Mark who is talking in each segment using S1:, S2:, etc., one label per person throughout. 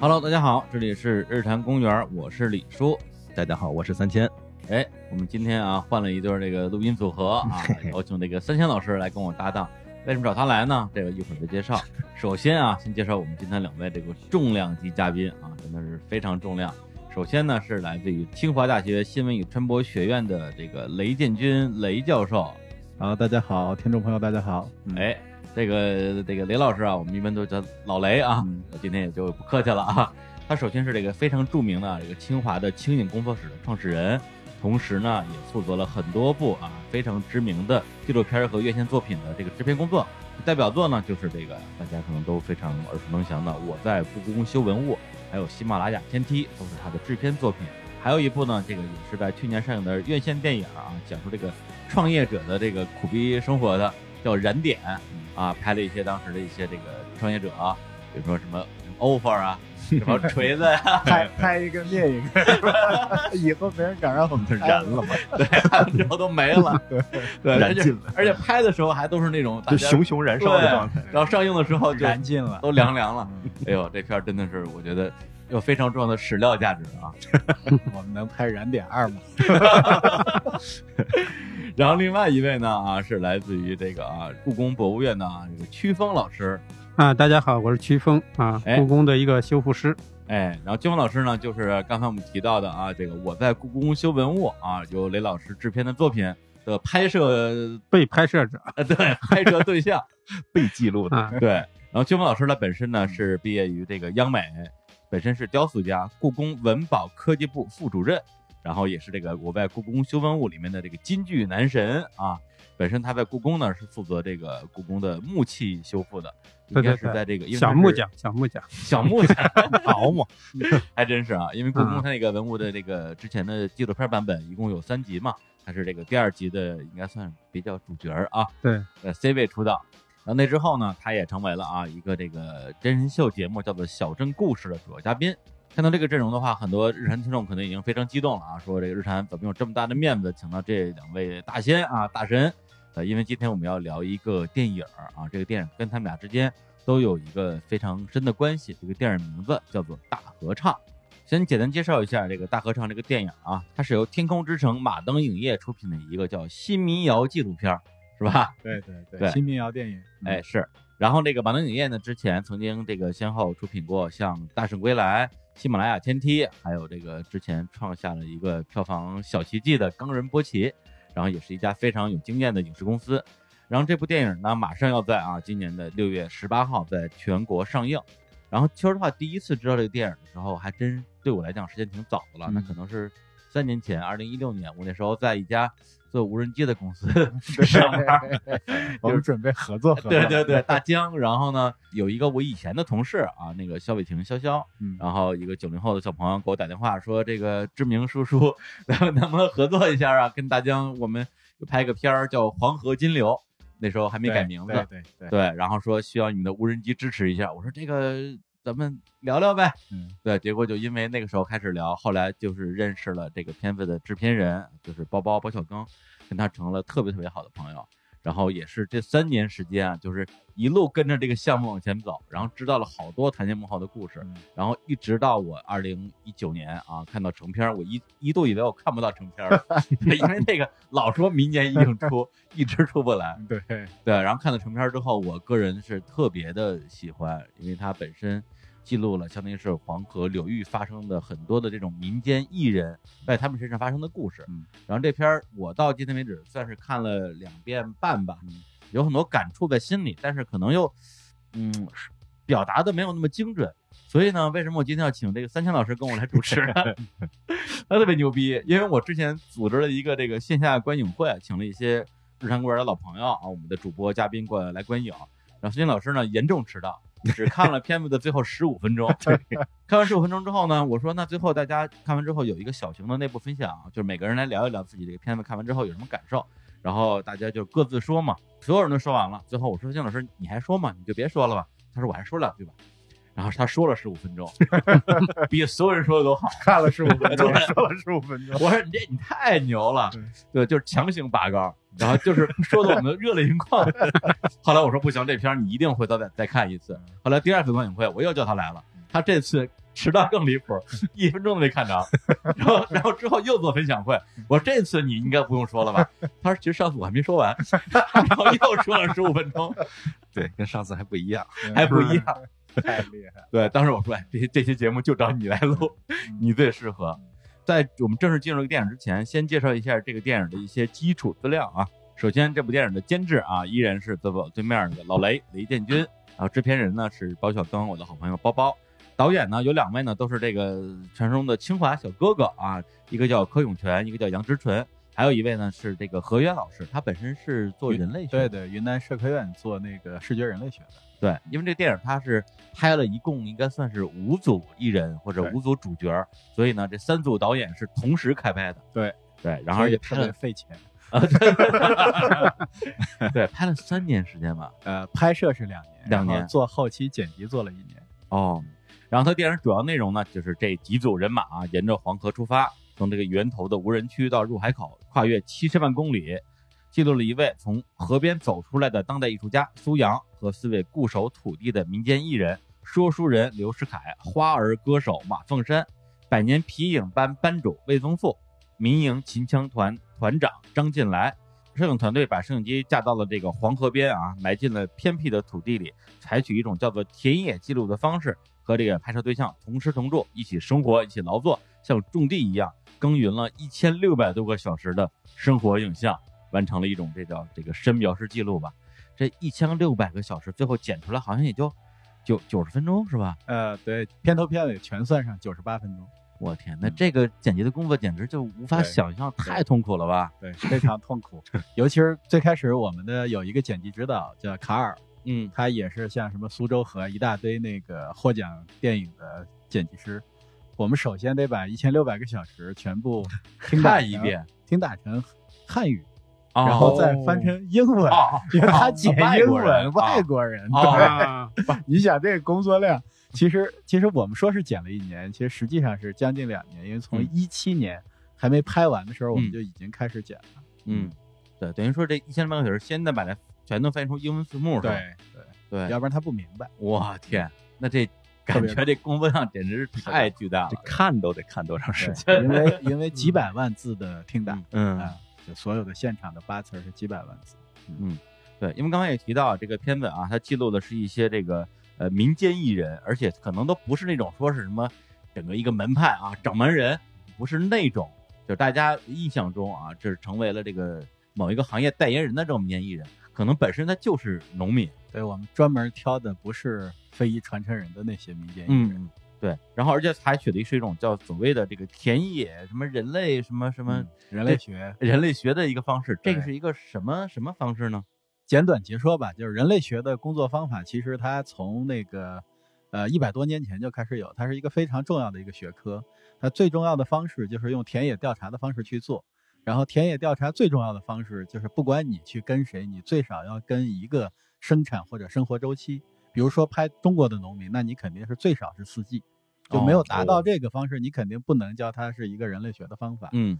S1: Hello，大家好，这里是日坛公园，我是李叔。
S2: 大家好，我是三千。
S1: 哎，我们今天啊换了一对儿这个录音组合啊，有请这个三千老师来跟我搭档。为什么找他来呢？这个一会儿再介绍。首先啊，先介绍我们今天两位这个重量级嘉宾啊，真的是非常重量。首先呢是来自于清华大学新闻与传播学院的这个雷建军雷教授，
S2: 啊，大家好，听众朋友，大家好。嗯，
S1: 哎，这个这个雷老师啊，我们一般都叫老雷啊，
S2: 嗯
S1: 我今天也就不客气了啊。他首先是这个非常著名的啊这个清华的清影工作室的创始人，同时呢也负责了很多部啊非常知名的纪录片儿和院线作品的这个制片工作。代表作呢就是这个大家可能都非常耳熟能详的《我在故宫修文物》，还有《喜马拉雅天梯》都是他的制片作品。还有一部呢，这个也是在去年上映的院线电影啊，讲述这个创业者的这个苦逼生活的，叫《燃点》啊，拍了一些当时的一些这个创业者、啊，比如说什么什么 offer 啊，什么锤子呀、
S3: 拍拍一个灭一 个，以后没人敢让我们
S2: 就
S4: 哎
S3: 拍
S2: 燃了嘛，
S1: 对，拍完之后都没了，对，
S2: 燃
S1: 而且
S2: 尽了，
S1: 而且拍的时候还都是那种大
S2: 就
S1: 家，
S2: 熊熊燃烧的
S1: 对
S2: 状态。
S1: 然后上映的时候就
S3: 燃尽了。
S1: 都凉凉了。
S2: 嗯
S1: 哎呦，这片儿真的是我觉得有非常重要的史料价值啊。
S3: 我们能拍燃点二吗？
S1: 然后另外一位呢啊，是来自于这个啊故宫博物院的啊这个屈峰老师，
S5: 啊，大家好，我是瞿峰啊，
S1: 哎
S5: 故宫的一个修复师。
S1: 哎，然后金峰老师呢，就是刚才我们提到的啊，这个我在故宫修文物啊，由雷老师制片的作品的拍摄，
S5: 被拍摄者
S1: 呃，对，拍摄 对象，
S2: 被记录的，
S5: 啊，
S1: 对。然后金峰老师呢，本身呢是毕业于这个央美，本身是雕塑家，故宫文保科技部副主任，然后也是这个我在故宫修文物里面的这个金句男神啊。本身他在故宫呢是负责这个故宫的木器修复的，应
S5: 对对
S1: 该是
S5: 对
S1: 在这个因为
S5: 小
S1: 他
S5: 木
S1: 是
S5: 匠，小木匠，
S1: 小木匠，
S2: 好嘛，
S1: 还真是啊，因为故宫
S5: 啊
S1: 它那个文物的这个之前的纪录片版本一共有三集嘛，它是这个第二集的应该算比较主角儿啊，
S5: 对，
S1: 呃 C 位出道。然后那之后呢，他也成为了啊一个这个真人秀节目叫做《小镇故事》的主要嘉宾。看到这个阵容的话，很多日坛听众可能已经非常激动了啊，说这个日坛怎么有这么大的面子请到这两位大仙啊大神？呃，因为今天我们要聊一个电影儿啊，这个电影跟他们俩之间都有一个非常深的关系。这个电影名字叫做《大合唱》。先简单介绍一下这个《大合唱》这个电影啊，它是由天空之城马登影业出品的一个叫新民谣纪录片儿，是吧？
S3: 对对对
S1: 对
S3: 新民谣电影，嗯
S1: 哎，，是。然后这个马登影业呢，之前曾经这个先后出品过像《大圣归来》《喜马拉雅天梯》，还有这个之前创下了一个票房小奇迹的《冈仁波齐》，然后也是一家非常有经验的影视公司。然后这部电影呢，马上要在啊今年的六月十八号在全国上映。然后说实话，第一次知道这个电影的时候，还真对我来讲时间挺早的了，那
S3: 嗯
S1: 可能是三年前，二零一六年，我那时候在一家做无人机的公司 上班。
S3: 我们准备合作合作。
S1: 对对对，大江。然后呢，有一个我以前的同事啊，那个肖伟霆、潇潇，
S3: 嗯，
S1: 然后一个九零后的小朋友给我打电话说，这个志明叔叔，咱们能不能合作一下啊？跟大江我们拍个片儿叫《黄河金流》，那时候还没
S3: 对
S1: 改名字，
S3: 对对对
S1: 对，然后说需要你们的无人机支持一下。我说这个咱们聊聊呗。
S3: 嗯，
S1: 对，结果就因为那个时候开始聊，后来就是认识了这个片子的制片人，就是包包包小刚，跟他成了特别特别好的朋友。然后也是这三年时间啊，就是一路跟着这个项目往前走，然后知道了好多台前幕后的故事，
S3: 嗯
S1: 然后一直到我二零一九年啊看到成片儿，我一一度以为我看不到成片儿 了，因为那个老说明年一定出，一直出不来。
S3: 对对，
S1: 对，然后看了成片儿之后，我个人是特别的喜欢，因为它本身记录了相当于是黄河流域发生的很多的这种民间艺人在他们身上发生的故事。
S3: 嗯，
S1: 然后这片儿我到今天为止算是看了两遍半吧，
S3: 嗯
S1: 有很多感触在心里，但是可能又嗯是表达的没有那么精准。所以呢，为什么我今天要请这个三千老师跟我来主持呢？ 他特别牛逼，因为我之前组织了一个这个线下观影会，请了一些日常公园的老朋友啊，我们的主播嘉宾过来来观影。然后孙军老师呢严重迟到，只看了片子的最后十五分钟。看完十五分钟之后呢，我说那最后大家看完之后有一个小型的内部分享啊，就是每个人来聊一聊自己这个片子看完之后有什么感受，然后大家就各自说嘛。所有人都说完了，最后我说孙老师你还说吗？你就别说了吧。他说我还说两句吧。然后他说了十五分钟， 比所有人说的都好。
S3: 看了十五分钟，
S2: 说了十五分 钟。
S1: 我说你这你太牛了
S3: 对，
S1: 对，就是强行拔高，然后就是说的我们都热泪盈眶。 后来我说不行，这片儿你一定会再再看一次。后来第二次观影会，我又叫他来了，他这次迟到更离谱，一分钟都没看着。然后，然后之后又做分享会，我说这次你应该不用说了吧？他说其实上次我还没说完， 然后又说了十五分钟，
S4: 对，跟上次还不一样。
S1: 还不一样。
S3: 太厉害了，
S1: 对，当时我说，哎，这这期节目就找你来录， 你最适合。在我们正式进入这个电影之前，先介绍一下这个电影的一些基础资料啊。首先，这部电影的监制啊，依然是坐我对面的老雷雷建军，然后制片人呢是包小刚，我的好朋友包包。导演呢有两位呢，都是这个传说中的清华小哥哥啊，一个叫柯永泉，一个叫杨之纯，还有一位呢是这个何渊老师，他本身是做人类学
S2: 对对，云南社科院做那个视觉人类学的，
S1: 对，因为这个电影它是拍了一共应该算是五组艺人或者
S2: 对
S1: 五组主角儿，所以呢，这三组导演是同时开拍的。
S2: 对
S1: 对，然后也
S2: 也特
S1: 拍
S2: 别
S1: 了
S2: 费钱。
S1: 对拍了三年时间吧。
S2: 呃，拍摄是两年，
S1: 两年
S2: 然后做后期剪辑做了一年。
S1: 哦，然后它电影主要内容呢，就是这几组人马啊，沿着黄河出发，从这个源头的无人区到入海口，跨越七十万公里，记录了一位从河边走出来的当代艺术家苏阳和四位固守土地的民间艺人说书人刘世凯、花儿歌手马凤山、百年皮影班班主魏宗富、民营秦腔团团长张进来。摄影团队把摄影机架到了这个黄河边啊，埋进了偏僻的土地里，采取一种叫做田野记录的方式，和这个拍摄对象同吃同住，一起生活，一起劳作，像种地一样耕耘了一千六百多个小时的生活影像，完成了一种这叫这个深描式记录吧。这一千六百个小时，最后剪出来好像也就九九十分钟是吧？
S2: 呃，对，片头片尾全算上九十八分钟，
S1: 我天，那这个剪辑的工作简直就无法
S2: 嗯对
S1: 想象，太痛苦了吧？
S2: 对，非常痛苦。尤其是最开始我们的有一个剪辑指导叫卡尔，
S1: 嗯，
S2: 他也是像什么苏州河一大堆那个获奖电影的剪辑师。我们首先得把一千六百个小时全部听打
S1: 看
S2: 成
S1: 一，遍，
S2: 听打成汉语，
S1: 哦
S2: 然后再翻成英文，
S1: 哦
S2: 因为他剪英
S1: 哦外国人
S2: 文，外国人。
S1: 哦
S5: 啊，
S2: 你想这个工作量，其实其实我们说是减了一年，其实实际上是将近两年，因为从
S1: 嗯
S2: 一七年还没拍完的时候，我
S1: 嗯
S2: 们就已经开始减了。
S1: 嗯，对，等于说这一千半个小时，先得把它全都翻译成英文字幕是吧？
S2: 对，
S1: 对
S2: 要不然他不明白。
S1: 我天，那这
S2: 特
S1: 感
S2: 别
S1: 觉这工作量简直是太巨大
S4: 这
S1: 了。
S4: 看都得看多长时间？
S2: 对因为因 为几百万字的听打，
S1: 嗯
S2: 啊，就所有的现场的八词儿是几百万字。
S1: 嗯，对，因为刚刚也提到这个片子啊，它记录的是一些这个呃民间艺人，而且可能都不是那种说是什么整个一个门派啊掌门人，不是那种，就是大家印象中啊，这是成为了这个某一个行业代言人的这种民间艺人，可能本身他就是农民。
S2: 对我们专门挑的不是非遗传承人的那些民间艺人，
S1: 嗯，对，然后而且采取的是一种叫所谓的这个田野什么人类什么什么
S2: 嗯人类学
S1: 人类学的一个方式，这个
S2: 对
S1: 是一个什么什么方式呢？
S2: 简短截说吧，就是人类学的工作方法，其实它从那个呃一百多年前就开始有，它是一个非常重要的一个学科。它最重要的方式就是用田野调查的方式去做，然后田野调查最重要的方式就是不管你去跟谁，你最少要跟一个生产或者生活周期。比如说拍中国的农民，那你肯定是最少是四季，就没有达到这个方式，你肯定不能叫它是一个人类学的方法。
S1: 嗯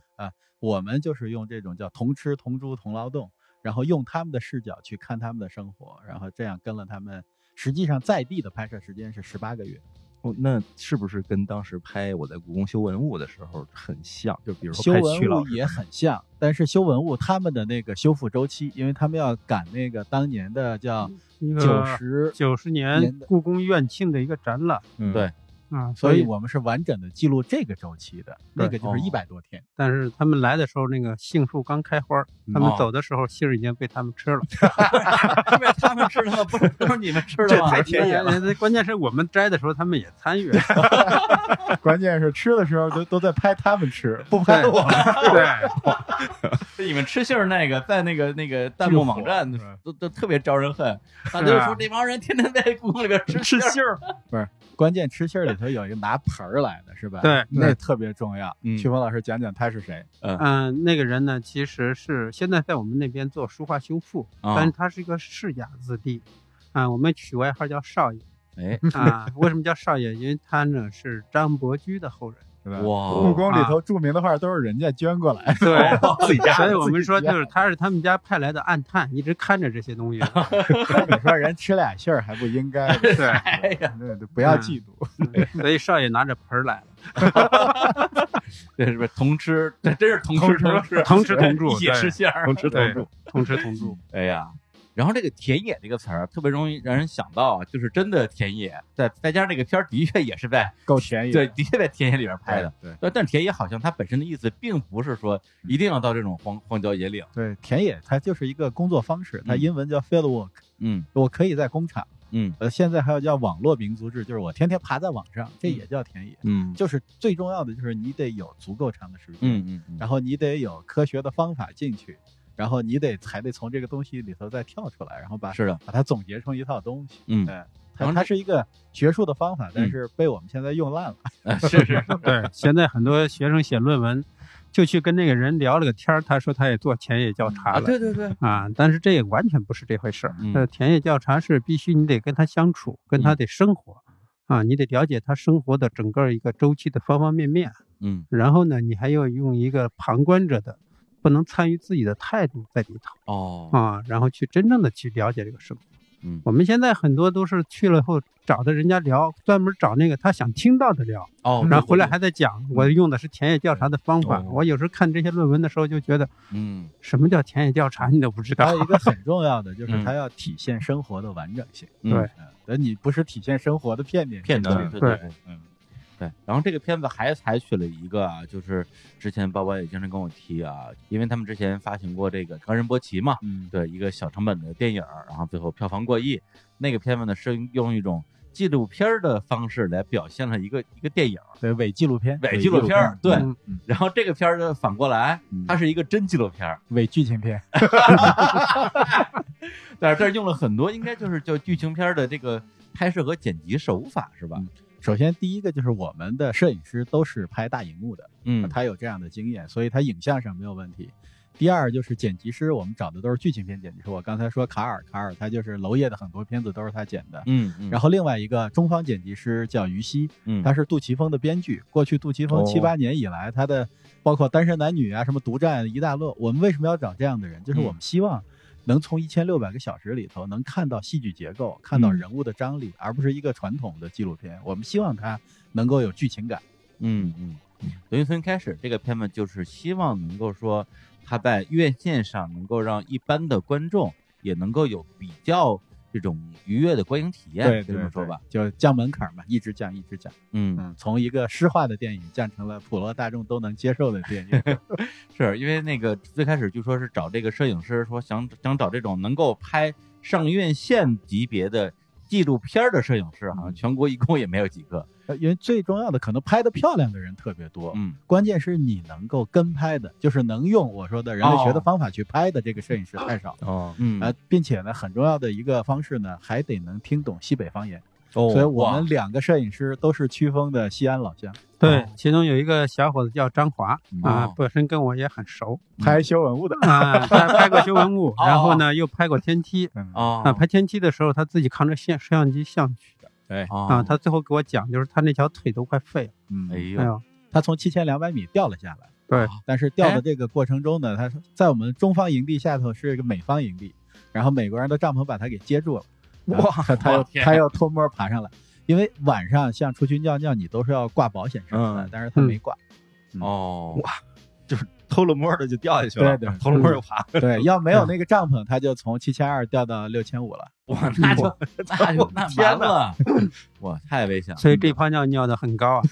S2: 我们就是用这种叫同吃同住同劳动，然后用他们的视角去看他们的生活，然后这样跟了他们。实际上在地的拍摄时间是十八个月，
S4: 哦那是不是跟当时拍我在故宫修文物的时候很像？就比如
S2: 修
S4: 说拍
S2: 文
S4: 曲老
S2: 物
S4: 师
S2: 也很像，但是修文物他们的那个修复周期，因为他们要赶那个当年的叫
S3: 嗯
S5: 一
S2: 九
S5: 个
S2: 十，
S5: 九十
S2: 年
S5: 年
S2: 的
S5: 故宫院庆的一个展览
S2: 嗯
S1: 对
S5: 啊，
S2: 所
S5: 所
S2: 以
S5: 以
S2: 我们是完整的记录这个周期的，那
S5: 对
S2: 个就是
S1: 哦
S2: 一百多天。
S5: 但是他们来的时候，那个杏树刚开花儿，他
S1: 哦
S5: 们走的时候，杏儿已经被他们吃了。
S1: 因为他们吃的吗？不是都是你们吃的吗？
S5: 田野了。关键是我们摘的时候，他们也参与。
S3: 关键是吃的时候都都在拍他们吃，不拍
S5: 对
S3: 我们。
S5: 对，
S1: 你们吃杏儿那个，在那个那个弹幕网站都都特别招人恨，大家就说这帮人天天在故宫里边吃
S5: 吃
S1: 杏
S5: 杏
S1: 儿。
S5: 儿。
S2: 关键吃信儿里头有一个拿盆儿来的是吧？
S5: 对
S2: 那特别重要。
S1: 嗯
S2: 曲峰老师讲讲他是谁？
S5: 嗯，那个人呢，其实是现在在我们那边做书画修复，
S1: 啊
S5: 但是他是一个世家子弟。啊，我们取外号叫少爷
S1: 哎，
S5: 啊。为什么叫少爷？因为他呢是张伯驹的后人。
S3: 对吧？故
S1: 哇，
S3: 宫里头著名的画都是人家捐过来，
S5: 对，
S4: 自己 家
S5: 所以我
S3: 自
S5: 们
S3: 己
S5: 说
S3: 家
S5: 就是他是他们家派来的暗探，一直看着这些东西。
S3: 那你说人吃俩杏儿还不应该吗？
S5: 对，
S1: 哎呀，
S3: 对对，不要嫉妒。
S1: 嗯
S5: 嗯所以少爷拿着盆儿来了，
S1: 这是不是同吃？这真是同吃同吃
S5: 同吃同住，
S1: 一起吃
S5: 对，
S1: 馅儿，
S5: 同吃同
S1: 对
S5: 住，同吃同住。
S1: 哎呀，然后这个田野这个词儿啊特别容易让人想到啊，就是真的田野，再再加上这个片儿的确也是在
S3: 够便宜，
S1: 对，的确在田野里边拍的。
S3: 对
S1: 但但田野好像它本身的意思并不是说一定要到这种荒荒郊野岭。
S2: 对，田野它就是一个工作方式，它
S1: 嗯
S2: 英文叫 field work，
S1: 嗯
S2: 我可以在工厂，
S1: 嗯
S2: 呃，现在还有叫网络民族志，就是我天天爬在网上，这
S1: 嗯
S2: 也叫田野。
S4: 嗯，
S2: 就是最重要的就是你得有足够长的时间，
S1: 嗯嗯，
S2: 然后你得有科学的方法进去，然后你得才得从这个东西里头再跳出来，然后把
S1: 是的，
S2: 把它总结成一套东西。
S1: 嗯
S2: 对它
S1: 然后
S2: 它
S1: 这
S2: 是一个学术的方法，但
S1: 嗯
S2: 是被我们现在用 烂了。
S1: 呃是是是，
S5: 对，现在很多学生写论文，就去跟那个人聊了个天儿，他说他也做田野调查了。
S1: 对对，
S5: 啊，但是这也完全不是这回事儿。
S1: 嗯
S5: 呃，田野调查是必须你得跟他相处，跟他
S1: 嗯
S5: 得生活，啊，你得了解他生活的整个一个周期的方方面面。
S1: 嗯
S5: 然后呢，你还要用一个旁观者的，不能参与自己的态度在里头
S1: 哦，
S5: 啊，然后去真正的去了解这个生活。
S1: 嗯
S5: 我们现在很多都是去了后找的人家聊，专门找那个他想听到的聊，
S1: 哦，
S5: 然后回来还在讲我用的是田野调查的方法。
S1: 嗯哦
S5: 我有时候看这些论文的时候就觉得，
S1: 嗯
S5: 什么叫田野调查你都不知
S2: 还
S5: 道
S2: 有一。个很重要的就是
S1: 嗯
S2: 它要体现生活的完整性。
S1: 嗯
S5: 对
S2: 嗯，但你不是体现生活的片面性，
S1: 片段，
S2: 对
S1: 对
S5: 对
S1: 对，嗯，对。然后这个片子还采取了一个啊，就是之前包包也经常跟我提啊，因为他们之前发行过这个《冈仁波齐》嘛，
S2: 嗯，
S1: 对，一个小成本的电影儿，然后最后票房过亿。那个片子呢，是用一种纪录片儿的方式来表现了一个一个电影儿，
S2: 对伪纪录片，嗯
S1: 伪纪录片儿，对。
S5: 嗯
S1: 然后这个片儿呢，反过来，它是一个真纪录片儿，
S2: 伪剧情片，
S1: 但是这儿用了很多，应该就是叫剧情片儿的这个拍摄和剪辑手法，是吧？
S2: 首先，第一个就是我们的摄影师都是拍大荧幕的，
S1: 嗯，
S2: 啊他有这样的经验，所以他影像上没有问题。第二就是剪辑师，我们找的都是剧情片剪辑师。我刚才说卡尔，卡尔他就是娄烨的很多片子都是他剪的。
S1: 嗯嗯，
S2: 然后另外一个中方剪辑师叫于西，
S1: 嗯
S2: 他是杜琪峰的编剧。过去杜琪峰
S4: 哦
S2: 七八年以来，他的包括《单身男女》啊、什么《独占》一大摞，我们为什么要找这样的人？就是
S1: 嗯
S2: 我们希望能从一千六百个小时里头能看到戏剧结构，看到
S1: 嗯
S2: 人物的张力，而不是一个传统的纪录片。我们希望它能够有剧情感。
S1: 嗯嗯，等于从一开始这个片子就是希望能够说，它在院线上能够让一般的观众也能够有比较这种愉悦的观影体验，
S2: 对
S1: 这
S2: 对
S1: 么说吧，，
S2: 对就降门槛嘛，一直降，一直降。
S1: 嗯，
S2: 嗯，从一个诗化的电影降成了普罗大众都能接受的电 影。
S1: 是因为那个最开始据说是找这个摄影师说想想找这种能够拍上院线级别的纪录片儿的摄影师，好像全国一共也没有几个，
S2: 呃因为最重要的，可能拍的漂亮的人特别多，
S1: 嗯，
S2: 关键是你能够跟拍的，就是能用我说的人类学的
S1: 哦
S2: 方法去拍的这个摄影师太少。
S4: 哦，
S1: 嗯
S2: 啊，并且呢，很重要的一个方式呢，还得能听懂西北方言。
S1: 所
S2: 所以我们两个摄影师都是曲峰的西安老乡。
S5: 对，其中有一个小伙子叫张华啊
S1: 哦，
S5: 本身跟我也很熟
S4: 嗯
S3: 拍修文物的，
S5: 啊，他拍过修文物，然后呢又拍过天梯
S2: 嗯
S1: 哦
S5: 啊，拍天梯的时候他自己扛着现摄像机上去的啊，
S1: 啊
S5: 他最后给我讲，就是他那条腿都快废了，
S1: 哎
S2: 嗯，
S5: 哎
S1: 呦，
S5: 呦，
S2: 他从七千两百米掉了下来。啊
S5: 对，
S2: 但是
S1: 哎
S2: 掉的这个过程中呢，他在我们中方营地下头是一个美方营地，然后美国人的帐篷把他给接住了，然后他他
S1: 我
S2: 又
S1: 天啊
S2: 他又偷摸爬上来，因为晚上像出去尿尿你都是要挂保险绳的，
S4: 嗯
S2: 但是他没挂，
S1: 哦
S4: 偷了摸的就掉下去了，
S2: 对对
S4: 偷了摸就爬。
S1: 嗯
S2: 对， 要没有那个帐篷，他就从七千二掉到六千五了。
S1: 哇，那就那就那
S4: 天
S1: 完了，哇，太危险了。
S5: 所以这泡尿尿的很高啊，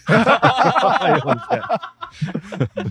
S4: 哎呦我的天！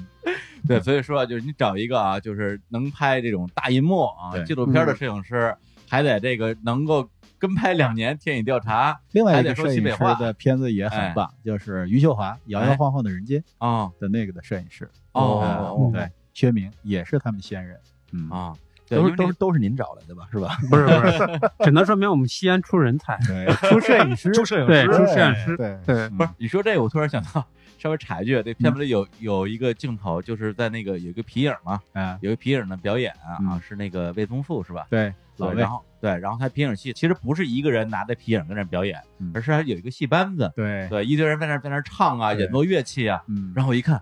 S1: 对，所以说啊，就是你找一个啊，就是能拍这种大银幕啊
S4: 对
S1: 纪录片的摄影师，还得这个能够跟拍两年田野调查
S2: 另外一
S1: 还得
S2: 个
S1: 说
S2: 摄
S1: 西
S2: 影
S1: 北
S2: 师
S1: 话哎
S2: 的片子也很棒，就是余秀华《摇摇晃晃的人间》
S1: 啊
S2: 的那个的摄影师，
S1: 哦
S2: 嗯对，薛明也是他们先人，嗯，
S1: 啊，对，因
S4: 都是
S1: 为
S4: 都
S1: 这
S4: 是都是您找来的吧？是吧？
S5: 不是不是， 只能说明我们西安出人才，
S3: 对，出摄影师，
S4: 出摄影
S5: 对，
S4: 师哎
S5: 出摄影师，
S3: 对，
S2: 嗯
S5: 对，
S1: 不是你说这个，我突然想到，稍微插一句，啊这片子里有有一个镜头，就是在那个有一个皮影嘛，
S2: 啊，
S1: 有一个皮影的表演啊，
S2: 嗯
S1: 是那个魏宗富是吧？
S2: 对，老
S1: 对，
S2: 魏
S1: 然，后对，然后他皮影戏其实不是一个人拿着皮影跟那表演
S2: 嗯，
S1: 而是还有一个戏班子，
S2: 对，
S1: 对，一堆人在那在那唱啊，
S2: 对
S1: 演奏乐器啊，
S2: 嗯，
S1: 然后我一看，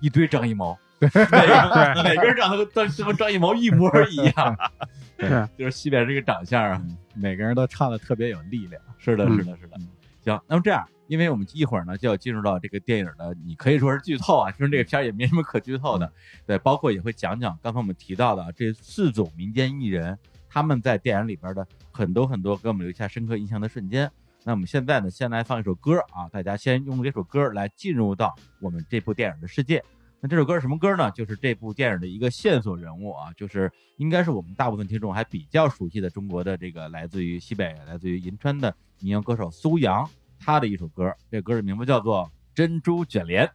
S1: 一堆张艺谋，每个每个人长得跟跟张艺谋一模一样，
S5: 是
S1: 就是西北这个长相啊，
S2: 嗯每个人都唱的特别有力 量，
S1: 是的，
S5: 嗯
S1: 是的，是的。行，那么这样，因为我们一会儿呢就要进入到这个电影的，你可以说是剧透啊，其实这个片儿也没什么可剧透的。对，包括也会讲讲刚才我们提到的啊这四种民间艺人他们在电影里边的很多很多给我们留下深刻印象的瞬间。那我们现在呢，先来放一首歌啊，大家先用这首歌来进入到我们这部电影的世界。那这首歌是什么歌呢？就是这部电影的一个线索人物啊，就是应该是我们大部分听众还比较熟悉的中国的这个来自于西北、来自于银川的民谣歌手苏阳，他的一首歌，这歌的名字叫做《珍珠卷帘》。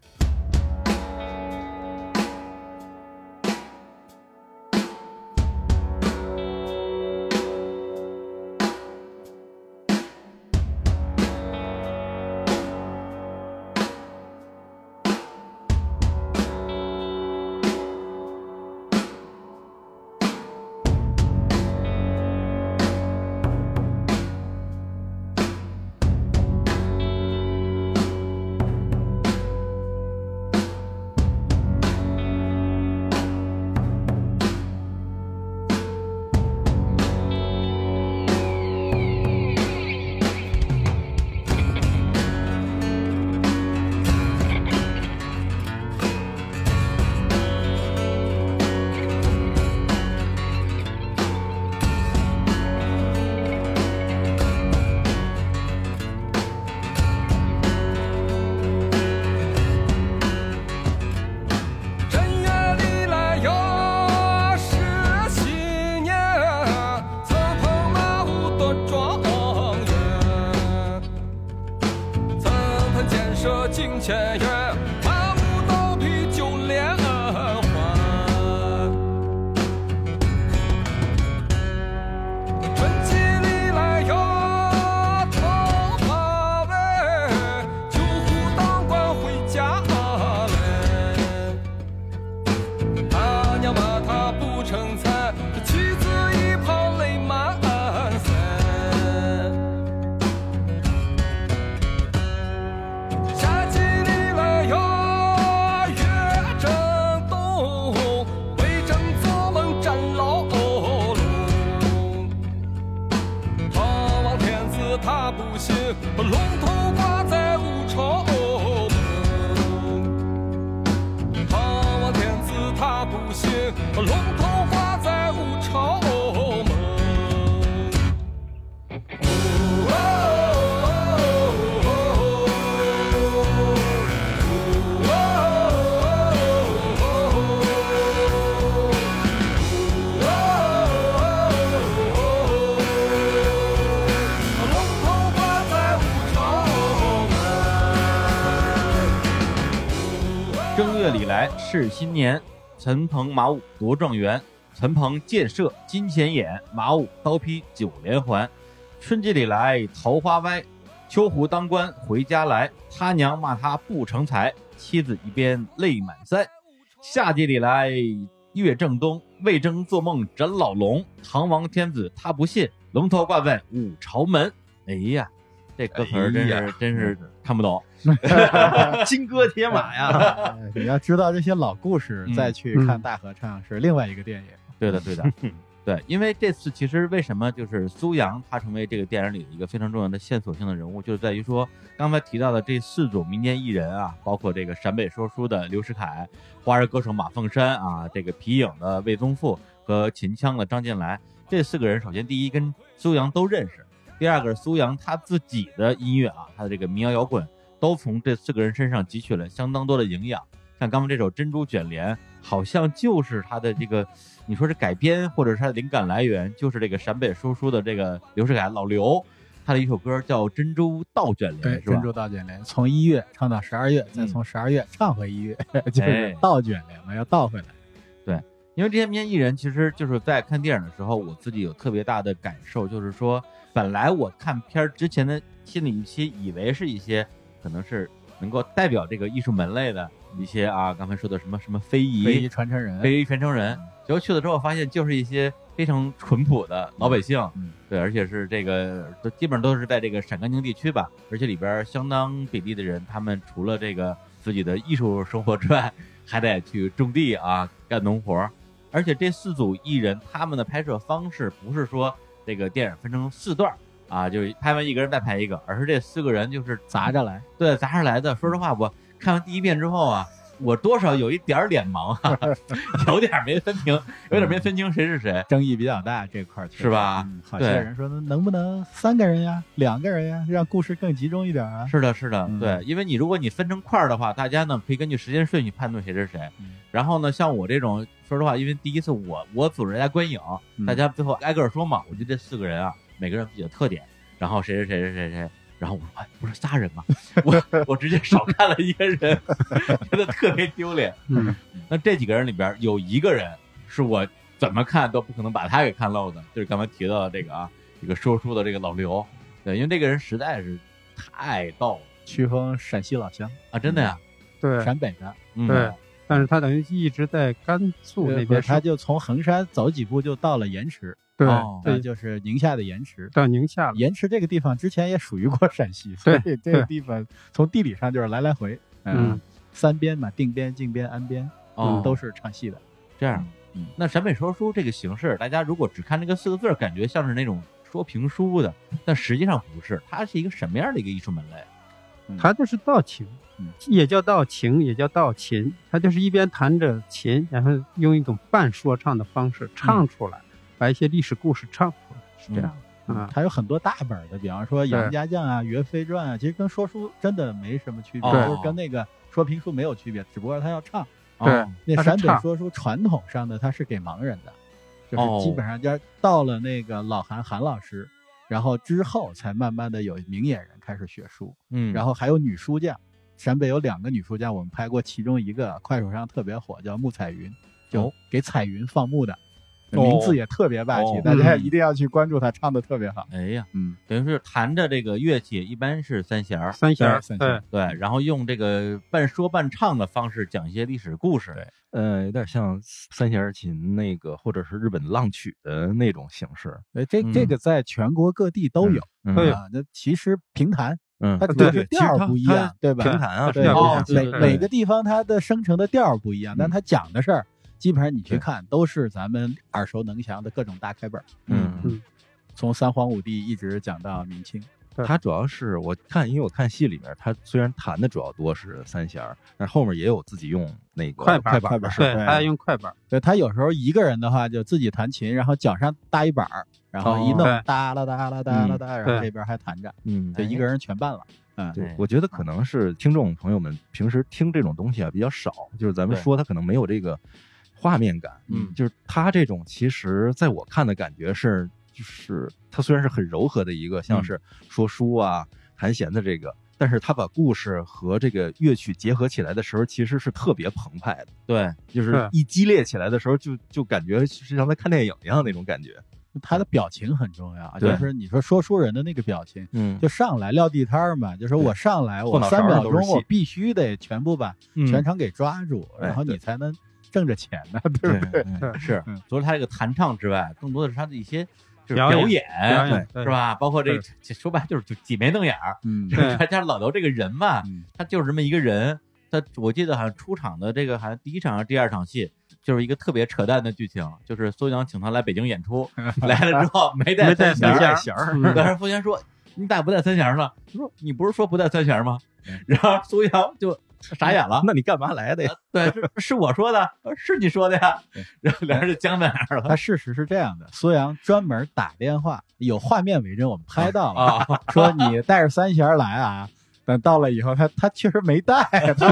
S6: 正月里来又是新年，城隍马虎多状元，城门建设进前院，马虎刀劈九连环。春季里来有桃花嘞，酒壶当官回家嘞。他娘骂他不成才，这妻子一泡泪满腮。夏季里来哟，月正东，为正做梦占牢笼。逃亡天子他不信，把龙头挂在五朝门。唐王天子他不信，把龙头挂在五朝门。哦哦哦龙头挂在五朝门。
S1: 正月里来是新年，陈鹏马武夺状元，陈鹏箭射金钱眼，马武刀劈九连环。春季里来桃花歪，秋胡当官回家来，他娘骂他不成才，妻子一边泪满腮。夏季里来月正东，魏征做梦斩老龙，唐王天子他不信，龙头挂在五朝门。哎呀，这歌词儿真是、
S4: 哎
S1: 真是看不懂，金戈铁马呀！
S2: 哎你要知道这些老故事，
S1: 嗯
S2: 再去看大合唱是另外一个电影。
S1: 对的，对的，对，因为这次其实为什么就是苏阳他成为这个电影里的一个非常重要的线索性的人物，就是在于说刚才提到的这四种民间艺人啊，包括这个陕北说书的刘世凯、花儿歌手马凤山啊，这个皮影的魏宗富和秦腔的张进来，这四个人首先第一跟苏阳都认识，第二个是苏阳他自己的音乐啊，他的这个民谣摇滚都从这四个人身上汲取了相当多的营养。像刚刚这首《珍珠卷帘》，好像就是他的这个，你说是改编，或者是他的灵感来源，就是这个陕北说书的这个刘世凯老刘，他的一首歌叫《珍珠倒卷帘》，是吧？
S2: 珍珠倒卷帘从一月唱到十二月，再从十二月唱回一月，嗯 就是哎倒卷帘嘛，要倒回来。
S1: 因为这些民间艺人，其实就是在看电影的时候，我自己有特别大的感受，就是说，本来我看片儿之前的心理预期，以为是一些可能是能够代表这个艺术门类的一些啊，刚才说的什么什么非遗、
S2: 非遗传承人，
S1: 非遗传承人，结果去了之后发现，就是一些非常淳朴的老百姓，
S3: 嗯
S1: 对，而且是这个都基本上都是在这个陕甘宁地区吧，而且里边相当比例的人，他们除了这个自己的艺术生活之外，还得去种地啊，干农活儿。而且这四组艺人他们的拍摄方式不是说这个电影分成四段儿啊，就是拍完一个人再拍一个，而是这四个人就是
S2: 砸着来，
S1: 对，杂志来的。说实话，我看完第一遍之后啊，我多少有一点儿脸盲啊， 有点儿没分清，有点儿没分清谁是谁。
S2: 争议比较大这块儿确实
S1: 是吧
S2: 嗯好些
S1: 对
S2: 人说能不能三个人呀，两个人呀，让故事更集中一点啊？
S1: 是的，是的，
S2: 嗯
S1: 对，因为你如果你分成块儿的话，大家呢可以根据时间顺序判断谁是谁
S2: 嗯。
S1: 然后呢，像我这种，说实话，因为第一次我我组织大家观影，
S2: 嗯
S1: 大家最后挨个儿说嘛，我觉得这四个人啊，每个人有自己的特点，然后谁谁谁谁谁谁。然后我说，哎，不是仨人 吗？我我直接少看了一个人，觉得特别丢脸。
S5: 嗯，
S1: 那这几个人里边有一个人是我怎么看都不可能把他给看漏的，就是刚才提到的这个啊，这个说书的这个老刘，对，因为这个人实在是太逗了
S2: 曲峰陕西老乡，
S1: 啊，真的呀，
S5: 对
S2: 陕北的，
S1: 嗯，
S5: 对，但是他等于一直在甘肃那边
S2: 呃他
S5: 是，
S2: 就从衡山走几步就到了盐池，
S5: 对
S1: 哦
S2: 呃，
S5: 对，
S2: 就是宁夏的盐池。
S5: 到宁夏了。
S2: 盐池这个地方之前也属于过陕西，所以这个地方从地理上就是来来回，
S5: 嗯，
S2: 三边嘛，定边、靖边、安边，
S1: 哦，
S2: 都是唱戏的。
S1: 这样。
S2: 嗯
S1: 那陕北说书这个形式，大家如果只看这个四个字儿，感觉像是那种说评书的，但实际上不是，它是一个什么样的一个艺术门类？
S5: 他就是道情
S2: 嗯，
S5: 也叫道情，也叫道琴。他就是一边弹着琴，然后用一种半说唱的方式唱出来，把一些历史故事唱出来，是这样的啊。
S2: 嗯它有很多大本儿的，比方说《杨
S5: 对哦
S2: 家将》啊，《岳飞传》啊，其实跟说书真的没什么区别，
S1: 对
S2: 就是跟那个说评书没有区别，只不过他要唱。
S5: 对
S1: 哦，
S2: 那
S5: 它是
S2: 陕北
S5: 唱
S2: 说书传统上的它是给盲人的，就是基
S1: 哦
S2: 本上要到了那个老韩韩老师，然后之后才慢慢的有明眼人开始学书。
S1: 嗯，
S2: 然
S1: 后
S2: 后还有女书匠，陕北有两个女书匠，我们拍过其中一个，快手上特别火，叫穆彩云，就
S1: 哦
S2: 给彩云放牧的，
S1: 哦
S2: 名字也特别霸气，
S1: 哦
S2: 大家一定要去关注她，唱的特别好。
S1: 哎呀，
S2: 嗯，
S1: 等于是弹着这个乐器，一般是三弦儿，
S5: 三弦儿，
S2: 对三弦
S5: 对
S2: 儿，
S1: 对，然后用这个半说半唱的方式讲一些历史故事，
S4: 呃，有点像三弦儿琴那个，或者是日本浪曲的那种形式。
S2: 呃，这这
S1: 嗯
S2: 个在全国各地都有
S4: 嗯
S5: 对
S2: 啊。那其实评弹
S4: 嗯，
S2: 它主要
S4: 对
S2: 是
S4: 对
S2: 调
S4: 其实
S2: 儿
S4: 它
S2: 不一
S4: 它
S2: 样，对吧？
S4: 评弹啊，
S5: 对
S4: 是这样
S5: 哦
S4: 评弹
S1: 对
S2: 每
S1: 对对
S2: 每个地方它的生成的调儿不一样，但它讲的事儿，基本上你去
S4: 对
S2: 看都是咱们耳熟能详的各种大开本儿，
S4: 嗯，
S5: 嗯
S2: 从三皇五帝一直讲到明清。
S5: 对
S4: 它主要是我看，因为我看戏里面，它虽然弹的主要多是三弦儿，但是后面也有自己用那个
S5: 快板
S4: 快
S5: 儿
S4: 板
S2: 快
S4: 儿
S2: 板
S4: 的
S2: 儿
S4: 事儿。
S5: 对，他要用快板儿，
S2: 对他有时候一个人的话，就自己弹琴，然后脚上搭一板儿，然后一弄
S5: 哦
S2: 哒啦哒啦哒啦哒，然后
S5: 对
S2: 这边还弹着，
S4: 嗯，
S2: 就一个人全办了。嗯，
S4: 对
S1: 哎，
S4: 我觉得可能是听众朋友们平时听这种东西啊比较少，就是咱们
S1: 对
S4: 说它可能没有这个画面感。
S1: 嗯
S4: 就是它这种，其实在我看的感觉是，就是它虽然是很柔和的一个，像是说书啊、弹弦的这个，但是它把故事和这个乐曲结合起来的时候，其实是特别澎湃的，
S1: 对，
S4: 就是
S5: 是
S4: 一激烈起来的时候就，就感觉是像在看电影一样那种 感觉。
S2: 他的表情很重要，啊就
S4: 对
S2: 是你说说书人的那个表情，
S4: 嗯
S2: 就上来撂地摊儿嘛，就说我上来，
S4: 后
S2: 我
S4: 脑勺
S2: 三秒
S4: 都
S2: 钟
S4: 是戏
S2: 我必须得全部把
S5: 嗯
S2: 全场给抓住，
S4: 哎
S2: 然后你
S4: 对
S2: 才能挣着钱呢，对
S4: 对
S2: 不对？
S4: 对
S1: 是
S2: 嗯，
S1: 除了他这个弹唱之外，更多的是他的一些就是
S5: 表演
S1: 演，
S5: 表演对
S1: 哎是吧？包括这这说白了就是就挤眉弄眼儿，
S2: 嗯
S5: 对
S1: 他家老刘这个人嘛，
S2: 嗯
S1: 他就是这么一个人。他我记得好像出场的这个好像第一场还是第二场戏，就是一个特别扯淡的剧情，就是苏阳请他来北京演出，来了之后没带
S5: 没带
S1: 弦
S5: 三弦
S1: 儿
S5: 儿，嗯
S1: 当时服务员说：“你咋不带三弦儿呢？”他说：“你不是说不带三弦儿吗？” 然后苏阳就傻眼了。
S4: 那你干嘛来的呀？
S1: 对，是是我说的，呃是你说的呀。然后俩人就僵在那儿了
S2: 他事实是这样的，苏阳专门打电话，有画面为证，我们拍到了，
S1: 啊。
S2: 说你带着三弦儿来啊。等到了以后，他他确实没带，他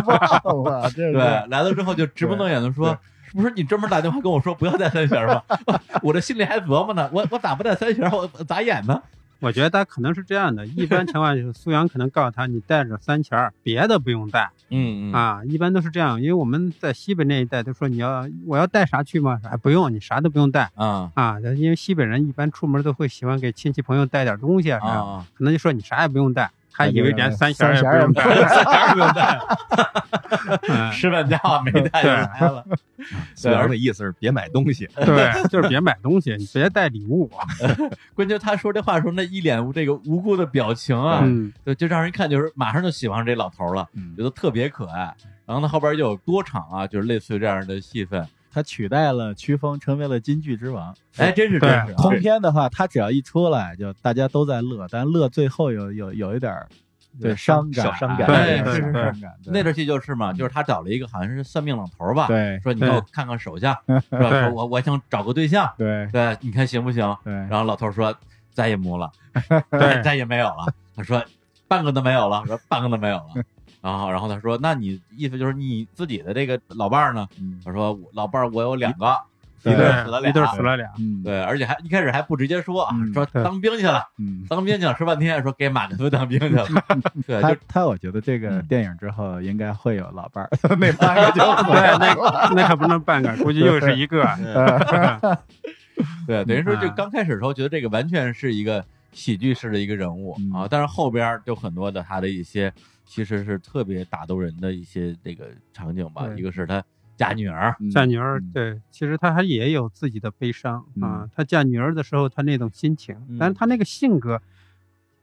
S2: 忘 了，这
S1: 对，
S2: 是
S1: 来了之后就直不瞪眼的说：“是不是你专门打电话跟我说不要带三弦儿 吗？”我这心里还琢磨呢，我我咋不带三弦儿？我我咋演呢？
S5: 我觉得他可能是这样的，一般情况下就是苏阳可能告诉他，你带着三弦儿，别的不用带
S1: 嗯啊，
S5: 啊，一般都是这样，因为我们在西北那一带都说你要我要带啥去吗？哎，不用，你啥都不用带
S1: 啊
S5: 啊，因为西北人一般出门都会喜欢给亲戚朋友带点东西啊啥的，
S1: 啊
S5: 可能就说你啥也不用带，他以为连三弦儿也不用带，
S1: 三弦儿不用带，
S5: 嗯
S1: 吃饭家伙没带就来了。
S4: 孙杨的意思是别买东 西，
S5: 对，就是别买东西，你别带礼物。
S1: 关键他说这话的时候，那一脸这个无辜的表情啊，
S5: 嗯，
S1: 对，就让人看就是马上就喜欢上这老头了，觉得特别可爱。然后他后边又有多场啊，就是类似于这样的戏份，
S2: 他取代了曲风，成为了金句之王。
S1: 哎，真是
S5: 对
S1: 真是啊，
S2: 通篇的话，他只要一出来，就大家都在乐，但乐最后有有有一点儿对伤感，啊
S4: 小伤感
S5: 对
S2: 有
S5: 对
S2: 点
S5: 对
S2: 伤感。对
S1: 那段戏就是嘛，就是他找了一个好像是算命老头吧，
S3: 对
S1: 说你给我
S5: 对
S1: 看看手相，是吧？说我我想找个对象，
S3: 对
S1: 对，你看行不行？
S3: 对
S1: 然后老头说再也没了，
S5: 对
S1: 再也没有了。他说半个都没有了，说半个都没有了。然后，然后他说：“那你意思就是你自己的这个老伴儿呢？”
S2: 嗯
S1: 他说我：“老伴儿，我有两个，
S3: 对
S1: 一对儿死了
S5: 一对儿
S1: 俩
S5: 死，了俩，
S3: 嗯
S1: 对，而且还一开始还不直接说啊，
S3: 嗯
S1: 说
S5: 对
S1: 当兵去了，
S3: 嗯
S1: 当兵去了，说半天，说给马克思当兵 去了，对，
S2: 他
S1: 就
S2: 他，我觉得这个
S3: 嗯
S2: 电影之后应该会有老伴儿，
S3: 那八个就
S5: 对，那那可不能半个，估计又是一个。
S1: 对，等于说就
S5: 嗯
S1: 刚开始的时候觉得这个完全是一个喜剧式的一个人物
S3: 嗯
S1: 啊，但是后边儿就很多的他的一些其实是特别打动人的一些这个场景吧，
S5: 对嗯
S1: 一个是他嫁女儿，
S2: 嗯
S5: 嫁女儿，对，其实她还也有自己的悲伤
S2: 嗯
S5: 啊。她嫁女儿的时候，她那种心情，但是她那个性格，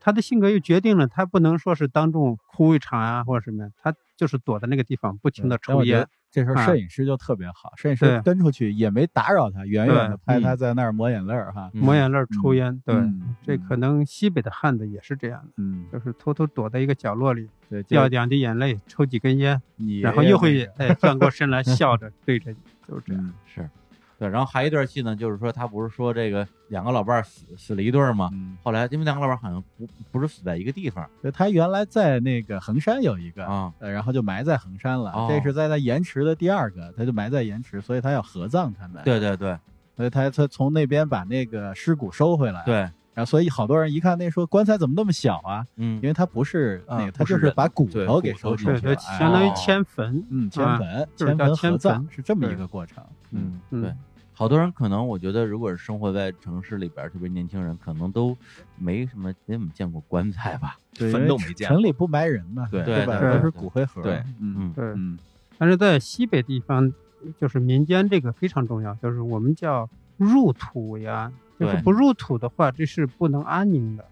S5: 她的性格又决定了她不能说是当众哭一场啊，或者什么呀，她就是躲在那个地方不停的
S2: 但
S5: 抽
S2: 我觉
S5: 烟
S2: 得。这时候
S5: 啊
S2: 摄影师就特别好，摄影
S5: 对
S2: 师跟出去也没打扰他，远远的
S1: 对
S2: 拍
S1: 嗯
S2: 他在那儿抹眼泪儿哈。
S5: 抹眼泪儿抽烟，嗯对，
S2: 嗯
S5: 这可能西北的汉子也是这样的，
S2: 嗯，
S5: 就是偷偷躲在一个角落里，
S2: 对，就
S5: 掉两滴眼泪，抽几根烟，
S2: 你
S5: 然后又会哎转过身来笑着对着你，就是这样。
S1: 是，对，然后还有一段戏呢，就是说他不是说这个两个老伴儿死死了一对儿吗？
S2: 嗯
S1: 后来因为两个老伴儿好像不不是死在一个地方
S2: 就他原来在那个衡山有一个，
S1: 啊，
S2: 呃，然后就埋在衡山了。
S1: 哦
S2: 这是在他延池的第二个，他就埋在延池，所以他要合葬他们。，
S1: 对对对
S2: 所以他他从那边把那个尸骨收回来。，
S1: 对，
S2: 然后所以好多人一看那说棺材怎么那么小啊？
S1: 嗯
S2: 因为他不是
S4: 啊
S2: 那个，
S4: 不
S2: 他就是是
S4: 人
S2: 把骨
S4: 对
S2: 头
S4: 骨
S2: 给
S4: 头
S2: 收进
S4: 收
S5: 对
S2: 去
S5: 对，
S2: 了。
S5: 相
S2: 哎
S5: 当于
S1: 哦
S5: 迁坟，
S2: 嗯，
S5: 啊
S2: 迁坟，
S5: 就是
S2: 迁
S5: 叫
S2: 坟
S5: 迁
S2: 合葬
S5: 坟
S2: 是这么一
S5: 对
S2: 个过程。
S1: 嗯
S5: 嗯
S1: 对，好多人可能我觉得，如果是生活在城市里边儿，特别年轻人，可能都没什么没怎么见过棺材吧？
S2: 对，
S4: 坟
S2: 因为
S4: 都没见
S2: 城里不埋人嘛，
S4: 对
S1: 对
S2: 吧？
S1: 对
S2: 都
S5: 对
S2: 是骨灰盒。
S4: 对，
S2: 嗯
S1: 嗯
S5: 对，
S2: 嗯
S5: 但是在西北地方，就是民间这个非常重要，就是我们叫入土为安，就是
S1: 对
S5: 不入土的话，这是不能安宁的。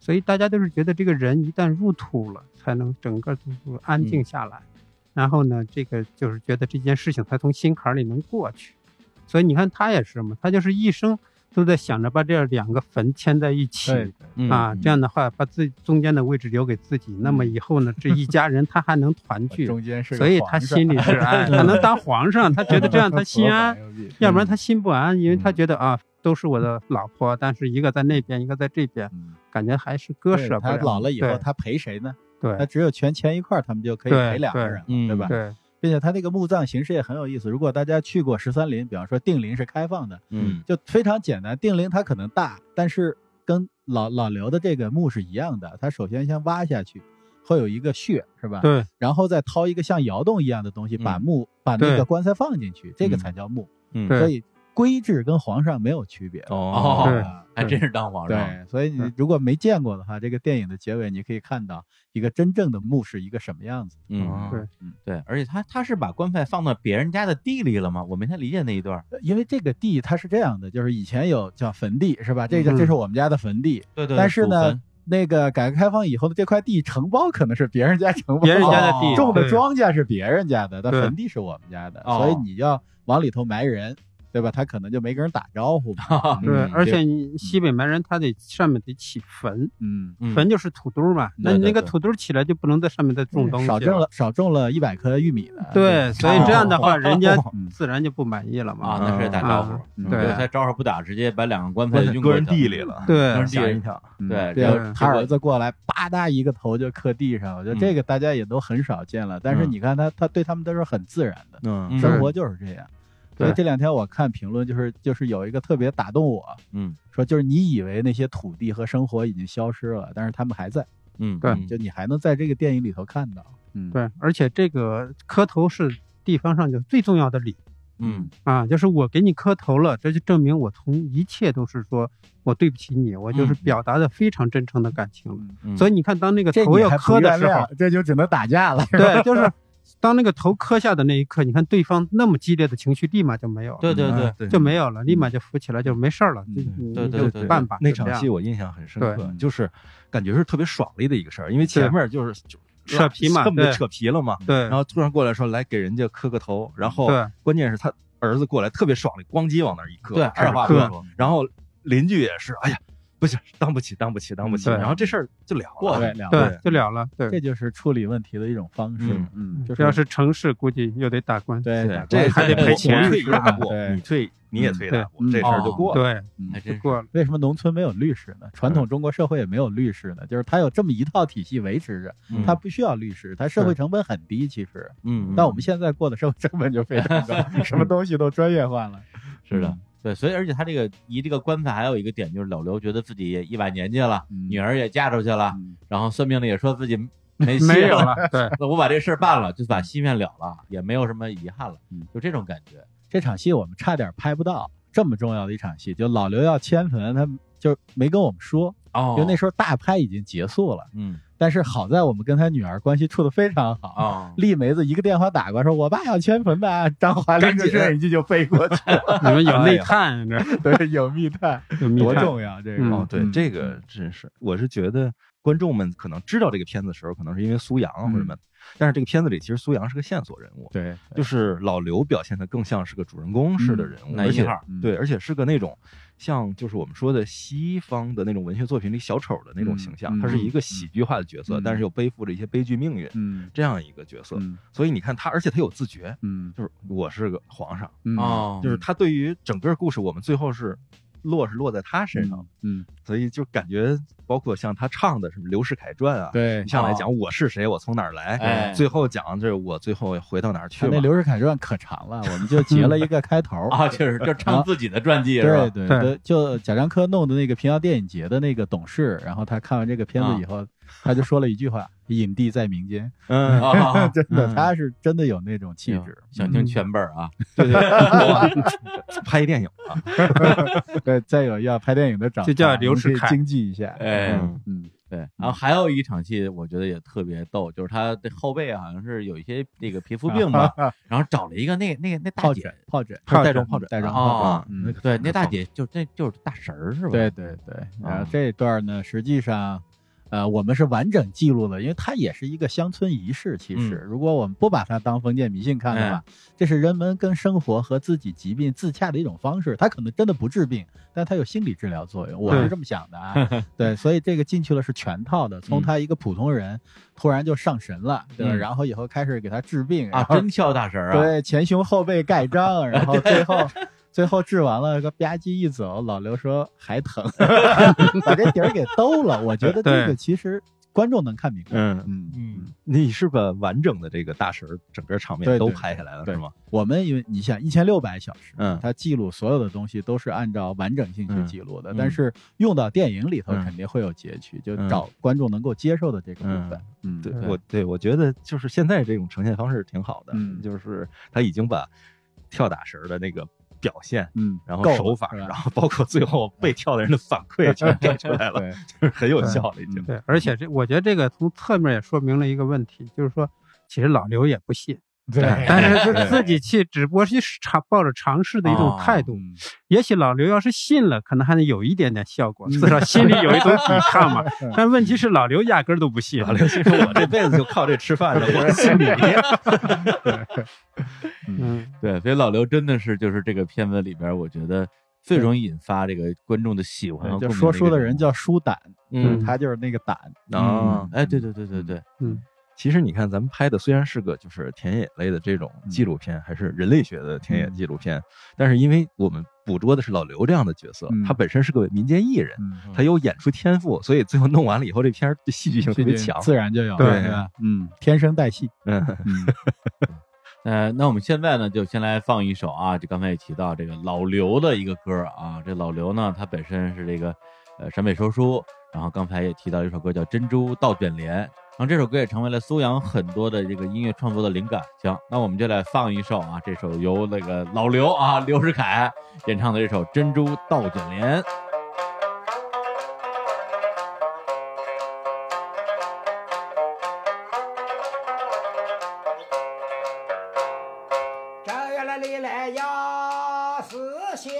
S5: 所以大家都是觉得这个人一旦入土了，才能整个都
S1: 嗯
S5: 安静下来。然后呢，这个就是觉得这件事情才从心坎里能过去。所以你看他也是嘛，他就是一生都在想着把这两个坟牵在一起。
S2: 对
S1: 嗯
S5: 啊，
S1: 嗯
S5: 这样的话把自己中间的位置留给自己，那么以后呢，这一家人他还能团 聚，
S2: 中间是个
S5: 所以他
S2: 皇上
S5: 心里是安，他能当皇上，他觉得这样他心安，要
S2: 嗯
S5: 不然他心不安，因为他觉得啊，都是我的老婆，但是一个在那边，一个在这边，
S2: 嗯
S5: 感觉还是割
S2: 对
S5: 舍不
S2: 他老
S5: 了。
S2: 了以后，
S5: 对
S2: 他陪谁呢？他
S5: 对
S2: 只有全钱一块儿，他们就可以
S5: 对
S2: 陪两个
S5: 对
S2: 人了，
S1: 嗯
S2: 对吧？
S5: 对
S2: 并且它那个墓葬形式也很有意思。如果大家去过十三陵，比方说定陵是开放的，
S1: 嗯
S2: 就非常简单。定陵它可能大，但是跟老老刘的这个墓是一样的。它首先先挖下去，会有一个穴，是吧？。
S5: 对
S2: 然后再掏一个像窑洞一样的东西，
S1: 嗯
S2: 把墓、把那个
S5: 对
S2: 棺材放进去，这个才叫墓。
S1: 嗯
S5: 对
S2: 所以规制跟皇上没有区别。
S1: 哦
S5: 对
S2: 啊
S1: 还真是当皇上，
S2: 对，所以你
S5: 对
S2: 如果没见过的话，这个电影的结尾你可以看到一个真正的墓是一个什么样子。
S4: 哦
S1: 嗯
S5: 对
S1: 对，而且他他是把棺材放到别人家的地里了吗？我没太理解那一段儿。
S2: 因为这个地它是这样的，就是以前有叫坟地是吧？
S5: 嗯
S2: 这个这是我们家的坟地，
S1: 对对，
S2: 但是
S1: 祖
S2: 呢
S1: 坟，
S2: 那个改革开放以后的这块地承包可能是别人家承包，啊
S5: 别人家
S1: 哦
S5: 的地
S2: 种的
S5: 对
S2: 庄稼是别人家的，但
S5: 对
S2: 坟地是我们家的，
S1: 哦
S2: 所以你要往里头埋人，对吧？他可能就没跟人打招呼嘛。嗯
S5: 对，而且
S2: 对
S5: 你西北蛮人他得上面得起坟，
S2: 嗯，
S1: 嗯
S5: 坟就是土堆嘛，那
S1: 对
S5: 你
S1: 对
S5: 那个
S1: 对
S5: 土堆起来就不能在上面再种东西，
S2: 嗯少种了少种了一百颗玉米呢。
S5: 对，所以这样的 话，人家
S2: 嗯
S5: 自然就不满意了
S1: 啊，
S5: 嘛。
S1: 那是打招呼
S5: 啊，
S2: 嗯
S5: 对
S1: 他招呼不打，直接把两个棺材
S4: 关在
S1: 运
S4: 个
S1: 过
S4: 人
S1: 去
S4: 地里了。
S5: 对，
S1: 当时
S4: 吓人一跳，
S2: 嗯
S1: 对
S2: 对
S1: 然
S5: 后，嗯
S2: 他
S1: 结果
S2: 儿子过来，吧嗒一个头就磕地上，我觉得这个大家也都很少见了。但是
S1: 嗯
S2: 你看他，他对他们都是很自然的，
S4: 嗯
S1: 嗯
S2: 生活就是这样。所以
S5: 对
S2: 这两天我看评论，就是就是有一个特别打动我，
S1: 嗯
S2: 说就是你以为那些土地和生活已经消失了，但是他们还在，
S1: 嗯，
S5: 对
S1: 嗯
S2: 就你还能在这个电影里头看到。嗯，
S5: 对，而且这个磕头是地方上就最重要的礼，
S1: 嗯
S5: 啊，就是我给你磕头了，这就证明我从一切都是说我对不起你，我就是
S1: 嗯
S5: 表达的非常真诚的感情了。
S1: 嗯
S5: 所以你看，当那个
S3: 这
S5: 头
S3: 你
S5: 要
S3: 还不
S5: 磕的
S3: 原
S5: 时候
S3: 谅，，这就只能打架了。
S5: 对，就是当那个头磕下的那一刻，你看对方那么激烈的情绪立马就没有了，
S1: 对对对，
S4: 啊对
S5: 就没有了，立马就扶起来，就没事儿了，就你
S1: 对
S5: 你
S1: 对
S5: 就
S1: 对
S5: 办吧。
S4: 那
S5: 就这
S4: 场
S5: 样
S4: 戏我印象很深
S5: 对嗯
S4: 刻，就是感觉是特别爽利的一个事儿，因为
S5: 对
S4: 前面就是就
S5: 扯皮嘛
S4: 恨不得
S5: 对
S4: 扯皮了嘛，
S5: 对，
S4: 然后突然过来说来给人家磕个头，然后
S5: 对
S4: 关键是他儿子过来特别爽利，咣叽往那儿一磕，
S1: 对
S4: 二话不
S5: 磕
S4: 说，然后邻居也是，哎呀，不行，当不起，当不起，当不起，
S5: 对
S4: 然后这事儿就了了，
S2: 对，两
S5: 对就了了。
S2: 这
S5: 对，
S2: 就是处理问题的一种方式
S4: 嗯。
S2: 嗯，就
S5: 这要是城市，估计又得打官司。
S2: 对
S4: 对
S2: 打，
S4: 这
S2: 官司
S5: 还得
S4: 我
S5: 赔钱
S4: 我退一大步，
S2: 对
S4: 你退你也退一大步，
S2: 嗯
S4: 这事儿就
S1: 哦
S4: 过了。
S5: 对，
S1: 还真
S5: 就是过了。
S2: 为什么农村没有律师呢？传
S1: 嗯
S2: 统中国社会也没有律师呢？就是它有这么一套体系维持着，
S1: 嗯
S2: 它不需要律师，它社会成本很低。其实，
S1: 嗯，
S2: 但我们现在过的社会成本就非常 高，什么东西都专业化了。
S1: 是的，对，所以而且他这个移这个棺材还有一个点就是老刘觉得自己也一把年纪了，
S2: 嗯
S1: 女儿也啊嫁出去了，
S2: 嗯
S1: 然后算命的也说自己 没戏
S5: 没有了，对，
S1: 那我把这事儿办了，就把心愿了了，也没有什么遗憾了
S2: 嗯，
S1: 就这种感觉。
S2: 这场戏我们差点拍不到，这么重要的一场戏，就老刘要迁坟，他就没跟我们说，
S1: 哦
S2: 因为那时候大拍已经结束了。
S1: 嗯
S2: 但是好在我们跟他女儿关系处的非常好。
S1: 哦，
S2: 丽梅子一个电话打过来，说：“我爸要迁坟的。”张华拎着摄影机就飞过去，
S5: 你们 有内探，这
S2: 对，有密探，
S5: 有密
S2: 哎多
S5: 探。
S2: 重要这个！
S5: 嗯
S4: 哦，对，这个真是，我是觉得观众们可能知道这个片子的时候，可能是因为苏阳啊或者什么，但是这个片子里其实苏阳是个线索人物，
S2: 对，
S4: 就是老刘表现的更像是个主人公式的人物，
S1: 男
S4: 而
S1: 一
S4: 且
S1: 号
S2: 嗯
S4: 对，而且是个那种像就是我们说的西方的那种文学作品里小丑的那种
S2: 嗯
S4: 形象，
S2: 嗯
S4: 他是一个喜剧化的角色，
S2: 嗯
S4: 但是又背负着一些悲剧命运
S2: 嗯
S4: 这样一个角色，
S2: 嗯
S4: 所以你看他，而且他有自觉，
S2: 嗯
S4: 就是我是个皇上，
S2: 嗯
S1: 哦
S4: 就是他对于整个故事，我们最后是落是落在他身上的，
S2: 嗯，
S4: 所以就感觉包括像他唱的什么《刘世凯传》啊，
S2: 对
S4: 你，上来讲我是谁，我从哪儿来，
S1: 哎
S4: 最后讲这我最后回到哪儿去
S2: 他
S4: 了。
S2: 那《刘世凯传》可长了，我们就截了一个开 头
S1: 啊，就是就是唱自己的传记是
S2: 对
S1: 吧？
S2: 对
S5: 对
S2: 对，就贾樟柯弄的那个平遥电影节的那个董事，然后他看完这个片子以后，他就说了一句话：“影帝在民间。
S4: 嗯，
S1: 啊，”
S2: 真的，
S4: 嗯
S2: 他是真的有那种气质。
S1: 想听全本儿啊，
S4: 对对，我 拍一电影啊，
S2: 对，再有要拍电影的长
S5: 就
S2: 相，
S5: 叫刘
S2: 我们可以
S5: 世凯
S2: 经济一下。
S1: 哎
S2: 嗯嗯，
S1: 对，然后还有一场戏，我觉得也特别逗，就是他的后背好像是有一些那个皮肤病 吧，然后找了一个那那那大
S2: 疱
S1: 姐
S2: 疹，疱疹，
S5: 疱
S2: 带
S5: 疹
S2: 状疱疹，带状疱
S1: 啊
S2: 疹。，嗯
S4: 那个
S1: 对，那大姐就那就是大神儿是吧？
S2: 对对对，然后
S1: 啊
S2: 这段呢，实际上，呃，我们是完整记录了，因为它也是一个乡村仪式。其实，
S1: 嗯
S2: 如果我们不把它当封建迷信看的
S1: 哎
S2: 话，这是人们跟生活和自己疾病自洽的一种方式。它可能真的不治病，但它有心理治疗作用，我是
S5: 对
S2: 这么想的 啊。对，所以这个进去了是全套的，从
S1: 嗯
S2: 他一个普通人突然就上神了，对吧，
S1: 嗯
S2: 然后以后开始给他治病，然
S1: 啊，
S2: 后
S1: 真跳大神儿啊，
S2: 对，前胸后背盖 章，然后最后最后治完了个吧唧一走，老刘说还 疼，把这底儿给兜了。我觉得这个
S5: 对
S2: 其实观众能看明白。
S4: 嗯，
S2: 嗯，
S1: 嗯，
S4: 你是把完整的这个大神儿整个场面
S2: 对
S4: 都
S2: 对
S4: 拍下来了，
S2: 对
S4: 是吗？
S2: 我们因为你想一千六百小时，
S4: 嗯
S2: 它记录所有的东西都是按照完整性去
S4: 嗯
S2: 记录的，
S4: 嗯
S2: 但是用到电影里头
S4: 嗯
S2: 肯定会有截取，就
S4: 嗯
S2: 找观众能够接受的这个部分。嗯，
S4: 对
S1: 对
S4: 我对我觉得就是现在这种呈现方式挺好的，
S2: 嗯
S4: 就是他已经把跳大神儿的那个表现，
S2: 嗯，
S4: 然后
S2: 够了
S4: 手法，
S2: 是吧
S4: 然后包括最后被跳的人的反馈 全给出来了，
S2: 对，
S4: 就是很有效了已经。
S5: 对，而且这我觉得这个从侧面也说明了一个问题，就是说其实老刘也不信，
S2: 对
S5: 但是是自己去，只不过是尝抱着尝试的
S1: 啊
S5: 一种态
S1: 哦
S5: 度。也许老刘要是信了，可能还能有一点点效果，
S2: 嗯
S5: 至少心里有一种抵抗嘛。但问题是老刘压根儿都不信，
S4: 老刘心说：“我这辈子就靠这吃饭了，我信你。
S5: 嗯，
S1: 对，所以老刘真的是就是这个片子里边，我觉得最容易引发这个观众的喜欢和
S2: 就
S1: 共鸣
S2: 说
S1: 一
S2: 书
S1: 个
S2: 的人
S1: 物
S2: 叫书胆，
S1: 嗯
S2: 他就是那个胆。嗯
S4: 啊
S1: 哎，对对对对对，
S4: 其实你看，咱们拍的虽然是个就是田野类的这种纪录片，还是人类学的田野纪录片，但是因为我们捕捉的是老刘这样的角色，
S2: 嗯
S4: 他本身是个民间艺人，
S2: 嗯
S4: 他有演出天赋，所以最后弄完了以后，这片儿的戏剧性特别
S2: 最近
S4: 强。
S2: 自然就有了，
S5: 对
S2: 对吧？嗯，天生带戏。
S4: 嗯，
S2: 嗯，
S1: 呃，那我们现在呢，就先来放一首啊，就刚才也提到这个老刘的一个歌儿啊，这老刘呢，他本身是这个呃陕北说书，然后刚才也提到一首歌叫《珍珠倒卷帘》，然后这首歌也成为了苏阳很多的这个音乐创作的灵感。行，那我们就来放一首啊，这首由那个老刘啊刘世凯演唱的这首《珍珠倒卷帘》。
S7: 正月了里来呀，四些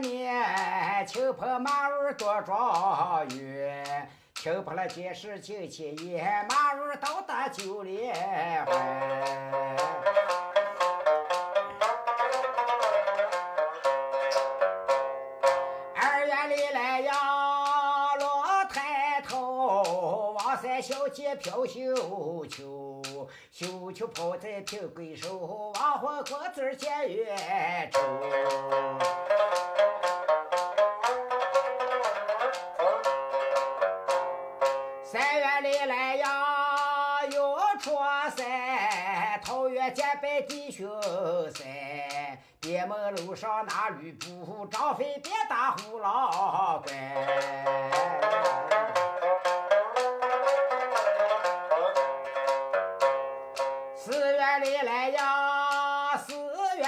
S7: 年，秋坡马儿多状元，秋坡了街市亲戚也，马儿到达九连环。二院里来呀，落抬头，王三小姐飘绣球，绣球抛在平贵手，王花果子儿见月愁。三月里来呀，又出山，桃园结拜弟兄三，别门楼上拿吕布，张飞别打虎牢关。四月里来呀，四月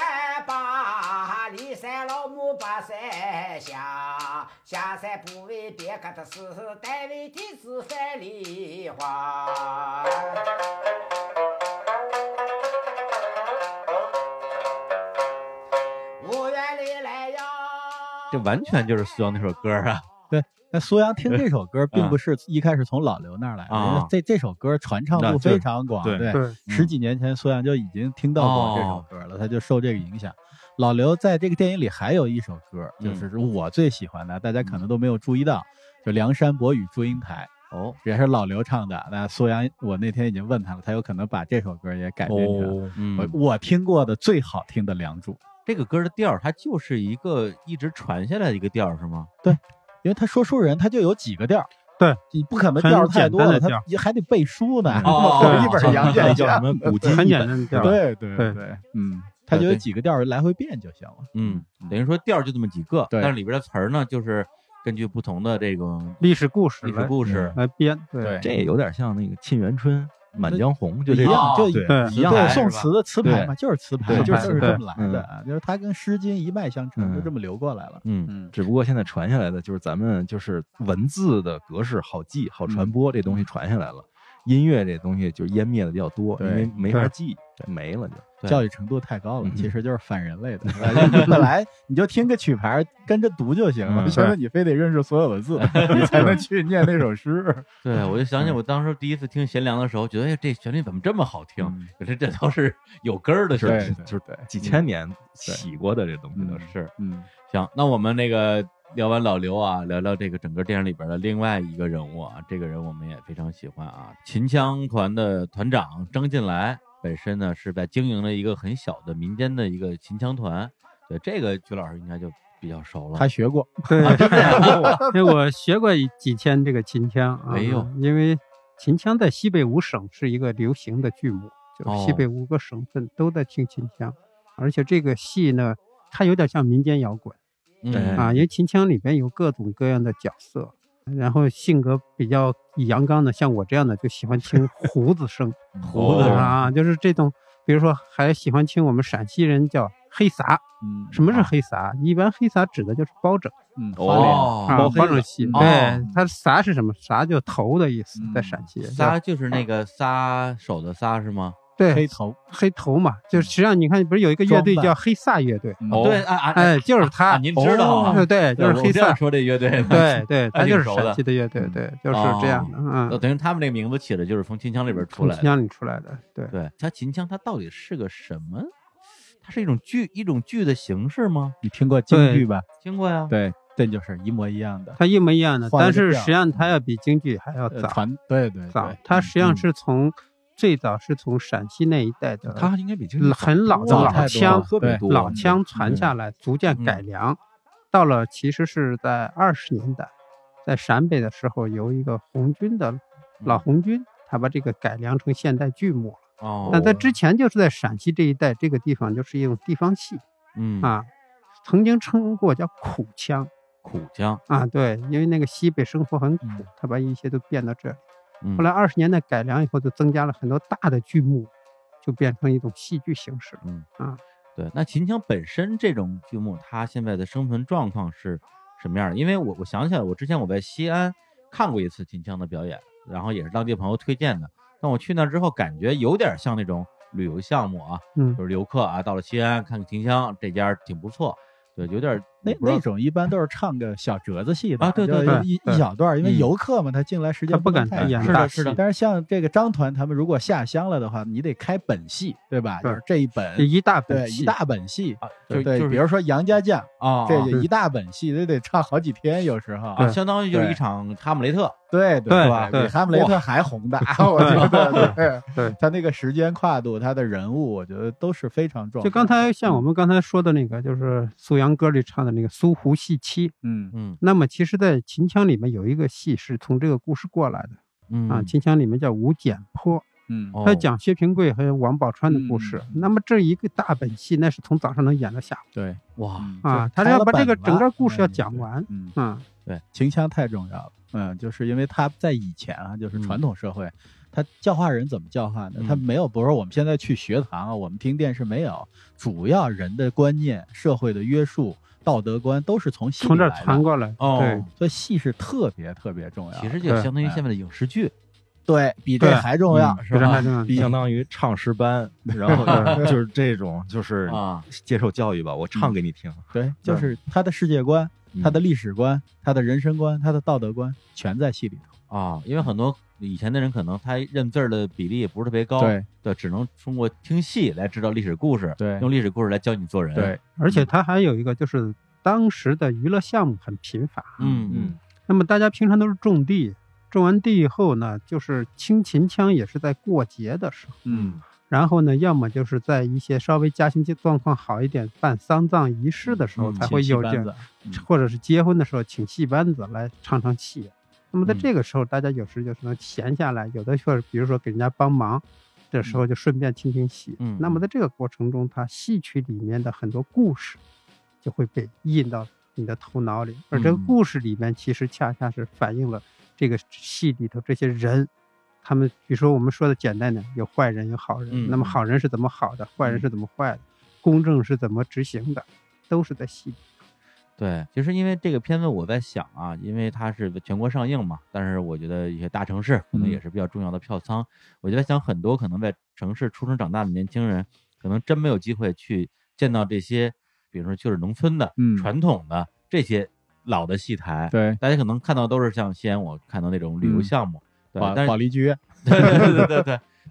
S7: 八，里山老母把山下，下山不为别个的事，但为弟子范梨花。五月里来呀，
S1: 这完全就是苏阳那首歌啊！
S2: 那苏阳听这首歌，并不是一开始从老刘那儿来的，
S1: 啊
S2: 因为这这首歌传唱
S1: 那
S2: 度
S1: 对
S2: 非常广，
S4: 对
S5: 对
S2: 十几年前苏阳就已经听到过这首歌了，他就受这个影响。老刘在这个电影里还有一首歌，就
S1: 嗯
S2: 是我最喜欢的，大家可能都没有注意到，就《梁山伯与祝英台》。
S1: 哦
S2: 也是老刘唱的。那苏阳，我那天已经问他了，他有可能把这首歌也改编成、
S4: 哦，
S1: 嗯，
S2: 我我听过的最好听的《梁祝》，
S1: 这个歌的调儿它就是一个一直传下来的一个调儿是吗？
S2: 因为他说书人他就有几个调儿，
S5: 对
S2: 你不可能调儿太多了，
S5: 很简单的调
S2: 他
S5: 儿
S2: 也还得背书呢。
S1: 哦
S3: 一本杨
S4: 那
S3: 戬
S4: 叫什
S3: 下，
S4: 么古今
S5: 很
S4: 一
S5: 简
S4: 本
S5: 单的调儿，
S3: 对对
S5: 对
S3: 对，
S2: 嗯，他就有几个调儿来回变就行了。
S1: 嗯，等于说调儿就这么几个，
S2: 对
S1: 但是里边的词儿呢，就是根据不同的这个
S5: 历史故事
S1: 历史
S5: 来
S1: 故事，
S5: 来编，对
S4: 这有点像那个沁园春、满江红，就
S2: 一
S4: 这种。
S2: 样，就
S4: 对
S5: 对
S2: 一
S1: 样
S2: 对
S1: 来是
S2: 宋
S1: 吧
S2: 词的词牌嘛，就是词牌，
S4: 对
S2: 就是
S5: 词
S2: 就是
S5: 牌
S2: 这么来的啊，就是它跟《诗经》一脉相
S4: 嗯
S2: 承，就这么流过来了。
S1: 嗯
S2: 嗯，
S4: 只不过现在传下来的就是咱们就是文字的格式好记、好传播，这东西传下来了。音乐这东西就湮灭的比较多，
S2: 对
S4: 因为没法
S5: 对
S4: 记，没了就。
S1: 对
S2: 教育程度太高了，
S4: 嗯
S2: 其实就是反人类的。是吧你本来你就听个曲牌，跟着读就行了
S1: 嗯，
S2: 什
S3: 现
S2: 么
S3: 在你非得认识所有的字，你才能去念那首诗。
S1: 对，我就想起我当时第一次听贤良的时候，觉得哎，这旋律怎么这么好听？可是这都是有根儿的旋律
S3: 对，
S4: 就是
S3: 对
S4: 几千年洗过的这东西都是。
S1: 是
S3: 嗯，
S1: 行，那我们那个聊完老刘啊，聊聊这个整个电影里边的另外一个人物啊，这个人我们也非常喜欢啊，秦腔团的团长张进来，本身呢是在经营了一个很小的民间的一个秦腔团，对这个曲老师应该就比较熟了
S2: 他。学过，
S5: 对，因为我学过几天这个秦腔啊，
S1: 哎呦
S5: 因为秦腔在西北五省是一个流行的剧目，就是西
S1: 哦
S5: 北五个省份都在听秦腔，而且这个戏呢，它有点像民间摇滚
S1: 嗯
S5: 啊，因为秦腔里边有各种各样的角色。然后性格比较阳刚的，像我这样的就喜欢听胡子声
S2: 嗯
S1: 胡子啊，
S5: 啊，就是这种，比如说还喜欢听我们陕西人叫黑撒。
S2: 嗯，
S5: 什么
S1: 啊
S5: 是黑撒？一般黑撒指的就是包拯。
S2: 嗯，
S1: 哦
S5: 啊，包拯戏，
S1: 哦
S5: 对，它撒是什么？撒就头的意思，
S2: 嗯
S5: 在陕西，
S1: 撒就是那个撒手的撒是吗？
S5: 对
S2: 黑
S5: 黑
S2: 头，
S5: 黑头嘛，就实际上你看，不是有一个乐队
S2: 装扮
S5: 叫黑撒乐队，
S2: 嗯
S1: 对啊啊，
S5: 哎，就是
S1: 啊
S5: 他，
S1: 您知道啊
S5: 哦对，就是
S1: 我
S5: 黑
S1: 这样
S5: 撒，
S1: 说这乐队，
S5: 对对，他
S1: 挺
S5: 就是
S1: 熟的
S5: 陕西的乐队，对，就是这样的，
S1: 呃，
S5: 嗯，
S1: 等于他们这个名字起的就是从秦腔里边出
S5: 从
S1: 来
S5: 新
S1: 的。
S5: 疆里出来的，对，
S1: 对，它秦腔它到底是个什么？它是一种剧，一种剧的形式吗？
S2: 你听过京剧吧？
S1: 听过呀。
S2: 对，这就是一模一样的。
S5: 它一模一样的，
S2: 换
S5: 但
S2: 了个
S5: 是
S2: 调
S5: 实际上它要比京剧还要
S2: 呃
S5: 早
S2: 传对对嗯
S5: 早
S2: 对，，
S5: 它实际上是从最早是从陕西那一带的，
S4: 它应该比京剧
S5: 老很老的
S2: 早
S5: 老
S2: 太多
S5: 腔
S2: 了
S4: 特别
S2: 对
S4: 多
S5: 老腔传下来，逐渐改良，到了其实是在二十年代，在陕北的时候，由一个红军的老红军，他把这个改良成现代剧目了。
S1: 哦，
S5: 但在之前，就是在陕西这一带这个地方，就是一种地方戏
S1: 嗯
S5: 啊，曾经称过叫苦腔
S1: 苦腔
S5: 嗯
S2: 嗯
S5: 啊，对，因为那个西北生活很苦，他把一切都变到这里。
S1: 嗯
S5: 后来二十年代改良以后，就增加了很多大的剧目，就变成一种戏剧形式了。
S1: 对，那秦腔本身这种剧目，它现在的生存状况是什么样的？因为我我想起来，我之前我在西安看过一次秦腔的表演，然后也是当地朋友推荐的。但我去那之后，感觉有点像那种旅游项目啊，
S5: 嗯
S1: 就是游客啊，到了西安看看秦腔，这家挺不错，对，有点
S2: 那
S1: 我不知道
S2: 那种一般都是唱个小折子戏的
S1: 啊对
S2: 就
S1: 对
S5: 对
S2: 一
S5: 对
S2: 一小段儿，因为
S1: 嗯
S2: 游客嘛，他进来时间
S5: 他不
S2: 能
S5: 敢
S2: 太
S5: 演
S2: 长
S1: 是
S5: 大
S1: 的，是的，
S2: 但是像这个张团他们如果下乡了的话，你得开本戏，对吧？
S5: 对
S2: 就是这一本
S5: 这，一大本
S2: 呃对
S5: 戏，
S2: 一大本戏，
S1: 啊，就
S2: 对
S1: 就
S2: 对，
S1: 是
S2: 比如说杨家将，
S1: 啊，
S2: 这
S1: 啊
S2: 也一大本戏，这得唱好几天，有时候
S1: 啊，相当于就是一场哈姆雷特，
S2: 对
S5: 对
S2: 吧？比
S5: 对
S2: 哈姆雷特还宏大，我 觉得对
S5: 对
S2: 他那个时间跨度，他的人物，我觉得都是非常重要。
S5: 就刚才像我
S2: 嗯
S5: 们刚才说的那个，就是苏阳歌里唱的那个苏湖戏妻。
S2: 嗯
S1: 嗯
S5: 那么其实，在秦腔里面有一个戏是从这个故事过来的
S1: 嗯
S5: 啊，秦腔里面叫《无简坡》，
S2: 嗯
S1: 哦
S5: 它讲薛平贵和王宝钏的故事。
S2: 嗯
S5: 那么这一个大本戏，那是从早上能演到下
S2: 对
S1: 哇，
S5: 午啊，他要把这个整个故事要讲完
S2: 嗯，
S5: 啊。
S2: 秦腔太重要了。嗯，就是因为他在以前啊，就是传统社会，他教化人怎么教化呢？
S1: 嗯
S2: 他没有，比如说我们现在去学堂啊，我们听电视没有，主要人的观念、社会的约束、道德观都是从戏
S5: 从
S2: 里
S5: 这儿
S2: 来的
S5: 传，过来，对
S1: 哦，
S2: 所以戏是特别特别重要的。
S1: 其实就相当于现在的影视剧，
S2: 对比这
S5: 对
S2: 还重要，
S5: 嗯
S2: 是
S5: 比这
S2: 吧
S5: 还重要
S2: 比
S4: 相当于唱诗班，然后就是这种，就是
S1: 啊，
S4: 接受教育吧，我唱给你听。
S2: 对，就是他的世界观、他的历史观、他的人生观、他的道德观，全在戏里头。
S1: 啊，因为很多以前的人可能他认字儿的比例也不是特别高，
S2: 对
S1: 只能通过听戏来知道历史故事，
S2: 对
S1: 用历史故事来教你做人，，
S5: 而且它还有一个就是当时的娱乐项目很贫乏，
S1: 嗯嗯
S5: 那么大家平常都是种地，种完地以后呢，就是清秦腔也是在过节的时候，
S2: 嗯，
S5: 然后呢，要么就是在一些稍微家庭状况好一点办丧葬仪式的时候
S1: 嗯
S5: 才会有
S2: 请
S5: 这
S2: 戏班
S5: 样，
S2: 子嗯
S5: 或者是结婚的时候请戏班子来唱唱戏。那
S1: 嗯
S5: 么在这个时候，大家有时就是能闲下来，有的或者比如说给人家帮忙，这时候就顺便听听戏。
S1: 嗯
S5: 那么在这个过程中，它戏曲里面的很多故事就会被印到你的头脑里，而这个
S1: 嗯
S5: 故事里面其实恰恰是反映了这个戏里头这些人。他们比如说我们说的简单点，有坏人有好人，
S1: 嗯
S5: 那么好人是怎么好的，坏人是怎么坏的，公正是怎么执行的，都是在戏里。
S1: 对，其实因为这个片子我在想啊，因为它是全国上映嘛，但是我觉得一些大城市可
S2: 嗯
S1: 能也是比较重要的票仓，我就在想很多可能在城市出生长大的年轻人，可能真没有机会去见到这些，比如说就是农村的、
S2: 嗯
S1: 传统的这些老的戏台，
S2: 对，
S1: 大家可能看到都是像西安我看到那种旅游
S2: 嗯
S1: 项目，对，
S2: 保
S1: 但是
S2: 保利居，
S1: 对对对对对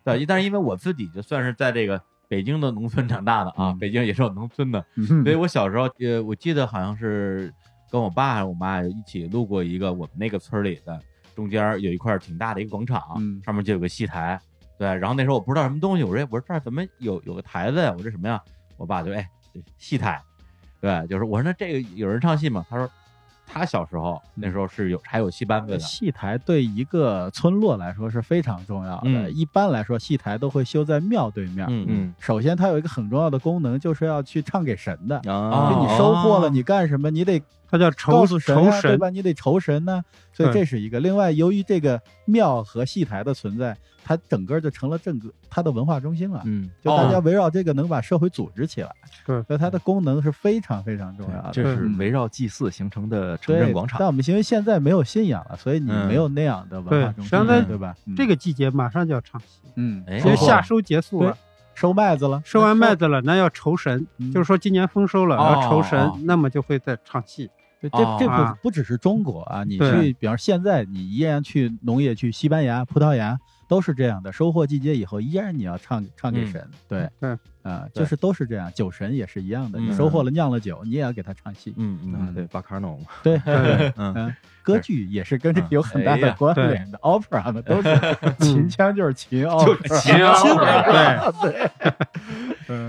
S1: 对，但是因为我自己就算是在这个北京的农村长大的啊，
S2: 嗯
S1: 北京也是有农村的，所以我小时候呃，我记得好像是跟我爸还是我妈一起路过一个我们那个村儿里的中间儿有一块儿挺大的一个广场，
S2: 嗯
S1: 上面就有个戏台，对，然后那时候我不知道什么东西，我说哎我说这儿怎么有有个台子呀？我这什么呀？我爸就哎戏台，对，就是我说那这个有人唱戏吗？他说。他小时候那时候是有还有戏班子的，
S2: 戏台对一个村落来说是非常重要的。
S1: 嗯
S2: 一般来说，戏台都会修在庙对面。
S1: 嗯
S4: 嗯
S2: 首先，它有一个很重要的功能，就是要去唱给神的。
S4: 哦
S1: 啊
S2: 就
S1: 给
S2: 你收获了，你干什么？你得
S5: 它叫
S2: 告
S5: 酬
S2: 诉神
S5: 酬
S2: 啊，对
S5: 神，嗯
S2: 吧？你得酬神呢、所以
S5: 对
S2: 这是一个。另外，由于这个庙和戏台的存在，它整个就成了整个它的文化中心了。
S4: 嗯，
S2: 就
S5: 哦
S1: 哦
S2: 大家围绕这个能把社会组织起来，
S5: 对
S2: 所以它的功能是非常非常重要的。
S4: 这是围绕祭祀形成的城镇
S2: 哦嗯对，
S4: 广场。
S2: 但我们因为现在没有信仰了，所以你
S1: 嗯
S2: 没有那样的文
S5: 对
S2: 化中
S5: 实际
S2: 心
S5: 上
S2: 了，
S5: 在
S2: 对吧？嗯
S5: 这个季节马上就要唱戏，
S2: 嗯
S1: 哎
S5: 因为
S1: 哦
S5: 夏收结束了
S2: 对，收麦子了，
S5: 收完麦子了，那要酬神，
S2: 嗯
S5: 就是说今年丰收了，
S1: 哦
S5: 要酬神，
S1: 哦
S5: 那么就会在唱戏。
S2: 对，
S1: 哦
S2: 这这
S5: 啊
S2: 不不只是中国啊，你
S5: 对
S2: 去，比方现在你依然去农业去西班牙、葡萄牙都是这样的，收获季节以后依然你要唱唱给
S1: 嗯
S2: 神，对
S5: 对，
S2: 啊，
S1: 对
S2: 就是都是这样，酒神也是一样的，你
S1: 嗯
S2: 收获了酿了酒，你也要给他唱戏，
S1: 嗯嗯
S4: 啊，对，巴卡诺嘛，
S2: 对，
S1: 嗯
S2: 嗯，歌剧也是跟这
S1: 嗯
S2: 有很大
S1: 哎
S2: 的
S1: 呀
S2: 关联的，opera 嘛都 是
S5: 嗯
S2: 秦腔就是秦 opera，
S1: 行，
S2: 嗯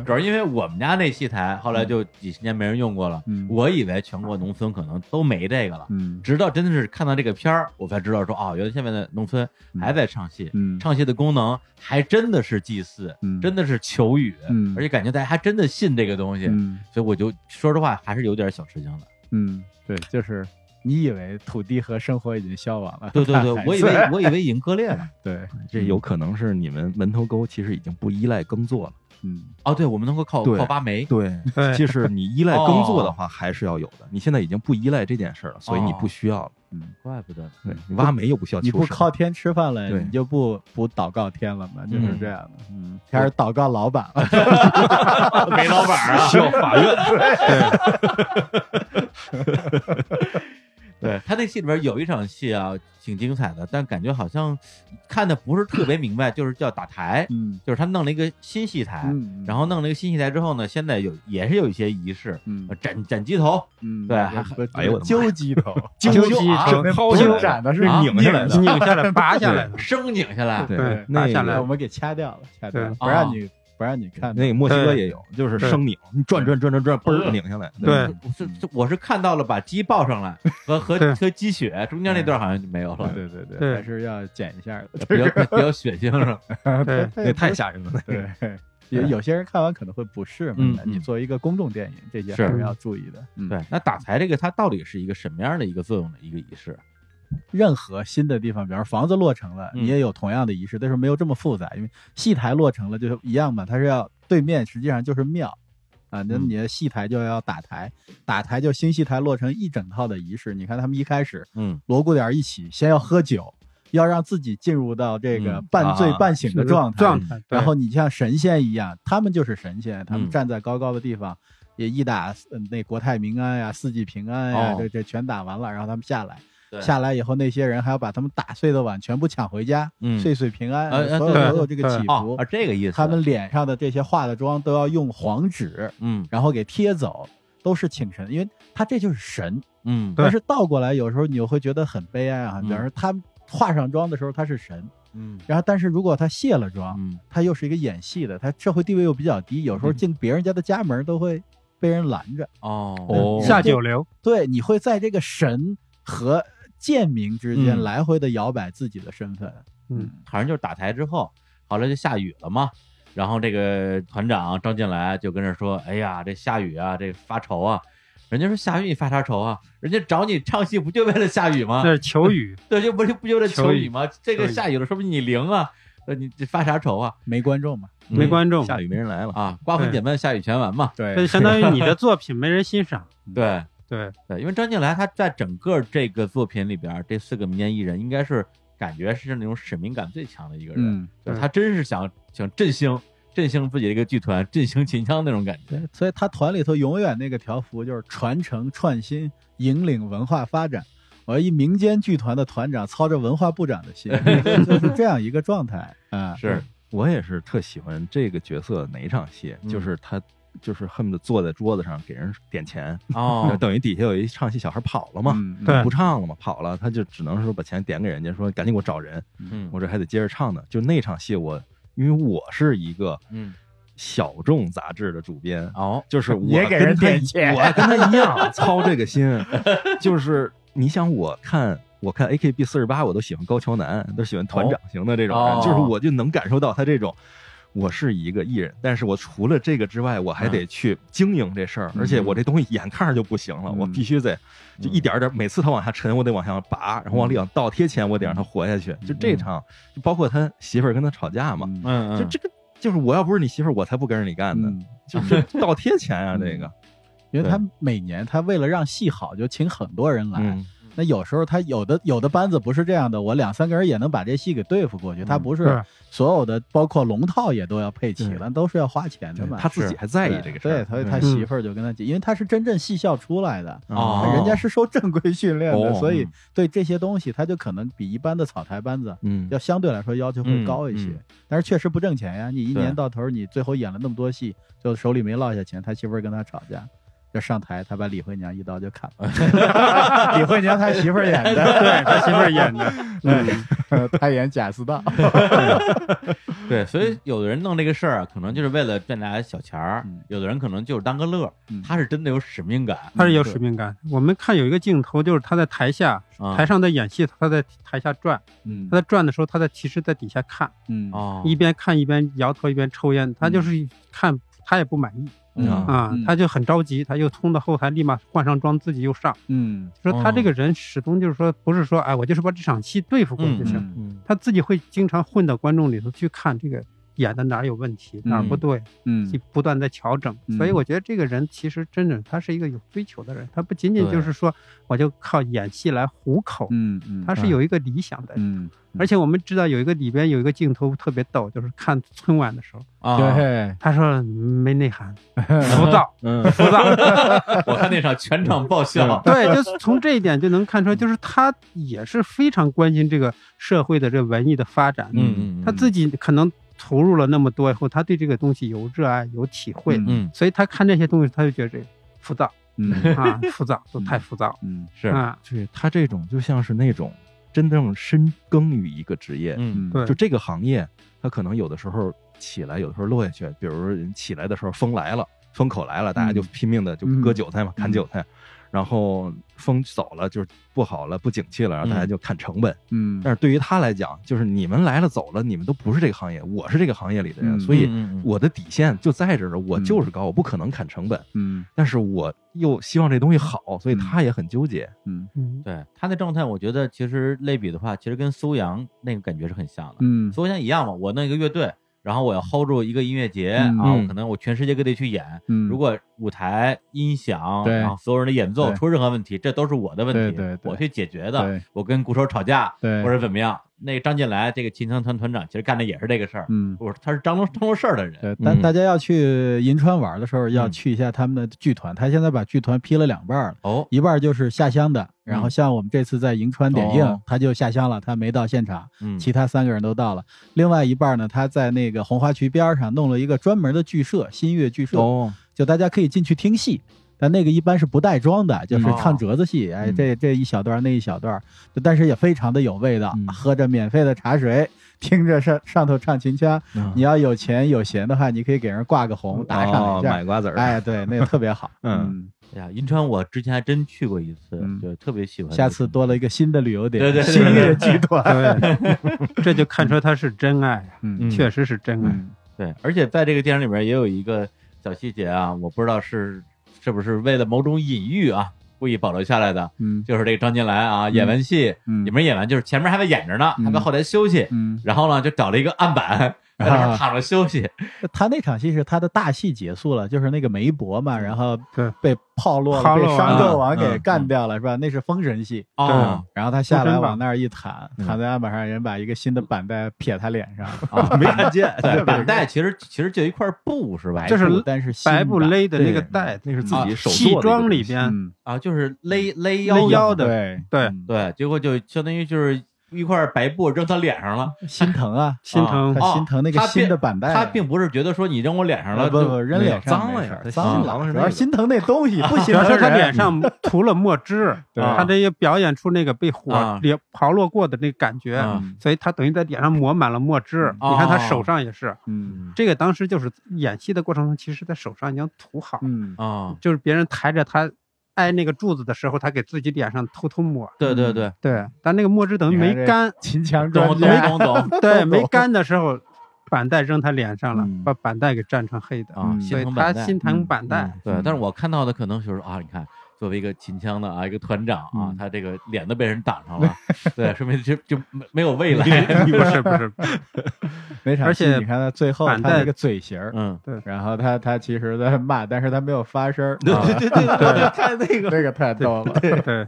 S1: 主要因为我们家那戏台后来就几十年没人用过了，
S2: 嗯
S1: 我以为全国农村可能都没这个了，
S2: 嗯
S1: 直到真的是看到这个片儿，我才知道说啊，原来现在的农村还在唱戏，
S2: 嗯
S1: 唱戏的功能还真的是祭祀，
S2: 嗯
S1: 真的是求雨，
S2: 嗯
S1: 而且感觉大家还真的信这个东西，
S2: 嗯
S1: 所以我就说实话还是有点小吃惊的。
S2: 嗯，对，就是你以为土地和生活已经消亡了？
S1: 对对 对，我以为
S2: 还是
S1: 我以为已经割裂 了。
S2: 对，
S4: 这
S1: 嗯
S4: 有可能是你们门头沟其实已经不依赖耕作了。
S2: 嗯，
S1: 哦，对，我们能够靠
S4: 对
S1: 靠挖煤。
S4: 对，
S5: 对
S4: 就是你依赖耕作的话，还是要有的。你现在已经不依赖这件事了，所以你不需要了。
S1: 怪不得，
S4: 对，你挖煤又不需要
S2: 你
S4: 求
S2: 不
S4: 生，
S2: 靠天吃饭了，
S4: 对
S2: 你就不不祷告天了嘛，就是
S1: 嗯
S2: 这样的。嗯，开始祷告老板了。
S1: 煤老板啊，
S4: 需要法院。
S1: 对他那戏里边有一场戏啊，挺精彩的，但感觉好像看的不是特别明白，就是叫打台，
S2: 嗯
S1: 就是他弄了一个新戏台，
S2: 嗯，
S1: 哎然
S2: 后
S1: 后弄了一个新戏台之后呢，现在有也是有一些仪式，
S2: 嗯
S1: 呃斩斩鸡头，
S2: 嗯，
S1: 对还
S2: 不
S4: 哎呦我的妈
S2: 揪鸡头，
S1: 揪
S5: 鸡
S1: 揪啊
S5: 头
S3: 那
S5: 掏
S3: 不
S5: 下
S3: 是
S5: 来
S3: 展的，是
S1: 啊
S3: 拧
S4: 下来的
S5: 拧下来，拔下来的，
S1: 生拧下来，
S4: 对
S5: 对，
S4: 那
S5: 拔下
S4: 个
S5: 来
S2: 我。们给掐掉了，掐掉了，
S5: 对
S2: 不让你不让你看
S4: 那个墨西哥也有，就是生拧，你转转转转转，嘣儿拧下来。
S5: 对
S1: 我嗯是这我是看到了把鸡抱上来和和
S5: 对
S1: 和鸡血中间那段好像就没有了，
S2: 对对对
S5: 对
S2: 还是要剪一下的。
S1: 比较 比较血腥是吧？
S5: 对，
S4: 那太吓人了。那个
S2: 对，也有些人看完可能会不适嘛。
S1: 嗯
S2: 你
S1: 嗯
S2: 作为一个公众电影，这些
S1: 是
S2: 还是要注意的。嗯，
S1: 对，那打财这个它到底是一个什么样的一个作用的一个仪式？
S2: 任何新的地方，比方说房子落成了，
S1: 嗯
S2: 你也有同样的仪式，但是没有这么复杂，因为戏台落成了就是一样嘛，它是要对面实际上就是庙。啊，那
S1: 嗯
S2: 你的戏台就要打台，打台就新戏台落成一整套的仪式。你看他们一开始
S1: 嗯，
S2: 锣鼓点儿一起，先要喝酒，要让自己进入到这个
S1: 嗯
S2: 半醉
S1: 啊
S2: 半醒的状态，
S5: 状态，对
S2: 然后你像神仙一样，他们就是神仙，他
S1: 嗯
S2: 们站在高高的地方，也一打呃那国泰民安呀、四季平安呀，
S1: 哦
S2: 这这全打完了，然后他们下来
S1: 对，
S2: 下来以后那些人还要把他们打碎的碗全部抢回家，
S1: 嗯
S2: 岁岁平安，
S1: 呃呃
S2: 所有
S5: 对
S2: 所有这个
S5: 对
S2: 祈
S1: 哦
S2: 福，
S1: 啊，这个意思，
S2: 他们脸上的这些化的妆都要用黄纸，
S1: 嗯
S2: 然后给贴走，都是请神，因为他这就是神，
S1: 嗯
S5: 对
S2: 但是倒过来有时候你又会觉得很悲哀啊，
S1: 嗯
S2: 比方说他化上妆的时候他是神，
S1: 嗯
S2: 然后但是如果他卸了妆。
S1: 嗯，
S2: 他又是一个演戏的，他社会地位又比较低，有时候进别人家的家门都会被人拦着。
S1: 哦
S4: 哦
S5: 下九流，
S2: 对，你会在这个神和贱民之间
S1: 嗯
S2: 来回的摇摆自己的身份。
S5: 嗯，
S1: 好像就是打台之后，后来就下雨了嘛。然后这个团长张进来就跟这说：“哎呀，这下雨啊，这发愁啊。”人家说：“下雨你发啥愁啊？人家找你唱戏不就为了下雨吗
S5: 那？是求雨，
S1: 对，就不就不就为了求
S5: 求
S1: 雨
S5: 雨
S1: 吗？这个
S5: 求雨
S1: 下雨了，说明你灵啊，呃，你这发啥愁啊？
S2: 没观众嘛？
S5: 没观众，
S4: 下雨没人来了，
S1: 啊，瓜分
S5: 对
S1: 简单，下雨全完嘛。
S5: 这就
S2: 对
S5: 相当于你的作品没人欣赏，
S1: 对
S5: 对，
S1: 对，因为张静来他在整个这个作品里边儿，这四个民间艺人应该是感觉是那种使命感最强的一个人，
S2: 嗯，
S1: 就是
S5: 对
S1: 他真是想想振兴振兴自己的一个剧团，振兴秦腔那种感觉。
S2: 对，所以他团里头永远那个条幅就是传承创新，引领文化发展。我一民间剧团的团长操着文化部长的心，就是这样一个状态啊。
S1: 是，
S4: 我也是特喜欢这个角色哪一场戏，
S1: 嗯
S4: 就是他就是恨不得坐在桌子上给人点钱，
S1: 哦
S4: 就，等于底下有一唱戏小孩跑了嘛，
S2: 嗯，
S5: 对
S4: 不唱了嘛，跑了，他就只能说把钱点给人家，说赶紧给我找人，
S1: 嗯
S4: 我这还得接着唱呢。就那场戏我，因为我是一个
S1: 嗯，
S4: 小众杂志的主编，
S1: 哦，
S4: 就是我
S3: 也给人
S4: 跟他
S3: 点
S4: 一
S3: 钱
S4: 我跟他一样操这个心，就是你想我看。我看 A K B 四十八，我都喜欢高桥南，都喜欢团长型的这种人，
S1: 哦
S4: 就是我就能感受到他这种，我是一个艺人，但是我除了这个之外，我还得去经营这事儿，而且我这东西眼看着就不行了，
S2: 嗯
S4: 我必须得就一点儿点儿，每次他往下沉，我得往下拔，然后往里往倒贴钱，我得让他活下去。就这场，就包括他媳妇儿跟他吵架嘛，
S2: 嗯
S1: 嗯，嗯
S4: 就这个就是我要不是你媳妇儿，我才不跟着你干呢。
S2: 嗯
S4: 就是倒贴钱啊，
S2: 嗯
S4: 这个，
S2: 因为他每年他为了让戏好，就请很多人来。
S4: 嗯，
S2: 那有时候他有的有的班子不是这样的，我两三个人也能把这戏给对付过去。他不是
S5: 对
S2: 所有的，包括龙套也都要配齐
S4: 嗯对
S2: 了，都是要花钱的嘛。
S4: 他自己还在意
S2: 对
S4: 这个事儿，
S2: 对，所以他
S4: 嗯
S2: 媳妇儿就跟他讲，因为他是真正戏校出来的，
S1: 哦
S4: 嗯
S2: 他人家是受正规训练的，
S4: 哦
S2: 所以对这些东西他就可能比一般的草台班子
S4: 嗯，
S2: 要相对来说要求会高一些。
S1: 嗯嗯
S2: 但是确实不挣钱呀，你一
S1: 对
S2: 年到头儿你最后演了那么多戏，就手里没落下钱，他媳妇儿跟他吵架。就上台，他把李慧娘一刀就砍了。 李慧娘他媳妇儿演的，
S5: 对他媳妇儿演 的，
S2: 嗯，他演贾似道。
S1: 对，所以有的人弄这个事儿啊，可能就是为了赚俩小钱儿
S2: 嗯，
S1: 有的人可能就是当个乐儿
S2: 嗯，
S1: 他是真的有使命感。
S5: 他是有使命感。我们看有一个镜头，就是嗯他在台下，
S1: 啊
S5: 台上在演戏，他在台下转，
S2: 嗯
S5: 他在转的时候，他在其实在底下看，
S2: 嗯
S1: 哦，
S5: 一边看一边摇头，一边抽烟，他就是看他也不满意，
S2: 嗯
S5: 啊
S2: 嗯，
S5: 他就很着急，他又冲到后台立马换上装，自己又上。
S2: 嗯
S5: 就说他这个人始终就是说，不是说哎，我就是把这场戏对付过就行，
S2: 嗯
S1: 嗯
S5: 他自己会经常混到观众里头去看这个演的哪儿有问题，哪儿不对，
S2: 嗯
S5: 去不断在调整。
S2: 嗯
S5: 所以我觉得这个人其实真正他是一个有追求的人，他不仅仅
S1: 对
S5: 就是说我就靠演戏来糊口，
S2: 嗯嗯，
S5: 他是有一个理想的。
S2: 嗯，
S5: 而且我们知道有一个里边有一个镜头特别逗，就是看春晚的时候，
S1: 啊，
S2: 对，
S5: 他说没内涵，浮躁，
S1: 嗯，
S5: 浮躁。
S1: 我看那场全场爆笑，
S5: 对，就是从这一点就能看出来，就是他也是非常关心这个社会的这文艺的发展。
S1: 嗯嗯嗯
S5: 他自己可能投入了那么多以后，他对这个东西有热爱、有体会，
S1: 嗯
S5: 所以他看这些东西，他就觉得这个浮躁
S2: 嗯
S5: 啊，浮躁都太浮躁
S2: 嗯
S1: 是，
S5: 啊。
S4: 对他这种就像是那种真正深耕于一个职业，
S1: 嗯
S2: 嗯，
S5: 对
S4: 就这个行业，他可能有的时候起来，有的时候落下去。比如人起来的时候，风来了，风口来了，大家就拼命的就割韭菜嘛，砍韭菜。然后风走了，就是不好了，不景气了，然后大家就砍成本。
S2: 嗯，
S4: 但是对于他来讲，就是你们来了走了，你们都不是这个行业，我是这个行业里的人，
S2: 嗯
S4: 所以
S1: 嗯嗯嗯
S4: 我的底线就在这儿，我
S2: 嗯
S4: 就是高，我不可能砍成本，
S2: 嗯
S4: 但是我又希望这东西好，所以
S2: 嗯
S4: 他也很纠结。
S2: 嗯
S5: 嗯，
S1: 对他那状态，我觉得其实类比的话，其实跟苏阳那个感觉是很像的。
S2: 嗯
S1: 所以我想一样嘛，我弄一个乐队，然后我要 hold 住一个音乐节、
S2: 嗯
S1: 啊，我
S4: 嗯
S1: 可能我全世界各地去演。
S2: 嗯，
S1: 如果舞台、音响，
S2: 对
S1: 然后所有人的演奏
S2: 对
S1: 出任何问题，这都是我的问题，
S2: 对对对
S1: 我去解决的。
S2: 对
S1: 我跟鼓手吵架，
S2: 对，
S1: 或者怎么样，那张进来这个秦腔团团长，其实干的也是这个事儿。
S2: 嗯。
S1: 我他是张罗张罗事儿的人，
S2: 对，
S4: 嗯
S2: 但大家要去银川玩的时候，要
S1: 嗯
S2: 去一下他们的剧团。他现在把剧团劈了两半儿了，
S1: 哦，
S2: 一半儿就是下乡的，然后
S1: 嗯
S2: 像我们这次在银川点映
S1: 哦，
S2: 他就下乡了，他没到现场。
S1: 嗯，
S2: 其他三个人都到了。另外一半呢，他在那个红花渠边儿上弄了一个专门的剧社，新月剧社，
S4: 哦，
S2: 就大家可以进去听戏。但那个一般是不带妆的，就是
S1: 嗯
S2: 唱折子戏，哎，
S4: 哦嗯
S2: 这这一小段儿那一小段儿，但是也非常的有味道。
S4: 嗯
S2: 喝着免费的茶水， 听着上上头唱秦腔，
S4: 嗯
S2: 你要有钱有闲的话，你可以给人挂个红，打赏
S4: 哦
S2: 一下。
S4: 买瓜子儿，
S2: 哎，对，那个特别好。
S4: 嗯，
S1: 哎呀，银川我之前还真去过一次，
S2: 嗯
S1: 就特别喜欢。
S2: 下次多了一个新的旅游点，
S1: 对对对
S2: 新
S1: 对
S2: 月剧团。
S5: 对，这就看出他是真爱，啊
S2: 嗯
S5: 确实是真爱。
S2: 嗯
S1: 对，而且在这个电影里边也有一个小细节啊，我不知道是是不是为了某种隐喻啊，故意保留下来的，
S2: 嗯
S1: 就是这个张金兰啊，演完戏，
S2: 嗯
S1: 你们演完就是前面还在演着呢，
S2: 嗯
S1: 还在后台休息，
S2: 嗯，
S1: 然后呢就找了一个案板在那儿躺着休息，
S2: 他那场戏是他的大戏结束了，就是那个梅伯嘛，然后
S5: 对
S2: 被炮落了，
S5: 哈
S2: 被
S5: 洛
S2: 商
S1: 王
S2: 纣王
S1: 嗯
S2: 给
S1: 嗯
S2: 干掉了，是吧？那是封神戏
S1: 哦，
S2: 然后他下
S5: 封
S2: 来
S5: 神榜
S2: 往那儿一躺，躺在案板上，人把一个新的板带撇他脸上，
S1: 啊，没看见， 对，
S2: 对
S1: 板带其实其其实就一块布是吧？
S5: 就是
S2: 白布但是新
S5: 白布
S2: 版
S5: 勒的那个
S2: 对
S5: 带，那是
S4: 自己手
S5: 戏
S4: 做的一个
S5: 装里
S4: 东西
S5: 边，
S2: 嗯，
S1: 啊，就是勒勒
S5: 勒
S1: 腰
S5: 腰的
S2: 对
S5: 对
S2: 嗯
S1: 对，结果就相当于就是一块白布扔他脸上了。
S2: 心疼啊，
S5: 心疼
S1: 啊
S2: 他心疼那个
S1: 他并
S2: 新的板带，
S1: 他并不是觉得说你扔我脸上了，
S2: 哎啊不
S1: 就
S2: 不扔脸上
S4: 脏了
S2: 没事
S4: 呀
S2: 儿
S4: 他
S2: 脏
S4: 心疼
S2: 了，
S4: 是
S2: 主
S4: 那
S2: 要
S4: 个
S2: 心疼那东西，不
S5: 主
S2: 心
S5: 要
S2: 疼
S5: 是他
S2: 人
S5: 脸上涂了墨汁，
S2: 对
S5: 他这也表演出那个被
S1: 啊
S5: 火流刨落过的那个感觉，
S1: 啊
S5: 所以他等于在脸上抹满了墨汁。
S1: 嗯
S5: 你看他
S1: 哦
S5: 手上也是，
S2: 嗯
S5: 这个当时就是演戏的过程中，其实在手上已经涂好，
S2: 嗯
S1: 啊，
S5: 就是别人抬着他挨那个柱子的时候，他给自己脸上偷偷抹。
S1: 对对对，
S5: 对，但那个墨汁等于
S2: 你看
S5: 没
S2: 这
S5: 干，
S2: 秦腔
S1: 懂
S2: 专
S1: 懂
S2: 家，
S1: 懂懂
S5: 对，没干的时候，板带扔他脸上了
S2: 嗯，
S5: 把板带给蘸成黑的，
S1: 啊，
S2: 嗯
S1: 心
S5: 所以
S1: 疼
S5: 他
S1: 板带。嗯
S5: 心疼板带。
S1: 对，但是我看到的可能就是啊，你看，作为一个秦腔的啊，一个团长啊，
S2: 嗯
S1: 他这个脸都被人挡上了，对，说明就就没没有未来。
S5: 不是不是，
S2: 那场
S5: 而
S2: 戏
S5: 且
S2: 你看他最后他
S5: 板带
S2: 那个嘴型儿，
S1: 嗯，
S2: 然后他他其实在骂，但是他没有发声儿，
S1: 对对对对对，太 那个，
S2: 这个太逗了。
S5: 对，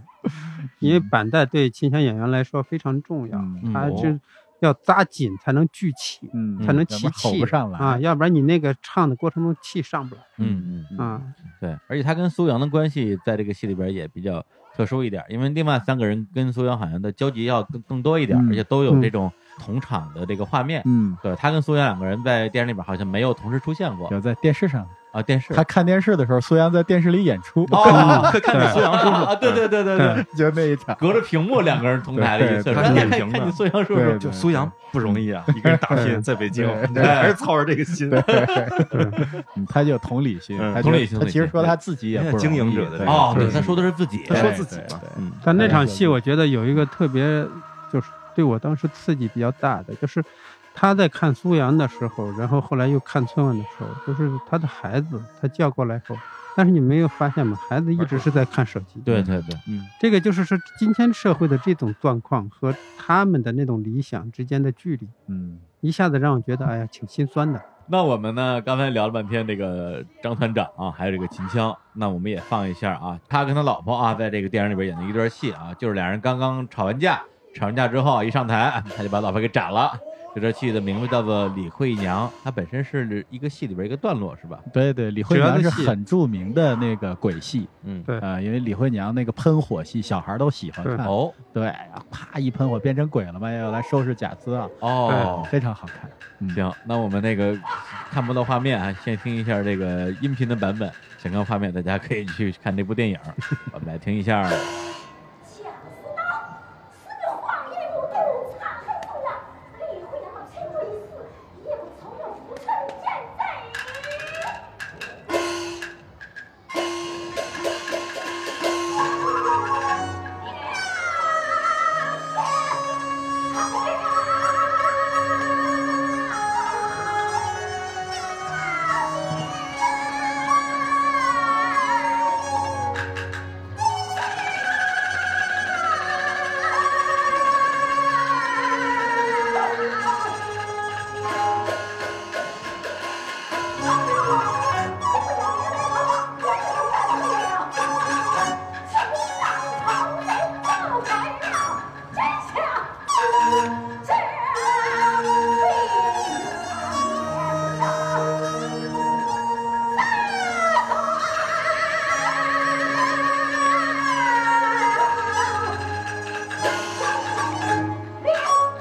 S5: 因为板带对秦腔演员来说非常重要，
S2: 嗯
S5: 它
S1: 嗯
S5: 就要扎紧才能聚气，
S2: 嗯
S5: 才能
S2: 要
S5: 起
S2: 不吼
S5: 气
S2: 不上来
S5: 啊，。要不然你那个唱的过程中气上不来
S1: 嗯嗯，
S5: 啊。
S1: 对，而且他跟苏阳的关系在这个戏里边也比较特殊一点，因为另外三个人跟苏阳好像的交集要更更多一点，
S2: 嗯
S1: 而且都有这种同场的这个画面。
S2: 嗯，
S1: 对他跟苏阳两个人在电视里边好像没有同时出现过
S2: 有在电视上，
S1: 啊，电视
S2: 他看电视的时候，苏阳在电视里演出，
S1: 哦，看见苏阳叔叔啊，对对对对对，
S2: 就那一场。
S1: 隔着屏幕两个人同台的一次，
S2: 对
S1: 说
S4: 对对
S1: 哎看看见苏阳叔
S2: 对
S1: 叔，
S4: 就
S2: 对
S4: 苏阳不容易啊，一个人打拼在北京，
S2: 对
S4: 还是操着这个心。
S2: 嗯他就有同理心，
S4: 嗯
S2: 他觉
S1: 同
S2: 得
S1: 理心
S2: 他
S1: 同理
S2: 其实
S1: 心
S2: 说他自己也不容易
S4: 经营者的这
S2: 对
S4: 个
S1: 哦，对，
S4: 对
S1: 他说的是自己，
S4: 他
S1: 哎
S4: 说自己
S2: 对
S4: 嘛
S2: 对，
S4: 嗯
S5: 但那场戏我觉得有一个特别，就是对我当时刺激比较大的，就是他在看苏阳的时候，然后后来又看春晚的时候，就是他的孩子，他叫过来后，但是你没有发现吗？孩子一直是在看手机。
S1: 对对对，嗯
S5: 这个就是说今天社会的这种状况和他们的那种理想之间的距离，
S3: 嗯，
S5: 一下子让我觉得哎呀挺心酸的。
S1: 那我们呢？刚才聊了半天这个张团长啊，还有这个秦腔，那我们也放一下啊。他跟他老婆啊，在这个电影里边演的一段戏啊，就是俩人刚刚吵完架，吵完架之后啊一上台，他就把老婆给斩了。这段戏的名字叫做《李慧娘》，它本身是一个戏里边一个段落是吧？
S2: 对对，李慧
S5: 主要
S2: 娘
S5: 的
S2: 是
S5: 戏
S2: 很著名的那个鬼戏
S1: 嗯，
S5: 对
S2: 啊、因为李慧娘那个喷火戏，小孩儿都喜欢
S5: 对
S2: 看。
S1: 哦
S2: 对，哎啪一喷火变成鬼了嘛，要来收拾假资啊，
S1: 哦，
S2: 非常好 看。
S1: 行，那我们那个看不到画面啊，先听一下这个音频的版本。想看画面，大家可以去看这部电影。我们来听一下。
S8: 抢私道，四个谎言不度，藏恨不了。李慧阳趁过一次，也不从容不趁站在。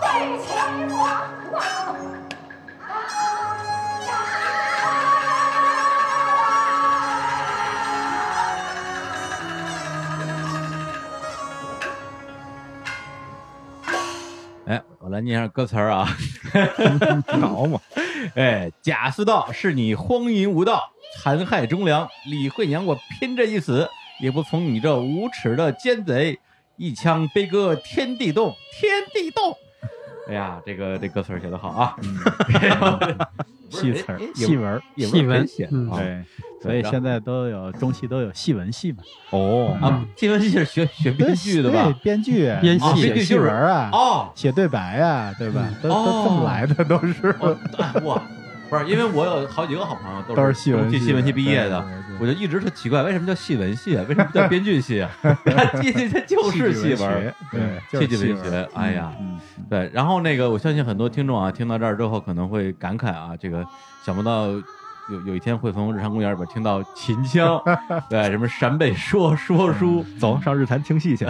S8: 前往往
S1: 哎，我来念一下歌词儿啊，好嘛，哎，贾似道是你荒淫无道，残害忠良，李慧娘我拼这一死，也不从你这无耻的奸贼，一枪悲歌天地动，天地动。 哎呀，这个这歌词儿写得好啊，
S2: 戏词儿
S1: 哎、也
S2: 戏文儿，
S1: 也不是
S5: 戏文
S1: 谁写的啊，
S2: 对，所以现在都有中戏都有戏文戏嘛，嗯
S1: 哦啊，这文戏是学学编剧的
S2: 对
S1: 吧？
S2: 编剧、
S5: 编
S2: 写
S1: 戏 编剧
S2: 戏
S1: 就是
S2: 文儿啊，
S1: 哦，
S2: 写对白啊，对吧？都
S1: 哦
S2: 都这么来的，都是
S1: 哦哎哇，不是，因为我有好几个好朋友都
S2: 都
S1: 是
S2: 是戏文
S1: 中戏
S2: 系
S1: 戏文系毕业的，
S2: 对对
S1: 我就一直特奇怪，为什么叫戏文系啊？为什么 叫编剧系啊？它这这这就是戏
S2: 剧
S1: 文儿，嗯
S2: 学，对，就是
S1: 戏剧
S2: 戏
S1: 文
S2: 文儿。
S1: 学。哎呀，
S2: 嗯，嗯
S1: 对，然后那个我相信很多听众啊，听到这儿之后可能会感慨啊，这个想不到。有有一天会从日常公园里边听到秦 腔，对，什么陕北说说书，
S2: 嗯
S4: 走上日坛听 戏去。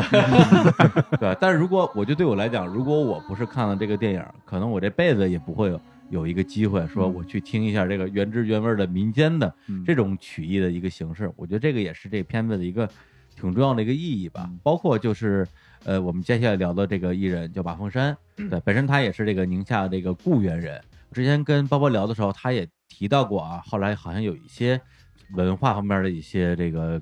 S1: 对，但是如果我就对我来讲，如果我不是看了这个电影，可能我这辈子也不会有有一个机会说我去听一下这个原汁原味的民间的
S2: 嗯
S1: 这种曲艺的一个形式。我觉得这个也是这片子的一个挺重要的一个意义吧。包括就是呃，我们接下来聊的这个艺人叫马凤山，对，本身他也是这个宁夏这个固原人。之前跟包包聊的时候，他也提到过啊，后来好像有一些文化方面的一些这个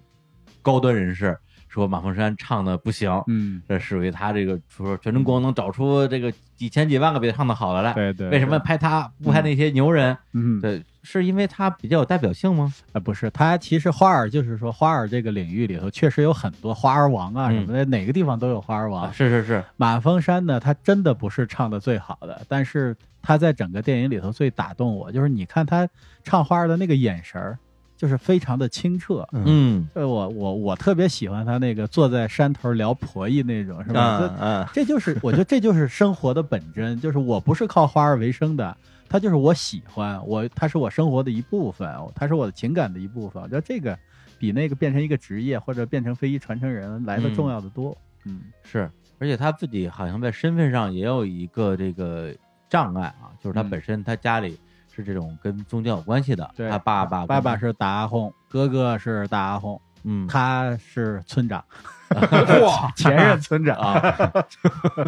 S1: 高端人士说马凤山唱的不行，
S2: 嗯，
S1: 这属于他这个说全中国能找出这个几千几万个比他唱的好的来。
S2: 对对。
S1: 为什么？拍他不拍那些牛人？
S2: 嗯，
S1: 对，是因为他比较有代表性吗？
S2: 啊，不是，他其实花儿就是说花儿这个领域里头确实有很多花儿王啊
S1: 嗯
S2: 什么的，哪个地方都有花儿王
S1: 啊，。是是是，
S2: 马峰山呢，他真的不是唱的最好的，但是他在整个电影里头最打动我，就是你看他唱花儿的那个眼神儿，就是非常的清澈。
S1: 嗯，
S2: 呃，我我我特别喜欢他那个坐在山头聊婆姨那种，是吧？这
S1: 嗯
S2: 这就是我觉得这就是生活的本真， 就是我不是靠花儿为生的，它就是我喜欢我，它是我生活的一部分，它是我的情感的一部分。我觉得这个比那个变成一个职业或者变成非遗传承人来的重要的多。嗯，
S1: 是，而且他自己好像在身份上也有一个这个障碍啊，就是他
S2: 嗯
S1: 本身他家里是这种跟宗教有关系的，
S2: 对
S1: 他爸爸
S2: 爸爸，是大阿訇，哥哥是大阿訇，
S1: 嗯，
S2: 他是村长，
S1: 哇，
S2: 前任村长。
S1: 啊，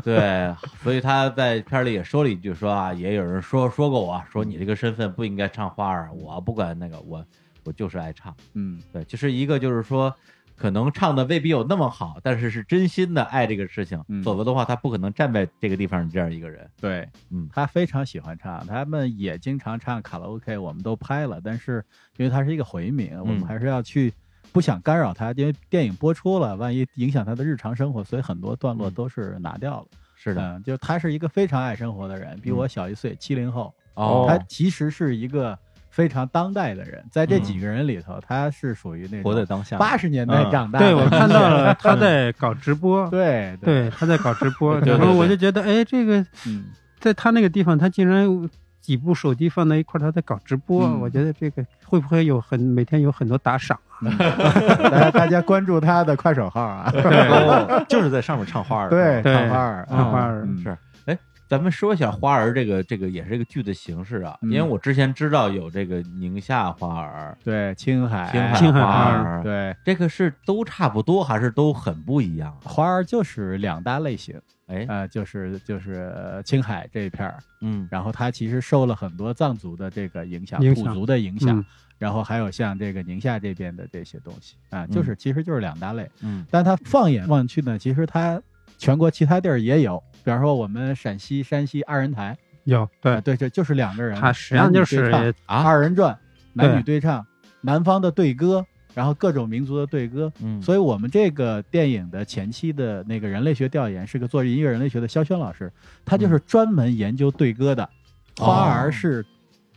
S1: 对，所以他在片儿里也说了一句说啊，也有人说说过我啊说你这个身份不应该唱花儿，我不管那个，我我就是爱唱。
S2: 嗯，
S1: 对，就是一个就是说，可能唱的未必有那么好，但是是真心的爱这个事情，
S2: 嗯
S1: 否则的话他不可能站在这个地方这样一个人。
S2: 对，
S1: 嗯
S2: 他非常喜欢唱，他们也经常唱卡拉 OK，我们都拍了，但是因为他是一个回民，
S1: 嗯
S2: 我们还是要去。不想干扰他，因为电影播出了，万一影响他的日常生活，所以很多段落
S1: 嗯
S2: 都是拿掉了。
S1: 是的，嗯
S2: 嗯，就是他是一个非常爱生活的人，比我小一岁，七零后。
S1: 哦
S2: 他其实是一个非常当代的人，在这几个人里头，他是属于那
S1: 活在
S2: 种
S1: 当下。
S2: 八十年代
S1: 嗯
S2: 长大的。
S5: 对我看到 了他在搞直播，
S2: 对
S5: 对，他在搞直播，
S1: 对对
S5: 然
S1: 对
S5: 后我就觉得，哎，这个
S2: 嗯，
S5: 在他那个地方，他竟然有几部手机放在一块儿，他在搞直播，
S2: 嗯
S5: 我觉得这个会不会有很每天有很多打赏？啊
S2: 嗯 大家大家关注他的快手号啊，
S4: 哦， 就是在上面唱花儿。
S2: 对，
S5: 对
S2: 唱花儿，
S5: 看花儿，
S2: 嗯
S1: 是，哎，咱们说一下花儿这个这个也是这个剧的形式啊，
S2: 嗯
S1: 因为我之前知道有这个宁夏花儿、
S2: 对，青海，
S1: 青
S5: 青
S1: 海
S5: 海
S1: 花
S5: 花
S1: 儿，，
S2: 对，
S1: 这个是都差不多还是都很不一样？
S2: 花儿就是两大类型，
S1: 哎，
S2: 呃，就是就是呃青海这一片儿，
S1: 嗯
S2: 然后它其实受了很多藏族的这个影响，
S5: 影
S2: 土
S5: 响
S2: 族的影响，
S5: 嗯
S2: 然后还有像这个宁夏这边的这些东西啊，就是、其实就是两大类。
S1: 嗯
S2: 但它放眼望去呢，其实它全国其他地儿也有，比方说我们陕西、山西二人台，
S5: 有
S2: 啊
S5: 对，
S2: 对，这就是两个人，
S5: 他实际上就是
S2: 男女对唱
S1: 啊，
S2: 二人转，男女
S5: 对
S2: 对唱，南方的对歌，然后各种民族的对歌。
S1: 嗯，
S2: 所以我们这个电影的前期的那个人类学调研是个做音乐人类学的肖轩老师，他
S5: 嗯
S2: 就是专门研究对歌的，花儿是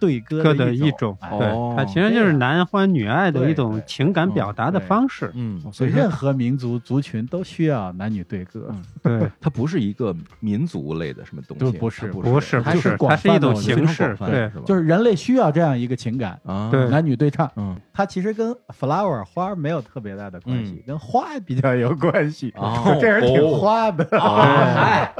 S2: 对歌
S5: 哦歌的
S2: 一
S5: 一种，
S2: 哎
S1: 哦
S5: 对，它其实就是男欢女爱的一
S2: 对
S5: 种
S2: 对
S5: 情感表达的
S2: 嗯
S5: 方式。
S1: 嗯，
S2: 所以任何民族族群都需要男女对歌，
S5: 嗯对，
S4: 它不是一个民族类的什么东
S2: 就
S4: 西，
S2: 不是
S4: 它
S5: 不
S4: 不
S5: 是
S2: 它
S5: 不
S2: 是
S5: 是，
S2: 广
S5: 它是一
S2: 泛的
S5: 种
S2: 我觉得
S5: 形式，对，
S4: 是吧？
S2: 就是人类需要这样一个情感，
S4: 啊，
S5: 对
S2: 男女对唱。
S1: 嗯，
S2: 它其实跟 flower 花儿没有特别大的关系，
S1: 嗯
S2: 跟花比较有关系。
S1: 哦
S2: 这人挺花
S5: 哦
S2: 的，
S1: 哎，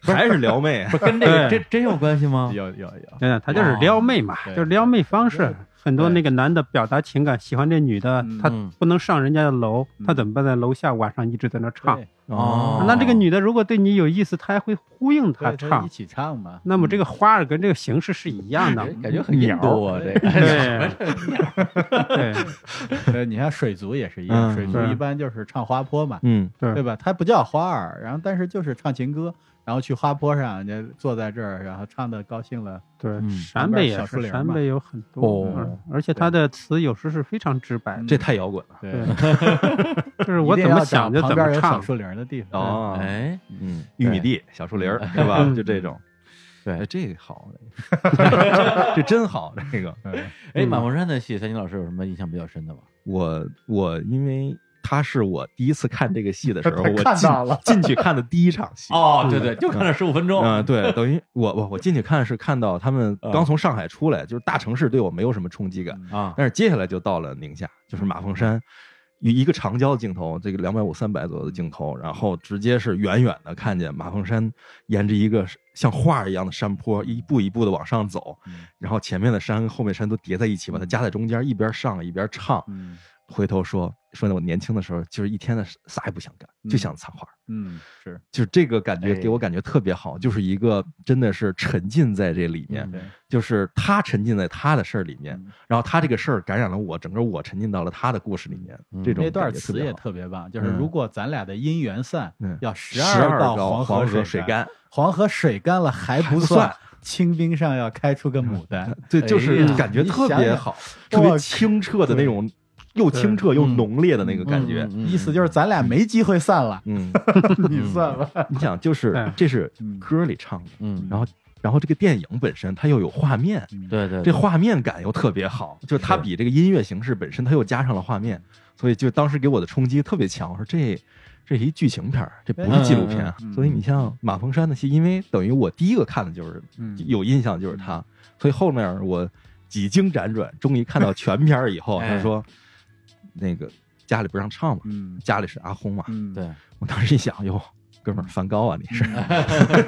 S4: 还是撩妹
S1: 不是跟这个
S5: 对
S1: 真真哎有关系吗？
S2: 有有有，
S5: 嗯，他就是撩妹嘛，
S2: 哦对
S5: 就是撩妹方
S2: 对
S5: 式。很多那个男的表达情感，喜欢这女的
S2: 嗯，
S5: 他不能上人家的楼，他怎么办？在楼下晚上一直在那唱
S2: 对。
S1: 哦，
S5: 那这个女的如果对你有意思，她还会呼应他
S2: 对他
S5: 唱
S2: 一。起唱嘛。嗯
S5: 那么这个花儿跟这个形式是一样的，哎
S1: 感觉很印度啊，这个
S5: 对 对
S2: 对，你看水族也是一样，
S1: 嗯
S2: 水族
S5: 对
S2: 一般就是唱花坡嘛，
S1: 嗯
S2: 对吧？它不叫花儿，然后但是就是唱情歌，然后去花坡上，人家坐在这儿，然后唱的高兴了。
S5: 对
S1: 嗯，
S5: 陕北
S2: 小
S5: 也
S2: 树
S5: 是，
S2: 林
S5: 陕
S2: 嘛
S5: 北有很多
S1: 哦，
S5: 嗯而且他的词有时是非常直白的，
S4: 这太摇滚了
S2: 对，
S5: 对， 就是我
S2: 一定
S5: 怎么
S2: 要
S5: 想
S2: 找
S5: 就
S2: 旁
S5: 怎
S2: 边
S5: 么
S2: 有小
S5: 唱。
S2: 树林的地方。
S4: 哦，
S1: 哎，嗯，
S4: 玉米地、小树林儿是吧？就这种，
S1: 对
S2: 嗯
S4: 哎这个好， 这这真好，这个
S1: 哎，
S5: 嗯
S1: 马凤山的戏，三金老师有什么印象比较深的吗？
S4: 我我因为他是我第一次看这个戏的时 候，
S3: 他
S4: 我
S3: 看
S4: 进
S3: 到了
S4: 进去看的第一场戏。
S1: 哦，对对，就看了十五分钟，嗯
S4: 嗯，对，等于我我我进去看是看到他们刚从上海出来，就是大城市对我没有什么冲击感，
S1: 啊，
S4: 但是接下来就到了宁夏，就是马凤山，一一个长焦镜头，这个两百五三百左右的镜头，然后直接是远远的看见马凤山沿着一个像画一样的山坡，一步一步的往上走，
S1: 嗯
S4: 然后前面的山跟后面山都叠在一起，把它夹在中间，一边上一边唱。
S2: 嗯
S4: 回头说说呢，我年轻的时候就是一天的啥也不想干，就想插画。
S2: 嗯，是
S4: 就是这个感觉
S1: 哎
S4: 给我感觉特别好，就是一个真的是沉浸在这里面，
S5: 嗯
S4: 就是他沉浸在他的事儿里面
S2: 嗯，
S4: 然后他这个事儿感染了我，整个我沉浸到了他的故事里面
S1: 嗯，
S4: 这种
S2: 那段
S4: 感觉特
S2: 词
S4: 别
S2: 也
S4: 好
S2: 特别棒，就是
S4: 嗯
S2: 如果咱俩的姻缘散
S4: 嗯，
S2: 要十
S4: 12
S2: 道
S4: 道
S2: 黄
S4: 河
S2: 水
S4: 水，干，
S2: 黄河水干了还
S4: 还
S2: 不
S4: 不
S2: 算
S4: 算，
S2: 清兵上要开出个牡丹。 哎
S4: 对，就是感觉
S2: 你
S4: 特
S2: 想
S4: 别
S2: 想
S4: 好，
S2: 哇
S4: 特别清澈的那种，又清澈
S2: 嗯
S4: 又浓烈的那个感觉。
S2: 意思就是咱俩没机会散了，
S4: 嗯，
S2: 你算吧。
S4: 你想， 就是
S5: 哎
S4: 这是
S2: 嗯
S4: 歌里唱的，
S1: 嗯，
S4: 然后然后这个电影本身它又有画面，
S1: 对
S2: 嗯
S1: 对，
S4: 这画面感又特别好，就是它
S1: 是
S4: 比这个音乐形式本身它又加上了画面，所以就当时给我的冲击特别强。我说这这是一剧情片儿，这不是纪录片啊。
S2: 嗯嗯嗯
S4: 所以你像马峰山的戏，因为等于我第一个看的就是
S2: 嗯
S4: 有印象就是他，所以后面我几经辗转，终于看到全片儿以 后，
S1: 哎
S4: 他说那个家里不让唱嘛，
S2: 嗯
S4: 家里是阿轰嘛。
S2: 嗯，
S1: 对，
S4: 我当时一想，哟，哥们儿梵高啊，你是
S2: 嗯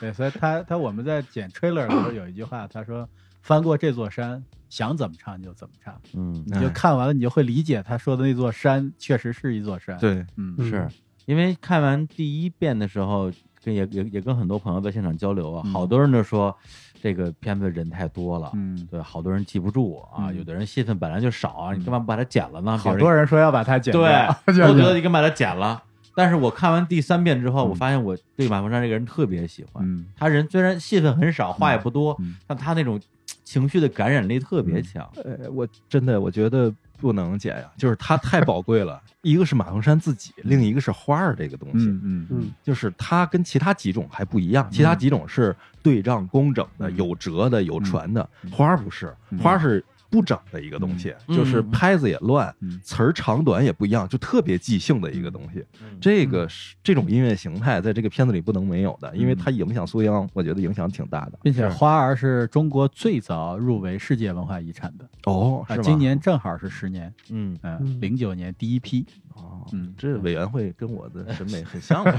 S2: 对，所以他他我们在剪 trailer 的时候有一句话，他说翻过这座山，想怎么唱就怎么唱，
S1: 嗯
S4: 哎
S2: 你就看完了，你就会理解他说的那座山确实是一座山。，
S4: 对，
S2: 嗯
S1: 是因为看完第一遍的时候，跟也也也跟很多朋友在现场交流啊，
S2: 嗯
S1: 好多人都说这个片子人太多了，
S3: 嗯，
S1: 对，好多人记不住啊，
S3: 嗯
S1: 有的人戏份本来就少啊，你干嘛不把它剪了呢？
S3: 好
S1: 别
S3: 多人说要把它剪掉，，
S1: 对
S3: 就
S1: 啊我觉得你干嘛把它剪了。但是我看完第三遍之后，我发现我对马凤山这个人特别喜欢。
S3: 嗯，
S1: 他人虽然戏份很少，话也不多，
S3: 嗯
S1: 但他那种情绪的感染力特别强。
S4: 呃，我真的我觉得不能剪呀、就是它太宝贵了。一个是马洪山自己，另一个是花儿这个东西，
S3: 嗯嗯
S5: 嗯，
S4: 就是它跟其他几种还不一样，其他几种是对仗工整的，
S3: 嗯
S4: 有折的，有传的，花儿不是，
S3: 嗯
S4: 花儿是不整的一个东西，
S1: 嗯
S4: 就是拍子也乱，
S3: 嗯
S4: 词儿长短也不一样，就特别即兴的一个东西。
S1: 嗯
S4: 这个是这种音乐形态在这个片子里不能没有的，因为它影响苏央，我觉得影响挺大的。
S2: 并且花儿是中国最早入围世界文化遗产的，
S4: 哦，
S2: 啊
S4: 是，吗？
S2: 今年正好是十年，
S1: 嗯，
S2: 嗯，
S5: 嗯
S2: 零九年第一批，
S4: 哦，
S2: 嗯
S4: 这委员会跟我的审美很像吧？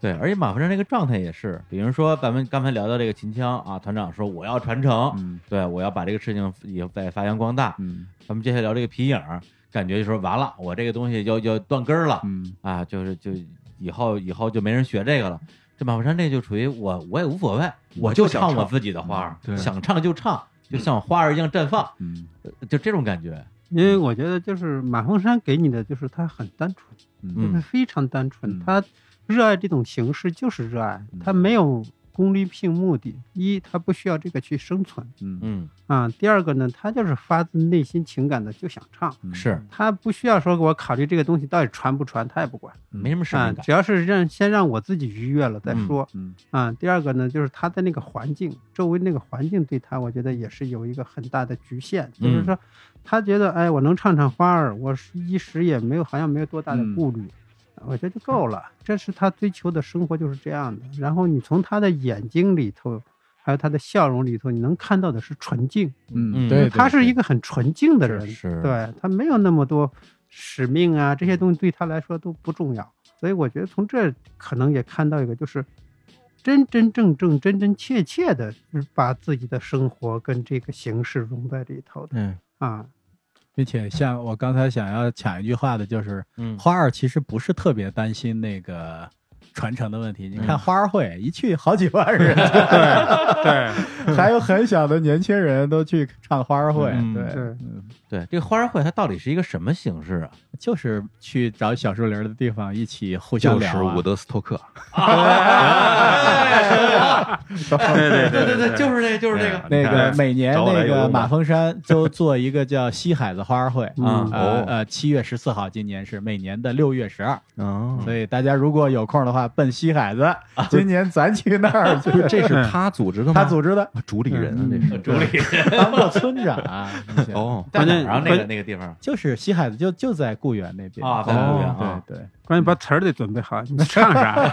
S1: 对，而且马凤山这个状态也是，比如说咱们刚才聊到这个秦腔啊，团长说我要传承，
S3: 嗯
S1: 对我要把这个事情也再发扬光大。
S3: 嗯
S1: 咱们接下来聊这个皮影儿，感觉就说完了，我这个东西要要断根儿了，
S3: 嗯
S1: 啊，就是就以后以后就没人学这个了。这马富山这就处于我我也无所谓，我就唱我自己的花儿，
S3: 对
S1: 想唱就唱，就像花儿一样绽放，
S3: 嗯
S1: 呃就这种感觉。
S5: 因为我觉得就是马凤山给你的就是他很单纯，就是
S1: 嗯
S5: 非常单纯，
S3: 嗯
S5: 他热爱这种形式就是热爱
S3: 嗯，
S5: 他没有功利性目的。一，他不需要这个去生存
S3: 嗯
S1: 嗯，
S5: 啊；第二个呢，他就是发自内心情感的就想唱，
S3: 嗯
S1: 是
S5: 他不需要说我考虑这个东西到底传不传，他也不管
S1: 没什么使
S5: 啊
S1: 命，感。
S5: 只要是让先让我自己愉悦了再
S1: 嗯
S5: 说。
S3: 嗯
S5: 啊，第二个呢，就是他的那个环境，周围那个环境对他，我觉得也是有一个很大的局限。就是
S1: 嗯
S5: 说，他觉得，哎，我能唱唱花儿，我是一时也没有，好像没有多大的
S3: 嗯
S5: 顾虑，我觉得就够了。这是他追求的生活，就是这样的。然后你从他的眼睛里头，还有他的笑容里头，你能看到的是纯净，
S1: 嗯
S3: 嗯，对，
S5: 他是一
S3: 个
S5: 个很纯净的人，
S1: 是
S5: 对他没有那么多使命啊，这些东西对他来说都不重要。所以我觉得从这可能也看到一个，就是真真正正、真真切切的把自己的生活跟这个形式融在里头的
S4: 嗯，
S5: 啊。
S2: 并且像我刚才想要抢一句话的，就是
S1: 嗯
S2: 花儿其实不是特别担心那个传承的问题。你
S1: 嗯
S2: 看花儿会一去好几万人，
S3: 还有很小的年轻人都去唱花儿会，
S1: 嗯
S3: 对，
S5: 对，
S1: 对，这个花儿会它到底是一个什么形式啊？
S2: 就是去找小树林儿的地方一起互相
S4: 就
S2: 聊、啊。
S4: 是伍德斯托克，
S1: 对啊对对对，就是这个，就是这个。
S2: 那个每年
S4: 找我来
S2: 那
S4: 游
S2: 个
S4: 泳吧
S2: 马峰山都做一个叫西海子花儿会，
S1: 嗯
S2: 呃
S4: 哦
S2: 呃，七月十四号，今年是每年的六月十二，
S4: 哦，
S2: 所以大家如果有空的话，奔西海子，
S3: 今年咱去那儿去，
S4: 这是他组织 的吗？
S3: 他组织的，
S4: 主理人啊，这是
S1: 主理
S2: 当过村长啊。那些，
S4: 哦，
S1: 在
S5: 关
S1: 哪
S5: 键
S1: 儿啊？那个那个地方
S2: 就是西海子就就在固原那边
S1: 啊，在
S2: 哦
S1: 公园
S2: 对
S1: 啊，
S2: 对。
S5: 关键把词儿得准备好，你唱 啥？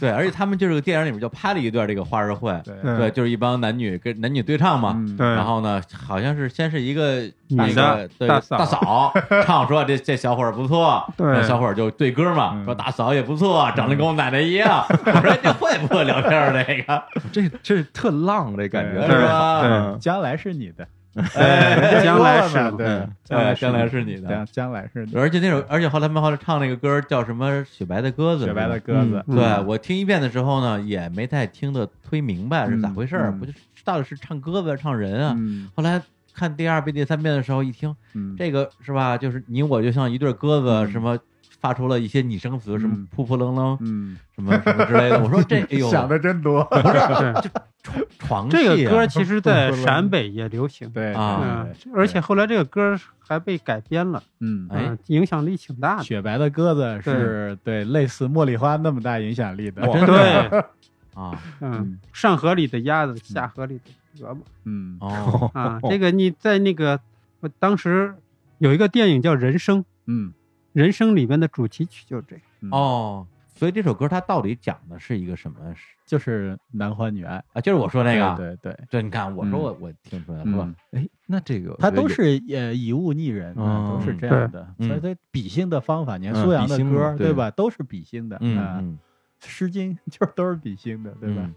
S1: 对，而且他们就是电影里面就拍了一段这个花儿会，
S3: 对
S1: 对，就是一帮男女跟男女对唱嘛，
S3: 嗯
S5: 对，
S1: 然后呢，好像是先是一个
S5: 女的
S1: 那个
S5: 大
S1: 对
S5: 嫂
S1: 大嫂唱说这这小伙儿不错，
S5: 对
S1: 那小伙儿就对歌嘛，
S3: 嗯
S1: 说大嫂也不错，长得跟我奶奶一样。我说哎这会不会聊天儿这个
S4: 这这特浪，这感觉
S3: 对
S1: 是吧？
S4: 嗯
S2: 将来是你的，
S1: 哎，
S5: 将来是
S3: 人家说了嘛对，
S1: 对，嗯将哎来是你
S2: 将
S1: 的。
S2: 将来是你的
S1: 而且那首，而且后来他们后来唱那个歌儿叫什么《雪白的鸽子》，
S2: 雪白的鸽子。
S5: 嗯
S1: 对我听一遍的时候呢，也没太听得推明白是咋回事儿，
S3: 嗯嗯
S1: 不就是到底是唱鸽子还是唱人啊？
S3: 嗯
S1: 后来看第二遍、第三遍的时候，一听
S3: 嗯，
S1: 这个是吧？就是你我就像一对鸽子，什么发出了一些拟声词，什么
S3: 嗯
S1: 扑扑棱棱，
S3: 嗯，
S1: 什么什么之类的。我说 这，哎呦，
S3: 想的真多，
S5: 对
S1: 床戏啊
S5: 这个歌其实 在
S3: 不不不
S5: 陕北也流行，
S3: 对
S1: 啊
S5: 嗯，而且后来这个歌还被改编了，
S3: 嗯
S1: 哎
S5: 嗯，影响力挺大的。
S2: 雪白的鸽子是对类似茉莉花那么大影响力的，
S1: 啊真 的
S5: 对，
S1: 啊，
S5: 嗯，上河里的鸭子，下河里的鹅嘛。
S3: 嗯
S1: 哦，
S5: 啊，这个你在那个，我当时有一个电影叫《人生》，
S3: 嗯
S5: 《人生》里边的主题曲就是这个。
S1: 哦，所以这首歌它到底讲的是一个什么事
S2: 就是男欢女爱。
S1: 啊？就是我说那个，
S2: 对对对，
S1: 对，你看我说我我听出来了是吧
S3: 嗯？
S4: 哎，那这个
S2: 他都是呃以物拟人，啊
S4: 嗯
S2: 都是这样的。
S1: 对
S2: 所以他比兴的方法，你看
S4: 嗯
S2: 苏阳
S4: 比
S2: 的
S4: 兴嘛
S2: 歌，
S4: 对
S2: 对吧？都是比兴的，
S1: 嗯
S2: 啊
S1: 嗯，
S2: 诗经 就是都是比兴的，对吧
S1: 嗯？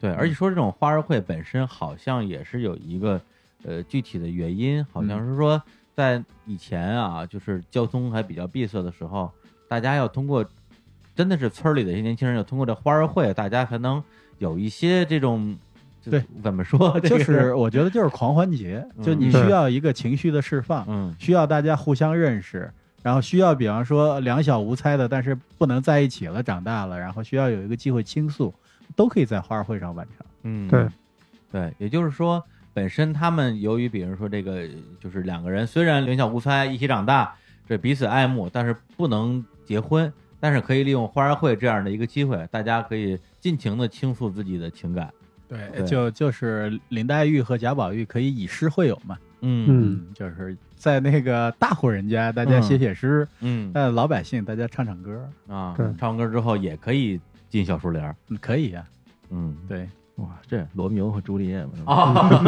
S1: 对，而且说这种花儿会本身好像也是有一个呃具体的原因，好像
S2: 嗯
S1: 是说在以前啊，就是交通还比较闭塞的时候，大家要通过真的是村儿里的一些年轻人要通过这花儿会，大家才能有一些这种，就
S2: 对
S1: 怎么说，哦这
S2: 就
S1: 个
S2: 是我觉得就是狂欢节，就你
S1: 嗯
S2: 需要一个情绪的释放，
S1: 嗯
S2: 需要大家互相认识，然后需要比方说两小无猜的，但是不能在一起了，长大了，然后需要有一个机会倾诉，都可以在花儿会上完成。
S1: 嗯，
S5: 对
S1: 对，也就是说，本身他们由于比如说这个，就是两个人虽然两小无猜，一起长大，这彼此爱慕，但是不能结婚，但是可以利用花儿会这样的一个机会，大家可以尽情的倾诉自己的情感。
S2: 对
S1: 对
S2: 就就是林黛玉和贾宝玉可以以诗会友嘛，
S1: 嗯
S5: 嗯，
S2: 就是在那个大户人家，大家
S1: 嗯
S2: 写写诗；
S1: 嗯
S2: 在老百姓，大家唱唱歌，
S1: 啊
S5: 哎对，
S1: 唱完歌之后也可以进小树林儿。
S2: 嗯可以呀、
S1: 嗯，
S2: 对，
S4: 哇，这罗密欧和朱丽叶嘛，
S1: 啊，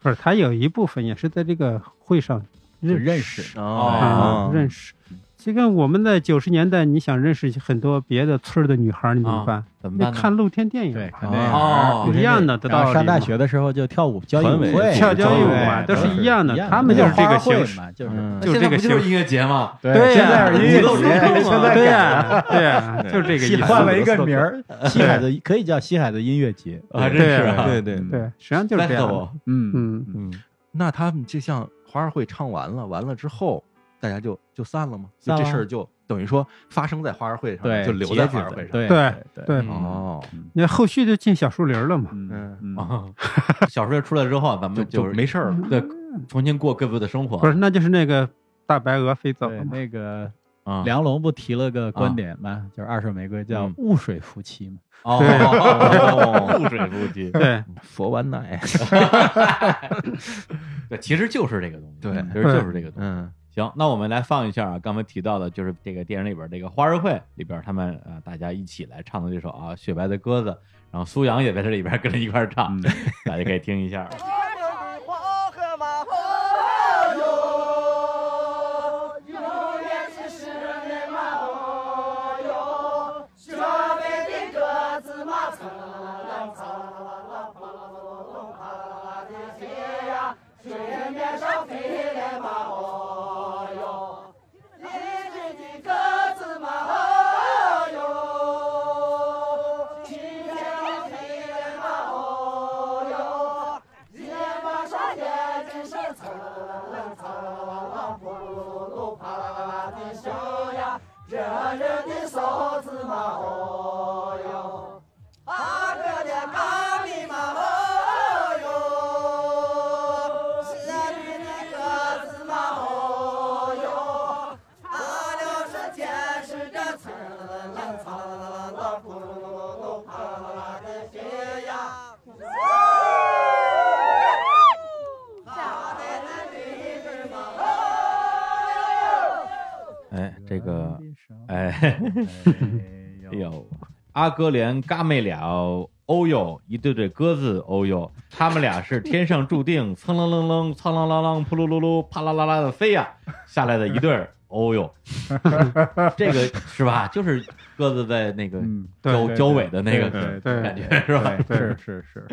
S5: 不是，他有一部分也是在这个会上
S2: 就
S5: 认
S2: 认识。
S5: 啊
S1: 哦，，
S5: 认识。这个我们在九十年代，你想认识很多别的村儿的女孩儿，你怎么办？
S1: 怎么
S5: 那
S1: 办呢？
S5: 看露天电影，
S2: 对，看电影
S1: 哦
S5: 一样的，这
S2: 然
S5: 道
S2: 后
S5: 理
S2: 上大
S5: 嘛
S2: 学的时候就跳舞、交谊
S4: 团委
S2: 舞会、
S5: 跳交谊舞嘛，
S2: 对
S5: 都是
S2: 对
S5: 一样的
S2: 一样。的
S5: 他们就是这个
S2: 花卉
S5: 形式，
S2: 嘛，就是
S1: 嗯，
S5: 就
S1: 现
S5: 这个
S1: 在不就
S5: 形
S1: 是音乐节吗？
S5: 对啊
S2: 现
S5: 呀
S2: 在是音乐节，现在
S5: 对呀，啊对呀，就是这个意思。
S2: 换了一个名儿，西海的可以叫西海的音乐节，
S1: 啊，真
S5: 对
S1: 是啊，
S4: 对对，
S5: 对，实际上就是这样的。
S1: Festival，
S2: 嗯，
S5: 嗯，
S1: 嗯，
S4: 那他们这项花儿会唱完了，完了之后，大家就就散了吗？就
S2: 散
S4: 这
S2: 了
S4: 事儿就等于说发生在花儿会上了，
S2: 对，
S4: 就留在
S2: 节
S4: 花
S2: 制
S4: 儿会
S2: 的
S4: 上。
S2: 对
S5: 对
S2: 对，
S5: 对，
S1: 嗯
S4: 哦，
S5: 那后续就进小树林了嘛。
S2: 嗯嗯
S5: 哦
S1: 啊， 小说出来之后，咱
S4: 就
S1: 们
S4: 就是没事儿了。
S5: 啊
S1: 对重新过各自的生活
S5: 不是，那就是那个大白鹅飞走
S2: 对
S5: 了，嘛。
S2: 那个
S1: 啊，
S2: 梁龙不提了个观点吗？就是二手玫瑰叫
S1: 嗯
S2: 雾水夫妻嘛，
S1: 哦
S5: 对
S1: 哦，不水不提，
S5: 对，
S4: 佛完奶，
S1: 对，其实就是这个东西，
S4: 对
S1: 其实就是这个东 西。
S4: 嗯，
S1: 行，那我们来放一下啊，刚才提到的，就是这个电影里边这个花儿会里边，他们呃大家一起来唱的这首啊《雪白的鸽子》，然后苏阳也在这里边跟着一块儿
S5: 嗯
S1: 唱， 大家可以听一下。
S6: 黄河马后
S7: 啊
S1: 哎，这个哎，哎 呦，阿哥连嘎没了，哦呦，一对对鸽子，哦呦，他们俩是天上注定，噌楞楞楞，苍啷啷啷，扑噜噜噜，啪啦啦啦的飞呀、下来的一 对儿，哦呦，这个是吧？就是鸽子在那个
S2: 嗯，
S1: 交
S2: 对
S1: 交尾的那个
S2: 对对
S1: 感觉 是吧？
S2: 对，是是是，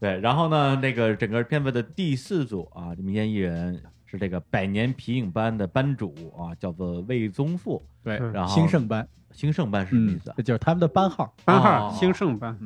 S1: 对，然后呢，那个整个片子的第四组啊，民间艺人是这个百年皮影班的班主啊，叫做魏宗富。
S2: 对，
S1: 然后
S2: 兴盛班，
S1: 兴盛班是什么意
S2: 嗯
S1: 思啊，？
S2: 这就是他们的班号，
S5: 班
S1: 哦
S5: 号兴盛班，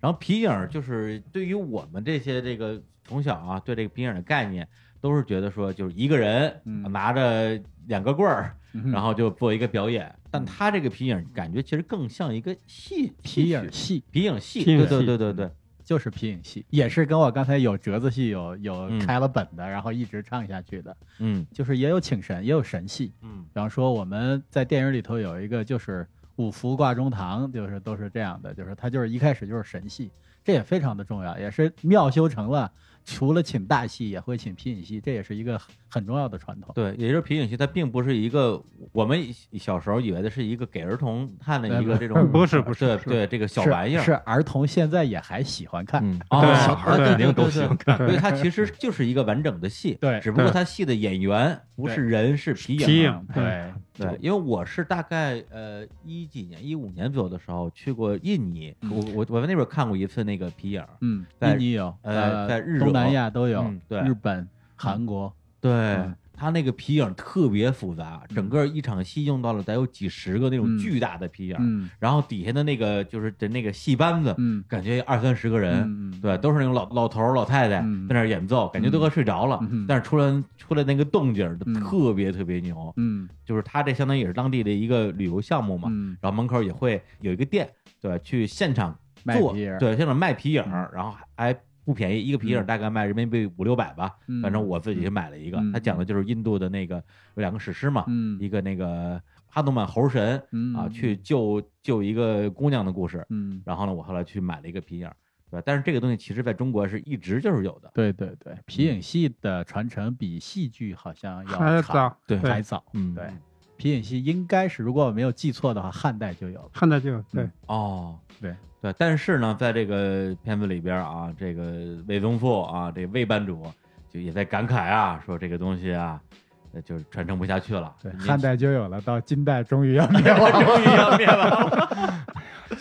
S1: 然后皮影儿就是对于我们这些这个从小啊对这个皮影儿的概念，都是觉得说就是一个人
S2: 嗯
S1: 拿着两个棍儿，
S5: 嗯
S1: 然
S2: 后
S1: 后就做一个表演。但他这个皮影儿感觉其实更像一个戏
S2: 皮影
S1: 戏曲
S2: 戏
S1: 皮影戏，
S5: 皮影
S1: 对
S5: 戏
S1: 对对对对，
S2: 就是皮影戏，也是跟我刚才有折子戏有有
S1: 嗯
S2: 开了本的，然后一直唱下去的，
S1: 嗯
S2: 就是也有请神，也有神戏。
S1: 嗯
S2: 比方说我们在电影里头有一个就是五福挂中堂，就是都是这样的，就是它就是一开始就是神戏，这也非常的重要，也是妙修成了，除了请大戏也会请皮影戏，这也是一个很很重要的传统。
S1: 对，也就是皮影戏它并不是一个我们以小时候以为的是一个给儿童看的一个这种，
S5: 不是不是
S1: 对
S5: 不是
S1: 对这个小玩意儿
S2: 是是儿童现在也还喜欢看，
S1: 嗯，
S5: 对
S1: 哦
S5: 小孩儿
S1: 对
S5: 肯
S1: 对
S4: 定都
S1: 对对
S4: 喜欢
S1: 所以它其实就是一个完整的戏，
S2: 对
S1: 只不过
S5: 对
S1: 它戏的演员不是人，是皮影。
S5: 皮
S2: 啊
S5: 影
S2: 对
S1: 对，因为我是大概呃一几年，一五年左右的时候去过印尼，我我我在那边看过一次那个皮影。
S2: 嗯，
S1: 在
S2: 印尼有，
S1: 呃在日
S2: 东
S1: 惹
S2: 南亚都有
S1: 嗯，对
S2: 日本、韩国，
S1: 对
S2: 嗯，
S1: 他那个皮影特别复杂，整个一场戏用到了得有几十个那种
S2: 嗯
S1: 巨大的皮影，
S2: 嗯
S1: 然后底下的那个就是的那个戏班子，
S2: 嗯
S1: 感觉二三十个人，
S2: 嗯嗯
S1: 对，都是那种老老头儿老太太在
S2: 嗯
S1: 那儿演奏，感觉都快睡着了，
S2: 嗯嗯
S1: 但是出来出来那个动静儿
S2: 嗯
S1: 特别特别牛，
S2: 嗯
S1: 就是他这相当于也是当地的一个旅游项目嘛，
S2: 嗯
S1: 然后门口也会有一个店，对，去现场
S2: 卖
S1: 做，
S2: 皮影儿
S1: 对，现场卖皮影儿，然后还不便宜，一个皮影儿
S2: 嗯
S1: 大概卖人民币五六百吧，
S2: 嗯
S1: 反正我自己是买了一个
S2: 嗯。
S1: 他讲的就是印度的那个有两个史诗嘛，
S2: 嗯
S1: 一个那个哈努曼猴神
S2: 嗯
S1: 啊，去救救一个姑娘的故事。
S2: 嗯，
S1: 然后呢，我后来去买了一个皮影儿，对吧？但是这个东西其实在中国是一直就是有的，
S2: 对对对，皮影戏的传承比戏剧好像要
S5: 还要
S2: 长
S5: 早
S1: 对
S2: 还早。
S1: 嗯
S2: 对，皮影戏应该是，如果我没有记错的话，汉代就有了。
S5: 汉代就有对
S2: 嗯，
S1: 哦，
S2: 对
S1: 对，但是呢，在这个片子里边啊，这个魏宗富啊，这魏班主就也在感慨啊，说这个东西啊，呃就是传承不下去了，
S2: 对
S1: 年
S3: 汉代就有了，到金代终于要
S2: 嗯
S3: 灭 亡。
S1: 终于要灭亡了。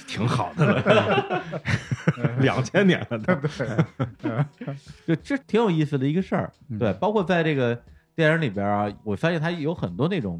S4: 挺好的了，两千年了都。
S1: 就这挺有意思的一个事儿，
S2: 嗯
S1: 对，包括在这个电影里边啊，我发现它有很多那种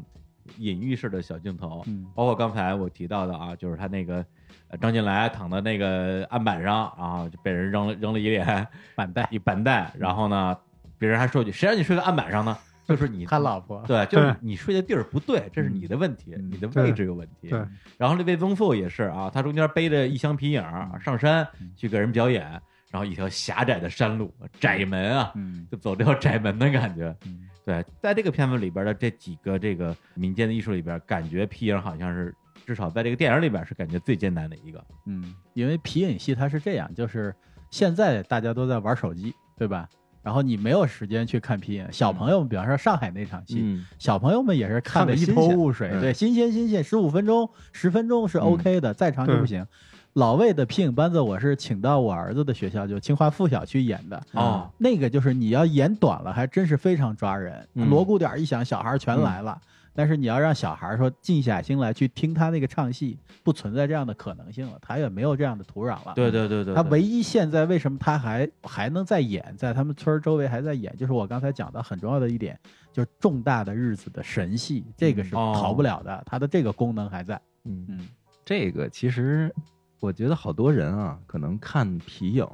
S1: 隐喻式的小镜头，
S2: 嗯
S1: 包括刚才我提到的啊，就是他那个呃张进来躺在那个案板上，然后就被人扔了扔了一脸
S2: 板带嗯
S1: 一板带，然后呢，别人还说一句谁让你睡在案板上呢？就是你
S2: 他老婆，
S1: 对，就是
S5: 对
S1: 你睡的地儿不对，这是你的问题，
S2: 嗯
S1: 你的位置有问题。
S5: 对，
S1: 然后这魏宗富也是啊，他中间背着一箱皮影儿
S2: 嗯
S1: 上山去给人表演，然后一条狭窄的山路，窄门啊，
S2: 嗯
S1: 就走掉窄门的感觉。
S2: 嗯
S1: 对，在这个片子里边的这几个这个民间的艺术里边，感觉皮影好像是至少在这个电影里边是感觉最艰难的一个。
S2: 嗯，因为皮影戏它是这样，就是现在大家都在玩手机，对吧？然后你没有时间去看皮影，
S3: 嗯
S2: 小朋友们，比方说上海那场戏，
S1: 嗯
S2: 小朋友们也是
S4: 看
S2: 看得
S4: 得
S2: 一
S4: 新
S2: 头
S4: 鲜
S2: 雾水，
S4: 嗯
S2: 嗯对，新鲜新鲜，十五分钟、十分钟是 OK 的，再长就不
S5: 对
S2: 行。老魏的皮影班子，我是请到我儿子的学校，就清华附小去演的。
S1: 哦，
S2: 那个就是你要演短了，还真是非常抓人。
S1: 嗯
S2: 锣鼓点一响，小孩全来了。但是你要让小孩说静下心来去听他那个唱戏，不存在这样的可能性了，他也没有这样的土壤了。
S1: 嗯对对对对，
S2: 他
S1: 对
S2: 唯一现在为什么他还还能再演，在他们村儿周围还在演，就是我刚才讲的很重要的一点，就是重大的日子的神戏，这个是
S1: 哦
S2: 逃不了的，他的这个功能还在。
S1: 嗯
S2: 嗯
S4: 这个其实我觉得好多人啊，可能看皮影，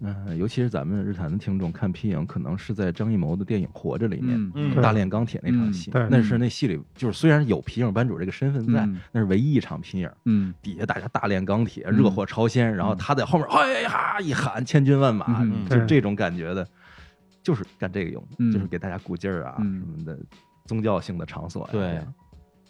S4: 嗯、尤其是咱们日坛的听众看皮影，可能是在张艺谋的电影《活着》里面。
S2: 嗯
S1: 嗯，
S4: 大炼钢铁那场戏，
S5: 嗯对
S4: 那是那戏里就是虽然有皮影班主这个身份在，
S2: 嗯
S4: 那是唯一一场皮影，
S2: 嗯
S4: 底下大家大炼钢铁，热火朝天，然后他在后面哎呀一喊千军万马，
S2: 嗯
S4: 就
S5: 对
S4: 这种感觉的，就是干这个用的，
S2: 嗯
S4: 就是给大家鼓劲儿啊、
S2: 嗯
S4: 什么的，宗教性的场所呀、
S1: 对
S4: 这样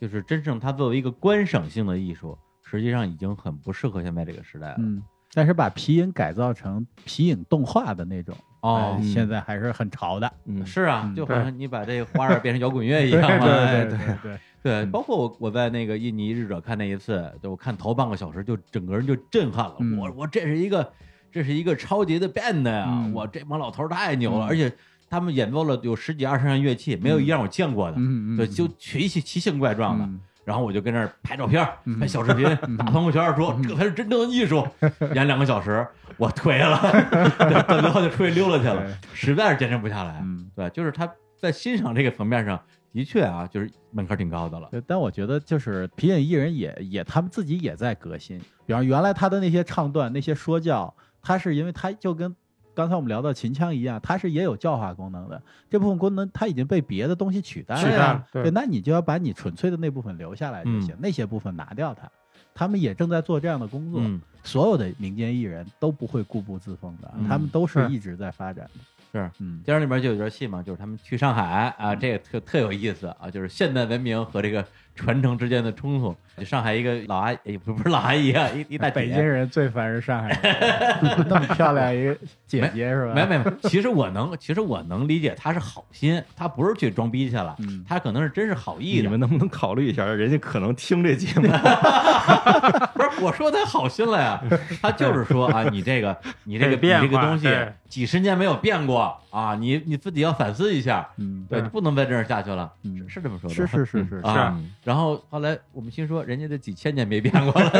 S1: 就是真正它作为一个观赏性的艺术，实际上已经很不适合现在这个时代了。
S2: 嗯，但是把皮影改造成皮影动画的那种，
S1: 哦
S2: 哎，
S4: 嗯
S2: 现在还是很潮的。
S4: 嗯，
S1: 是啊
S2: 嗯，
S1: 就好
S5: 对
S1: 像你把这花儿变成摇滚乐一样嘛。
S2: 对
S1: 哎
S2: 对对对，
S1: 对，
S2: 嗯
S1: 包括我我在那个印尼日者看那一次，就我看头半个小时就整个人就震撼了。
S2: 嗯
S1: 我我这是一个这是一个超级的 band 呀、
S2: 嗯
S1: 我这帮老头儿太牛了，
S2: 嗯
S1: 而且他们演奏了有十几二十样乐器，没有一样我见过的。
S2: 嗯
S1: 对，就奇奇奇形怪状的，
S2: 嗯
S1: 然后我就跟那儿拍照片儿、
S2: 嗯
S1: 拍小视频、打朋友圈儿，说这才是真正的艺术。演两个小时，我颓了， 对到最后就出去溜达去了，实在是坚持不下来。
S2: 嗯。
S1: 对，就是他在欣赏这个层面上，的确啊，就是门槛挺高的了。
S2: 对但我觉得就是皮影艺人也也他们自己也在革新，比方原来他的那些唱段、那些说教，他是因为他就跟刚才我们聊到秦腔一样，他是也有教化功能的，这部分功能它已经被别的东西取代了。
S5: 取代了
S2: 对
S5: 对
S2: 那你就要把你纯粹的那部分留下来就行，那些部分拿掉它。他们也正在做这样的工作，
S1: 嗯，
S2: 所有的民间艺人都不会固步自封的，
S1: 嗯
S2: 他们都是
S5: 对
S2: 一直在发展的。
S1: 是
S2: 嗯，
S1: 电影里边就有一段戏嘛，就是他们去上海啊，这个特特有意思啊，就是现代文明和这个传承之间的冲突。就上海一个老阿姨，哎不不是老阿姨啊，一一大姐
S3: 北京人最烦是上海人，那么漂亮一姐姐是吧？
S1: 没没没，其实我能，其实我能理解他是好心，他不是去装逼去了，
S2: 嗯
S1: 他可能是真是好意
S4: 你
S1: 的。
S4: 们能不能考虑一下，人家可能听这节目，
S1: 不是我说他好心了呀，他就是说啊，你这个你这
S5: 得
S1: 个你
S5: 变
S1: 这个
S5: 化
S1: 东西
S5: 对
S1: 几十年没有变过啊，你你自己要反思一下，
S3: 嗯，
S1: 对，
S5: 嗯
S1: 不能再这样下去了，
S3: 嗯
S1: 是是这么说的，
S3: 是 是是是，
S1: 啊。
S4: 嗯
S1: 然后后来我们心说，人家这几千年没变过了，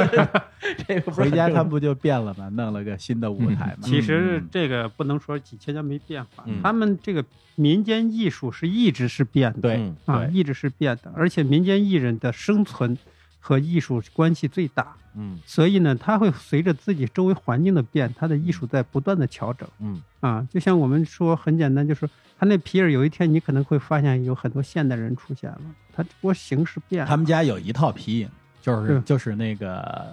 S1: 这个不是
S2: 回家
S1: 很正
S2: 他们不就变了吗？弄了个新的舞台嘛。
S5: 嗯其实这个不能说几千年没变化，
S1: 嗯
S5: 他们这个民间艺术是一直是变的，
S2: 对
S1: 嗯
S5: 啊，一直是变的，而且民间艺人的生存和艺术关系最大，
S1: 嗯
S5: 所以呢，他会随着自己周围环境的变，他的艺术在不断的调整
S1: 嗯
S5: 啊。就像我们说很简单，就是他那皮尔，有一天你可能会发现有很多现代人出现了，他只不过形式变了。
S2: 他们家有一套皮影，就是
S5: 是
S2: 就是那个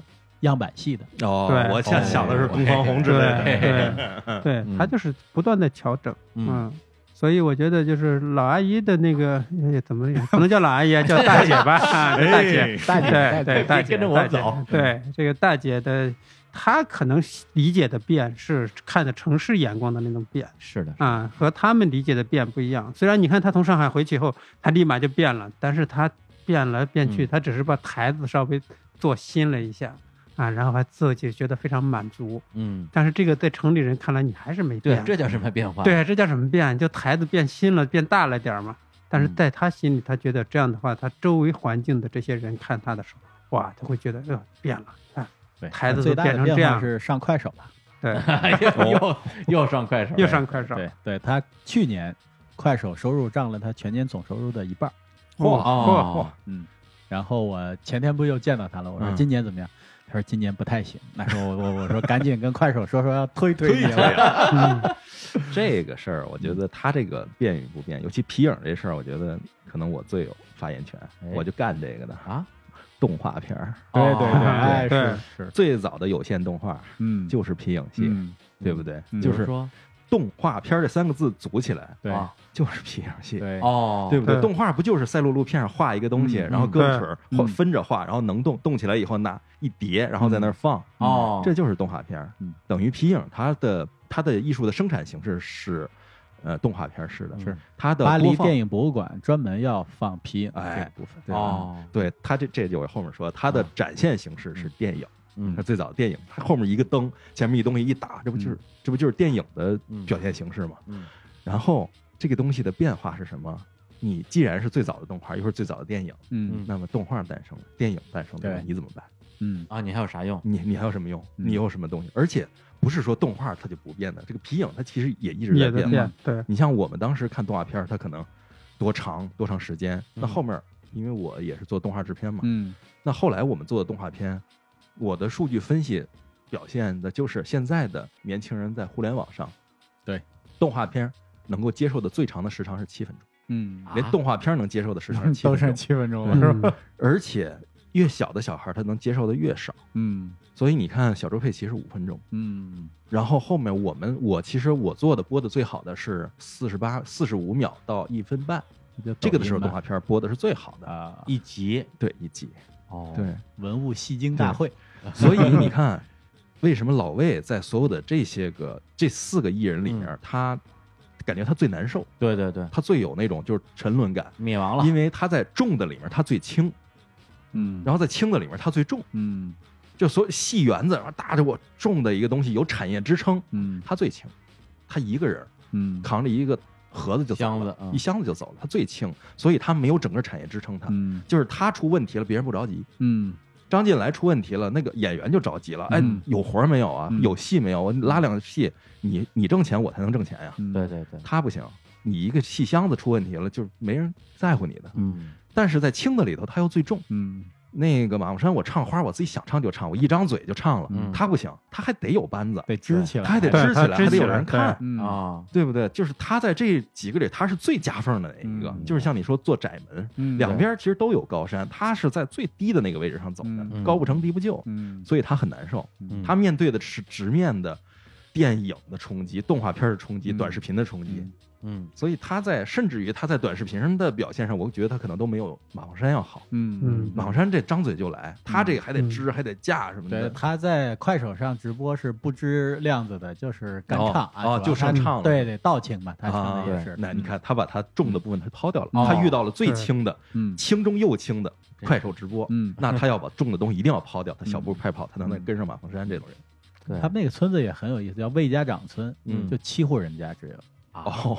S2: 样板戏的，
S4: 哦
S5: 对
S4: 我现想的是东方红之类
S5: 哎对
S4: 的。哎
S5: 对对，他就是不断的调整，
S1: 嗯，
S5: 嗯。所以我觉得就是老阿姨的那个哎怎么也不能叫老阿姨啊，叫大姐吧， 啊
S1: 哎
S5: 大姐，
S3: 大
S5: 对
S3: 姐
S5: 对，大姐
S1: 跟着我
S5: 大姐
S1: 走
S5: 对这个大姐的，她可能理解的变是看的城市眼光的那种变
S1: 是的，
S5: 啊，和他们理解的变不一样。虽然你看她从上海回去以后，她立马就变了，但是她变来变去，
S1: 嗯
S5: 她只是把台子稍微做新了一下啊，然后还自己觉得非常满足。
S1: 嗯，
S5: 但是这个在城里人看来，你还是没
S1: 对
S5: 变，。啊
S1: 这叫什么变化？，
S5: 对，这叫什么变？就台子变新了，变大了点儿嘛。但是
S2: 嗯
S5: 在他心里，他觉得这样的话，他周围环境的这些人看他的时候，哇，他会觉得，呃，变了，啊
S1: 对，
S5: 台子
S2: 最
S5: 都
S2: 大
S5: 变
S2: 的
S5: 成这
S2: 变化
S5: 样，
S2: 是上快手了。
S5: 对，
S1: 又又上快手，
S5: 又上快手，
S1: 对
S2: 对他去年快手收入占了他全年总收入的一半儿。
S1: 哦，
S2: 然后我前天不又见到他了，我说
S1: 嗯
S2: 今年怎么样？他说今年不太行。那时候我我我说赶紧跟快手说说要推推 你了。
S5: 嗯，
S4: 这个事儿，我觉得他这个变与不变，尤其皮影这事儿，我觉得可能我最有发言权，
S1: 哎
S4: 我就干这个的
S1: 啊，
S4: 动画片儿，
S3: 对对
S1: 哦
S3: 对，哎
S5: 对
S3: 是是，
S4: 最早的有线动画
S2: 嗯，
S4: 就是皮影戏，
S2: 嗯
S4: 对不对？
S3: 嗯
S4: 就
S1: 就是
S4: 是
S1: 说
S4: 动画片儿这三个字组起来，
S3: 对
S1: 啊
S4: 就是皮影戏。
S3: 对
S1: 哦，
S4: 对不对？
S5: 对
S4: 动画不就是赛璐璐片上画一个东西，
S2: 嗯
S4: 然后搁
S5: 对
S4: 水儿或分着画，然后能动，动起来以后拿一叠，然后在那儿放。
S1: 哦，
S4: 这就是动画片儿
S2: 嗯，
S4: 等于皮影它的它的艺术的生产形式是，呃，动画片儿式的，
S1: 是
S4: 它的
S2: 巴黎
S4: 播放
S2: 电影博物馆专门要放皮影这
S4: 哎
S2: 个部分。嗯
S4: 对吧
S1: 哦，
S4: 对它这这就我后面说，它的展现形式是电影，
S1: 嗯
S4: 它最早电影，它后面一个灯，前面一东西一打，这不
S2: 嗯
S4: 就是这不就是电影的
S1: 嗯
S4: 表现形式吗？
S1: 嗯
S4: 然后这个东西的变化是什么？你既然是最早的动画，又是最早的电影，
S2: 嗯
S4: 那么动画诞生了，电影诞生了，
S2: 对
S4: 你怎么办？
S2: 嗯
S1: 啊，你还有啥用？
S4: 你你还有什么用？
S2: 嗯
S4: 你有什么东西？而且不是说动画它就不变的，这个皮影它其实也一直
S5: 也
S4: 在
S5: 在
S4: 变
S5: 变，
S4: 嘛。
S5: 对，
S4: 你像我们当时看动画片儿，它可能多长多长时间？那后面儿因为我也是做动画制片嘛，
S2: 嗯
S4: 那后来我们做的动画片，我的数据分析表现的就是现在的年轻人在互联网上
S2: 对
S4: 动画片儿能够接受的最长的时长是七分钟，
S2: 嗯，
S1: 啊
S4: 连动画片儿能接受的时长是七
S3: 都
S4: 分
S3: 剩
S4: 钟，
S3: 七分钟了，
S5: 嗯
S4: 而且越小的小孩儿他能接受的越少。
S2: 嗯
S4: 所以你看，小猪佩奇是五分钟，
S2: 嗯
S4: 然后后面我们我其实我做的播的最好的是四十八、四十五秒到一分半，
S2: 就
S4: 这个的
S2: 抖音
S4: 时候
S2: 吧
S4: 动画片儿播的是最好的，
S2: 啊，
S1: 一集
S4: 对一集，
S1: 哦，
S4: 对，
S2: 文物戏精大会，
S4: 所以你看，为什么老魏在所有的这些个这四个艺人里面，他感觉他最难受，
S1: 对对对，
S4: 他最有那种就是沉沦感，
S1: 灭亡了，
S4: 因为他在重的里面他最轻，
S2: 嗯
S4: 然后在轻的里面他最重，
S2: 嗯
S4: 就所有戏园子，然后搭着我重的一个东西有产业支撑，
S2: 嗯
S4: 他最轻，他一个人
S2: 嗯
S4: 扛着一个盒子就走了
S1: 箱子嗯
S4: 一箱子就走了，他最轻，所以他没有整个产业支撑他，
S2: 嗯
S4: 就是他出问题了，别人不着急，
S2: 嗯
S4: 张晋来出问题了，那个演员就着急了，哎
S2: 嗯，
S4: 有活儿没有啊？
S2: 嗯
S4: 有戏没有？我拉两个戏，你你挣钱，我才能挣钱呀。
S2: 嗯
S1: 对对对，
S4: 他不行，你一个戏箱子出问题了，就是没人在乎你的。
S1: 嗯，
S4: 但是在轻的里头，他又最重。
S2: 嗯
S4: 那个马木山，我唱花，我自己想唱就唱，我一张嘴就唱了。
S1: 嗯
S4: 他不行，他还得有班子，
S2: 得支起来，
S4: 他还得
S5: 对
S4: 支起来，
S5: 他
S4: 还
S5: 支
S4: 得
S5: 起来
S4: 有人看，
S2: 嗯
S1: 啊，
S4: 对不对？就是他在这几个里，他是最夹缝的那一个
S2: 嗯。
S4: 就是像你说做窄门，
S2: 嗯
S4: 两边其实都有高山，他是在最低的那个位置上走的，
S1: 嗯
S4: 高不成低不就。
S2: 嗯
S4: 所以他很难受。
S1: 嗯
S4: 他面对的是直面的电影的冲击、动画片的冲击、
S2: 嗯
S4: 短视频的冲击
S2: 嗯，
S8: 嗯
S4: 所以他在甚至于他在短视频上的表现上，我觉得他可能都没有马望山要好。
S2: 嗯
S5: 嗯
S4: 马望山这张嘴就来，他这个还得
S5: 嗯
S4: 支，还得架什么
S2: 对，
S4: 的。
S2: 他在快手上直播是不知量子的，就是干唱啊，
S4: 哦哦
S2: 主要
S4: 就上
S2: 他
S4: 唱了
S2: 对对，道情嘛，他
S4: 啊
S2: 唱的也是。，
S4: 那你看他把他重的部分他抛掉了，
S2: 嗯哦
S4: 他遇到了最轻的、
S2: 嗯，
S4: 轻中又轻的
S8: 对
S4: 快手直播，
S2: 嗯
S4: 那他要把重的东西一定要抛掉，他小步快跑，他才能跟上马凤山这种人。
S8: 对
S2: 他们那个村子也很有意思，叫魏家掌村，
S4: 嗯
S2: 就七户人家只有，
S4: 哦，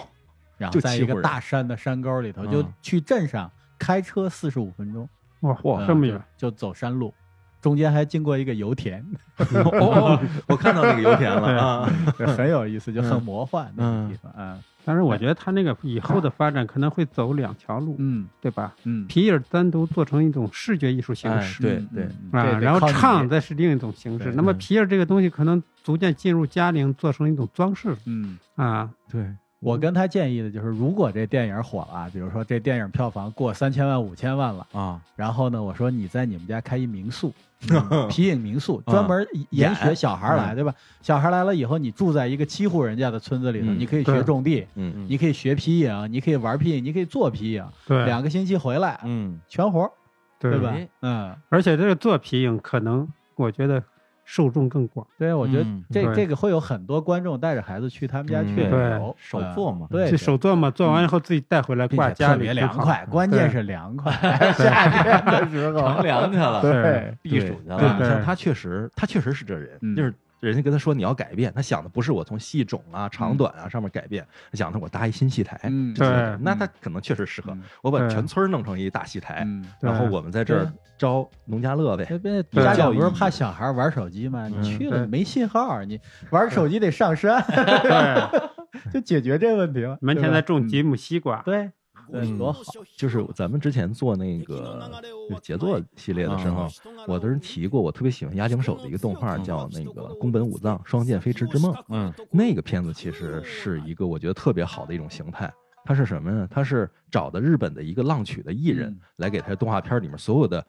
S2: 然后
S4: 就
S2: 在
S4: 七
S2: 一
S4: 户
S2: 个
S4: 人
S2: 大山的山沟里头，
S4: 嗯
S2: 就去镇上开车四十五分钟，
S5: 哇
S4: 哇
S5: 这么
S2: 就
S5: 远，
S2: 就走山路，中间还经过一个油田，
S4: 哦哦，哦我看到那个油田了 啊，
S2: 很有意思，就很魔幻那个地方啊，
S5: 但是我觉得他那个以后的发展可能会走两条路，
S2: 嗯
S5: 对吧？
S2: 嗯
S5: 皮影单独做成一种视觉艺术形
S4: 哎
S5: 式，
S4: 对
S2: 嗯
S4: 对
S2: 嗯这
S5: 啊，
S2: 得
S5: 然
S2: 靠
S5: 后
S2: 你
S5: 唱再是另一种形式
S2: 对。
S5: 那么
S8: 嗯
S5: 皮影这个东西可能逐渐进入家庭，做成一种装饰了
S2: 嗯。
S5: 啊。
S4: 对，
S2: 我跟他建议的就是，如果这电影火了，啊比如说这电影票房过三千万、五千万了，
S8: 啊，
S2: 然后呢，我说你在你们家开一 民宿，皮影民宿，
S5: 嗯
S2: 专门研学小孩来，对吧？小孩来了以后，你住在一个七户人家的村子里头，
S4: 嗯
S2: 你可以学种地，
S4: 嗯，
S2: 你可以学皮影，你可以玩皮影，你可以做皮影，
S5: 对
S2: 两个星期回来
S8: 嗯，
S2: 全活儿，对吧
S8: 哎？
S2: 嗯，
S5: 而且这个做皮影可能我觉得受众更广。
S2: 对，我觉得
S8: 嗯
S2: 这
S5: 对
S2: 这个会有很多观众带着孩子去他们家去
S4: 嗯
S2: 旅游，
S8: 手
S2: 嗯
S8: 做嘛
S2: 对，
S5: 这
S2: 对嗯
S5: 手做嘛，做完以后自己带回来
S2: 并
S5: 挂
S2: 且
S5: 家
S2: 特
S5: 里，
S2: 别凉快，。关键是 凉快，
S1: 夏天的时候
S8: 乘，凉去了，
S1: 对，
S8: 避暑去
S4: 对，
S8: 了，
S4: 你像他确实，他确实是这人，
S2: 嗯
S4: 就是人家跟他说你要改变，他想的不是我从戏种啊、长短啊上面改变，他想的我搭一新戏台，
S2: 嗯
S4: 这些
S5: 对
S4: 人那他可能确实适合
S2: 嗯，
S4: 我把
S5: 对
S4: 全村弄成一大戏台，
S2: 嗯。
S5: 对
S4: 然后我们在这儿招农家乐呗，
S2: 那边
S5: 对
S2: 家长
S4: 教育
S2: 不是
S4: 意义
S2: 怕小孩玩手机吗？
S4: 嗯
S2: 你去了
S5: 对
S2: 没信号，你玩手机得上山，就解决这问题了。
S5: 门前
S2: 对吧嗯
S5: 再种几亩西瓜，
S2: 对，对
S4: 嗯
S2: 多好。
S4: 就是咱们之前做那个就是杰作系列的时
S2: 啊
S4: 候，我都是提过，我特别喜欢押井守的一个动
S2: 嗯
S4: 画，叫那个《宫本武藏双剑飞驰之梦》。
S8: 嗯，
S4: 那个片子其实是一个我觉得特别好的一种形态。它是什么呢？它是找的日本的一个浪曲的艺人
S2: 嗯
S4: 来给他动画片里面所有的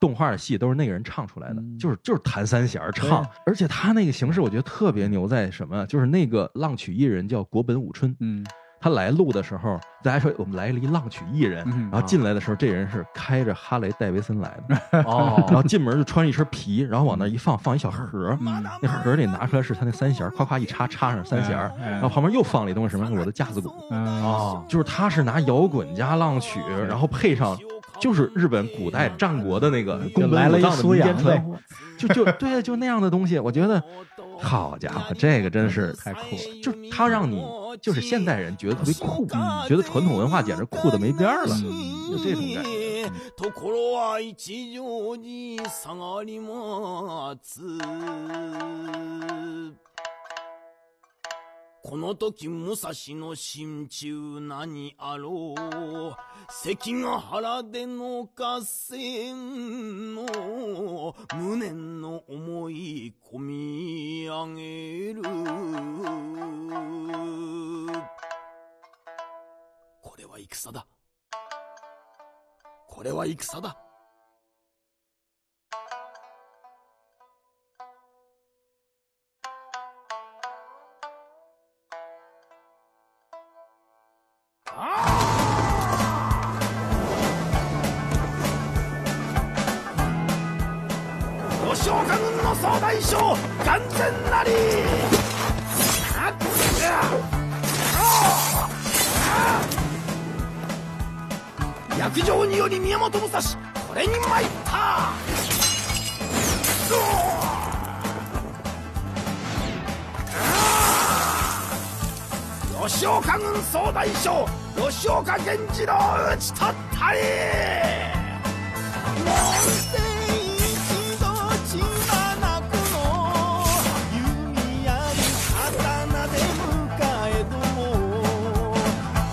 S4: 动画戏都是那个人唱出来的，
S2: 嗯啊
S4: 就是就是弹三弦儿唱，而且他那个形式我觉得特别牛在什么？就是那个浪曲艺人叫国本武春，
S2: 嗯
S4: 他来录的时候，大家说哎我们来了一浪曲艺人，
S2: 嗯
S4: 然后进来的时候，这人是开着哈雷戴维森来的， 然
S8: 哦，
S4: 后进门就穿一身皮，然后往那一放，放一小盒，
S2: 嗯
S4: 那盒里拿出来是他那三弦，夸夸一插插上三弦，
S2: 哎
S4: 然后旁边又放了一东西，什么我的架子鼓，啊
S2: 嗯
S8: 哦，
S4: 就是他是拿摇滚加浪曲，
S2: 哦
S4: 然后配上就是日本古代战国的那个
S2: 就
S4: 宫
S2: 嗯来
S4: 本武
S2: 了
S4: 藏
S2: 一
S4: 的
S2: 苏
S4: 民间
S2: 阳
S4: 传
S2: 呗
S4: 呼，就就对，就那样的东西，我觉得，好家伙，这个真是
S2: 太酷了
S4: 就是他让你就是现代人觉得特别酷，嗯觉得传统文化简直酷的没边儿了，
S2: 嗯
S4: 就这种感觉。嗯
S9: ところは一条に下がりますこの時武蔵の心中何あろう関ヶ原での合戦の無念の思い込み上げるこれは戦だこれは戦だ吉岡軍の総大将完全なりあっつやああ役場により宮本武蔵これに参ったぞああ吉岡軍総大将吉岡源次郎討ち取ったりもう一度血は泣くの弓やり刀で迎えども